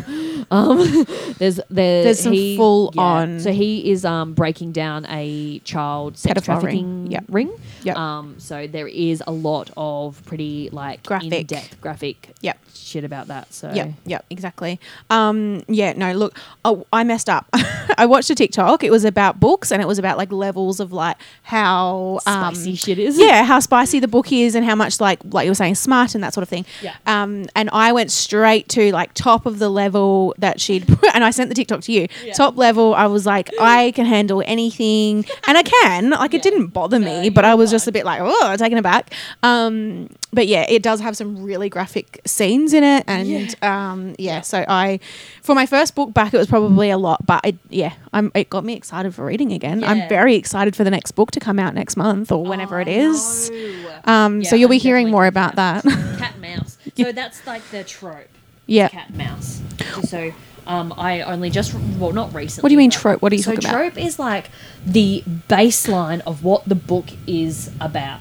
[SPEAKER 2] (laughs) um, there's there,
[SPEAKER 1] There's some
[SPEAKER 2] he-
[SPEAKER 1] full
[SPEAKER 2] yeah.
[SPEAKER 1] on-
[SPEAKER 2] So he is um, breaking down a child sex
[SPEAKER 1] Pedophile ring.
[SPEAKER 2] trafficking ring.
[SPEAKER 1] Yep. Yep.
[SPEAKER 2] Um, so there is a lot of pretty like
[SPEAKER 1] Graphic.
[SPEAKER 2] in-depth graphic
[SPEAKER 1] Yep.
[SPEAKER 2] shit about that. So
[SPEAKER 1] Yep, yep, exactly. Um, yeah, no, look, oh, I messed up. (laughs) I watched a TikTok. It was about books, and it was about like levels of like how um,
[SPEAKER 2] Spicy shit is.
[SPEAKER 1] yeah, how spicy the book is, and how much like like you were saying, smart and that sort of thing.
[SPEAKER 2] Yeah.
[SPEAKER 1] Um, and I went straight to like top of the level that she'd, (laughs) and I sent the TikTok to you.
[SPEAKER 2] Yeah.
[SPEAKER 1] Top level, I was
[SPEAKER 2] (gasps)
[SPEAKER 1] like, I can handle anything, and I can. Like it
[SPEAKER 2] Yeah.
[SPEAKER 1] didn't bother
[SPEAKER 2] No,
[SPEAKER 1] me, but I
[SPEAKER 2] you're
[SPEAKER 1] was just
[SPEAKER 2] fine.
[SPEAKER 1] a bit like, oh, taken aback. Um, but yeah, it does have some really graphic scenes in it, and um, yeah. So I, for my first book back, it was probably a lot, but it, yeah, I'm, it got me excited for reading again. I'm
[SPEAKER 2] Yeah.
[SPEAKER 1] very excited for the next book to come out next month or whenever
[SPEAKER 2] Oh,
[SPEAKER 1] it is.
[SPEAKER 2] (laughs) no.
[SPEAKER 1] Um, so
[SPEAKER 2] Yeah,
[SPEAKER 1] you'll be
[SPEAKER 2] I'm
[SPEAKER 1] hearing
[SPEAKER 2] definitely
[SPEAKER 1] more
[SPEAKER 2] gonna
[SPEAKER 1] about
[SPEAKER 2] cat-
[SPEAKER 1] that.
[SPEAKER 2] (laughs) Cat and
[SPEAKER 1] (laughs)
[SPEAKER 2] mouse. So that's like the trope.
[SPEAKER 1] Yeah.
[SPEAKER 2] Cat and mouse. So um, I only just well not recently.
[SPEAKER 1] What do you mean
[SPEAKER 2] but-
[SPEAKER 1] trope? What are you
[SPEAKER 2] so
[SPEAKER 1] talking about?
[SPEAKER 2] trope is like the baseline of what the book is about.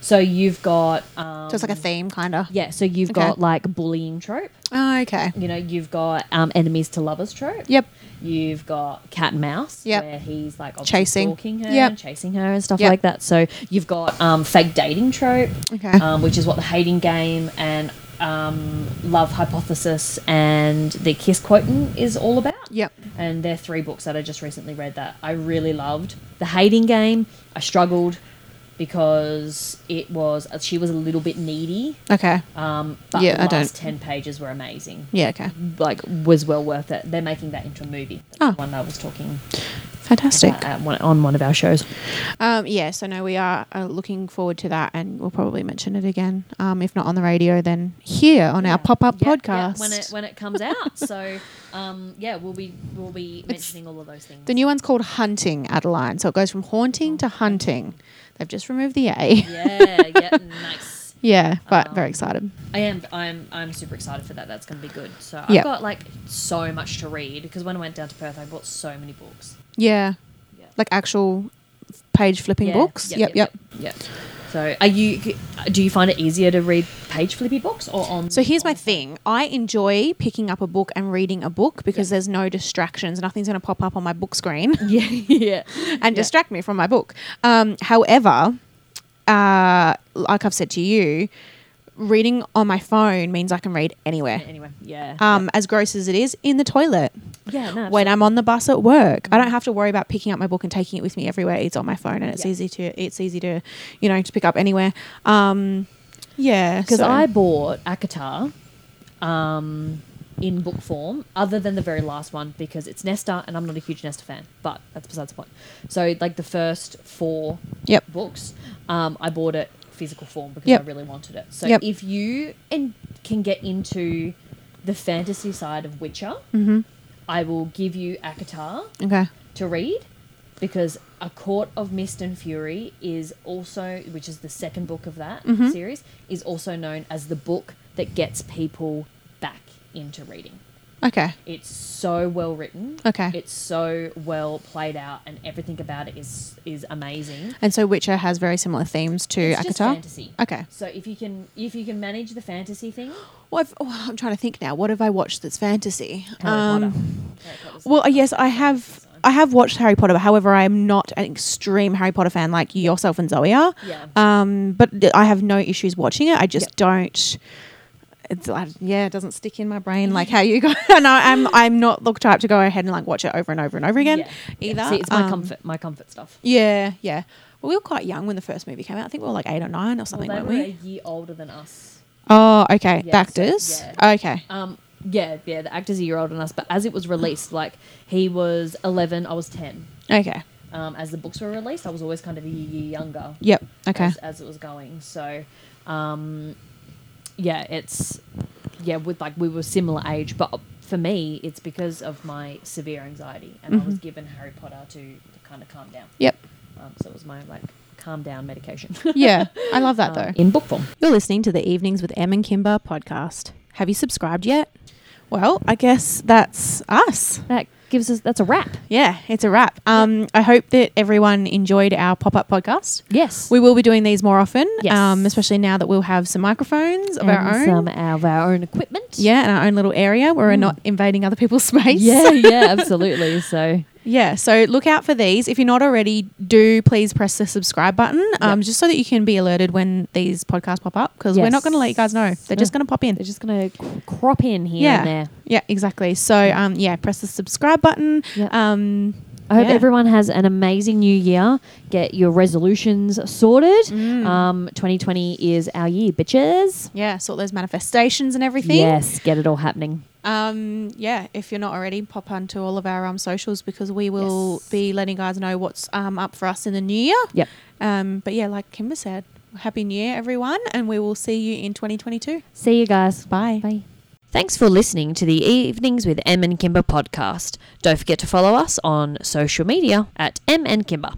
[SPEAKER 2] So you've got um,
[SPEAKER 1] Mm-hmm. So it's like a theme, kind of.
[SPEAKER 2] yeah. So you've
[SPEAKER 1] Okay.
[SPEAKER 2] got like bullying trope.
[SPEAKER 1] Oh, okay.
[SPEAKER 2] You know you've got um, enemies to lovers trope.
[SPEAKER 1] Yep.
[SPEAKER 2] You've got cat and mouse.
[SPEAKER 1] Yep.
[SPEAKER 2] Where he's like obviously
[SPEAKER 1] Chasing.
[SPEAKER 2] stalking her,
[SPEAKER 1] Yep.
[SPEAKER 2] and chasing her and stuff
[SPEAKER 1] Yep.
[SPEAKER 2] like that. So you've got um, fake dating trope
[SPEAKER 1] Okay.
[SPEAKER 2] um, which is what the hating game and um, love hypothesis and the kiss quoting is all about
[SPEAKER 1] Yep.
[SPEAKER 2] and they're three books that i just recently read that i really loved the hating game i struggled because it was she was a little bit needy
[SPEAKER 1] okay.
[SPEAKER 2] um, but
[SPEAKER 1] Yeah,
[SPEAKER 2] the
[SPEAKER 1] I
[SPEAKER 2] last
[SPEAKER 1] don't-
[SPEAKER 2] 10 pages were amazing um,
[SPEAKER 1] Yeah. Okay.
[SPEAKER 2] like was well worth it they're making that into a movie That's
[SPEAKER 1] Oh.
[SPEAKER 2] the one i was talking
[SPEAKER 1] Fantastic.
[SPEAKER 2] uh, one- on one of our shows.
[SPEAKER 1] Um, yeah, so no, we are uh, looking forward to that, and we'll probably mention it again. Um, if not on the radio, then here on our pop up
[SPEAKER 2] Yep,
[SPEAKER 1] podcast.
[SPEAKER 2] yep, when it when it
[SPEAKER 1] (laughs)
[SPEAKER 2] comes out. so um, yeah, we'll be we'll be mentioning all of those things.
[SPEAKER 1] the new one's called Hunting Adeline, so it goes from haunting to hunting. They've just removed the A.
[SPEAKER 2] yeah, yeah, nice.
[SPEAKER 1] (laughs) yeah, but
[SPEAKER 2] Um,
[SPEAKER 1] very excited.
[SPEAKER 2] I am I'm I'm super excited for that. That's going to be good. So I've
[SPEAKER 1] Yep.
[SPEAKER 2] got like so much to read because when I went down to Perth, I bought so many books.
[SPEAKER 1] Yeah,
[SPEAKER 2] Yeah.
[SPEAKER 1] like actual page flipping
[SPEAKER 2] Yeah,
[SPEAKER 1] books. Yep, yep.
[SPEAKER 2] yep. So are you? Do you find it easier to read page flippy books or on?
[SPEAKER 1] So here's my
[SPEAKER 2] on the-
[SPEAKER 1] thing. I enjoy picking up a book and reading a book because
[SPEAKER 2] Yeah.
[SPEAKER 1] there's no distractions. Nothing's going to pop up on my book screen.
[SPEAKER 2] (laughs)
[SPEAKER 1] (laughs)
[SPEAKER 2] Yeah, yeah,
[SPEAKER 1] and distract me from my book. Um, however, uh, like I've said to you, reading on my phone means I can read anywhere.
[SPEAKER 2] Anyway, yeah.
[SPEAKER 1] Um, as gross as it is, in the toilet,
[SPEAKER 2] yeah, no,
[SPEAKER 1] when I'm on the bus at work, I don't have to worry about picking up my book and taking it with me everywhere. It's on my phone, and it's
[SPEAKER 2] Mm-hmm. Yeah.
[SPEAKER 1] easy to it's easy to you know to pick up anywhere. Um, yeah,
[SPEAKER 2] because
[SPEAKER 1] so-
[SPEAKER 2] I bought Akatar um, in book form, other than the very last one, because it's Nesta, and I'm not a huge Nesta fan, but that's besides the point. So, like the first four
[SPEAKER 1] yep
[SPEAKER 2] books, um, I bought it physical form because
[SPEAKER 1] Yep.
[SPEAKER 2] I really wanted it. So,
[SPEAKER 1] Yep.
[SPEAKER 2] if you and can get into the fantasy side of Witcher,
[SPEAKER 1] Mm.
[SPEAKER 2] I will give you Akatar
[SPEAKER 1] Mm-hmm. okay
[SPEAKER 2] to read because A Court of Mist and Fury is also, which is the second book of that
[SPEAKER 1] Mm-hmm.
[SPEAKER 2] series, is also known as the book that gets people back into reading.
[SPEAKER 1] okay
[SPEAKER 2] It's so well written.
[SPEAKER 1] Okay.
[SPEAKER 2] It's so well played out, and everything about it is is amazing.
[SPEAKER 1] and so Witcher has very similar themes to
[SPEAKER 2] It's just
[SPEAKER 1] Akatar.
[SPEAKER 2] fantasy.
[SPEAKER 1] Okay.
[SPEAKER 2] So if you can if you can manage the fantasy
[SPEAKER 1] (gasps)
[SPEAKER 2] thing,
[SPEAKER 1] Well, I've, oh, I'm trying to think now. What have I watched that's fantasy?
[SPEAKER 2] Harry
[SPEAKER 1] um,
[SPEAKER 2] Potter. Harry Potter's
[SPEAKER 1] Well, uh,
[SPEAKER 2] like-
[SPEAKER 1] yes, I have. I have watched Harry Potter. However, I am not an extreme Harry Potter fan like yourself and Zoe are.
[SPEAKER 2] Yeah.
[SPEAKER 1] Um, but th- I have no issues watching it. I just
[SPEAKER 2] Yep.
[SPEAKER 1] don't. It's, I, yeah, it doesn't stick in my brain like how you go. (laughs) and I, I'm I'm not the type to go ahead and like watch it over and over and over again
[SPEAKER 2] Yeah. Yeah.
[SPEAKER 1] either.
[SPEAKER 2] See, it's my
[SPEAKER 1] Um,
[SPEAKER 2] comfort my comfort stuff.
[SPEAKER 1] Yeah, yeah. Well, we were quite young when the first movie came out. I think we were like eight or nine or
[SPEAKER 2] Well,
[SPEAKER 1] something,
[SPEAKER 2] they
[SPEAKER 1] weren't
[SPEAKER 2] were
[SPEAKER 1] we?
[SPEAKER 2] a year older than us.
[SPEAKER 1] Oh, okay.
[SPEAKER 2] Yeah,
[SPEAKER 1] the
[SPEAKER 2] so-
[SPEAKER 1] actors.
[SPEAKER 2] yeah.
[SPEAKER 1] Okay.
[SPEAKER 2] Um, yeah, yeah, the actor's a year older than us, but as it was released, like he was 11, I was 10.
[SPEAKER 1] Okay.
[SPEAKER 2] Um, as the books were released, I was always kind of a year, year younger
[SPEAKER 1] Yep. Okay.
[SPEAKER 2] as, as it was going. So, um, yeah, it's, yeah, with like we were similar age, but for me, it's because of my severe anxiety, and I
[SPEAKER 1] Mm-hmm.
[SPEAKER 2] was given Harry Potter to, to kind of calm down.
[SPEAKER 1] yep.
[SPEAKER 2] Um, so it was my like calm down medication
[SPEAKER 1] Yeah. I love that though.
[SPEAKER 2] (laughs) um, in book form.
[SPEAKER 1] You're listening to the Evenings with Em and Kimber podcast. Have you subscribed yet? Well, I guess that's us.
[SPEAKER 2] That gives us that's a wrap.
[SPEAKER 1] Yeah, it's a wrap. Um, I hope that everyone enjoyed our pop up podcast.
[SPEAKER 2] Yes,
[SPEAKER 1] We will be doing these more often,
[SPEAKER 2] Yes.
[SPEAKER 1] um, especially now that we'll have some microphones of our own.
[SPEAKER 2] And some of our own equipment.
[SPEAKER 1] yeah, (laughs) and our own little area where we're not invading other people's (laughs) space.
[SPEAKER 2] Yeah, yeah,
[SPEAKER 1] (laughs)
[SPEAKER 2] absolutely. So
[SPEAKER 1] Yeah, so look out for these. If you're not already, do please press the subscribe button um,
[SPEAKER 2] Yep.
[SPEAKER 1] just so that you can be alerted when these podcasts pop up because we're
[SPEAKER 2] Yes.
[SPEAKER 1] not going to let you guys know. They're just
[SPEAKER 2] No.
[SPEAKER 1] going to pop in.
[SPEAKER 2] they're just going to crop in here
[SPEAKER 1] yeah.
[SPEAKER 2] and there.
[SPEAKER 1] Yeah, exactly. So um, yeah, press the subscribe button.
[SPEAKER 2] Yep.
[SPEAKER 1] Um,
[SPEAKER 2] I hope
[SPEAKER 1] yeah.
[SPEAKER 2] everyone has an amazing new year. Get your resolutions sorted.
[SPEAKER 1] Mm.
[SPEAKER 2] Um, 2020 is our year, bitches.
[SPEAKER 1] Yeah, sort those manifestations and everything.
[SPEAKER 2] Yes, get it all happening.
[SPEAKER 1] Um, yeah, if you're not already, pop onto all of our um, socials because we will
[SPEAKER 2] Yes.
[SPEAKER 1] be letting guys know what's um, up for us in the new year.
[SPEAKER 2] Yep.
[SPEAKER 1] Um, but yeah, like Kimber said, happy new year, everyone, and we will see you in 2022.
[SPEAKER 2] See you guys.
[SPEAKER 1] Bye.
[SPEAKER 2] Bye. Thanks for listening to the Evenings with M and Kimber podcast. Don't forget to follow us on social media at M and Kimber.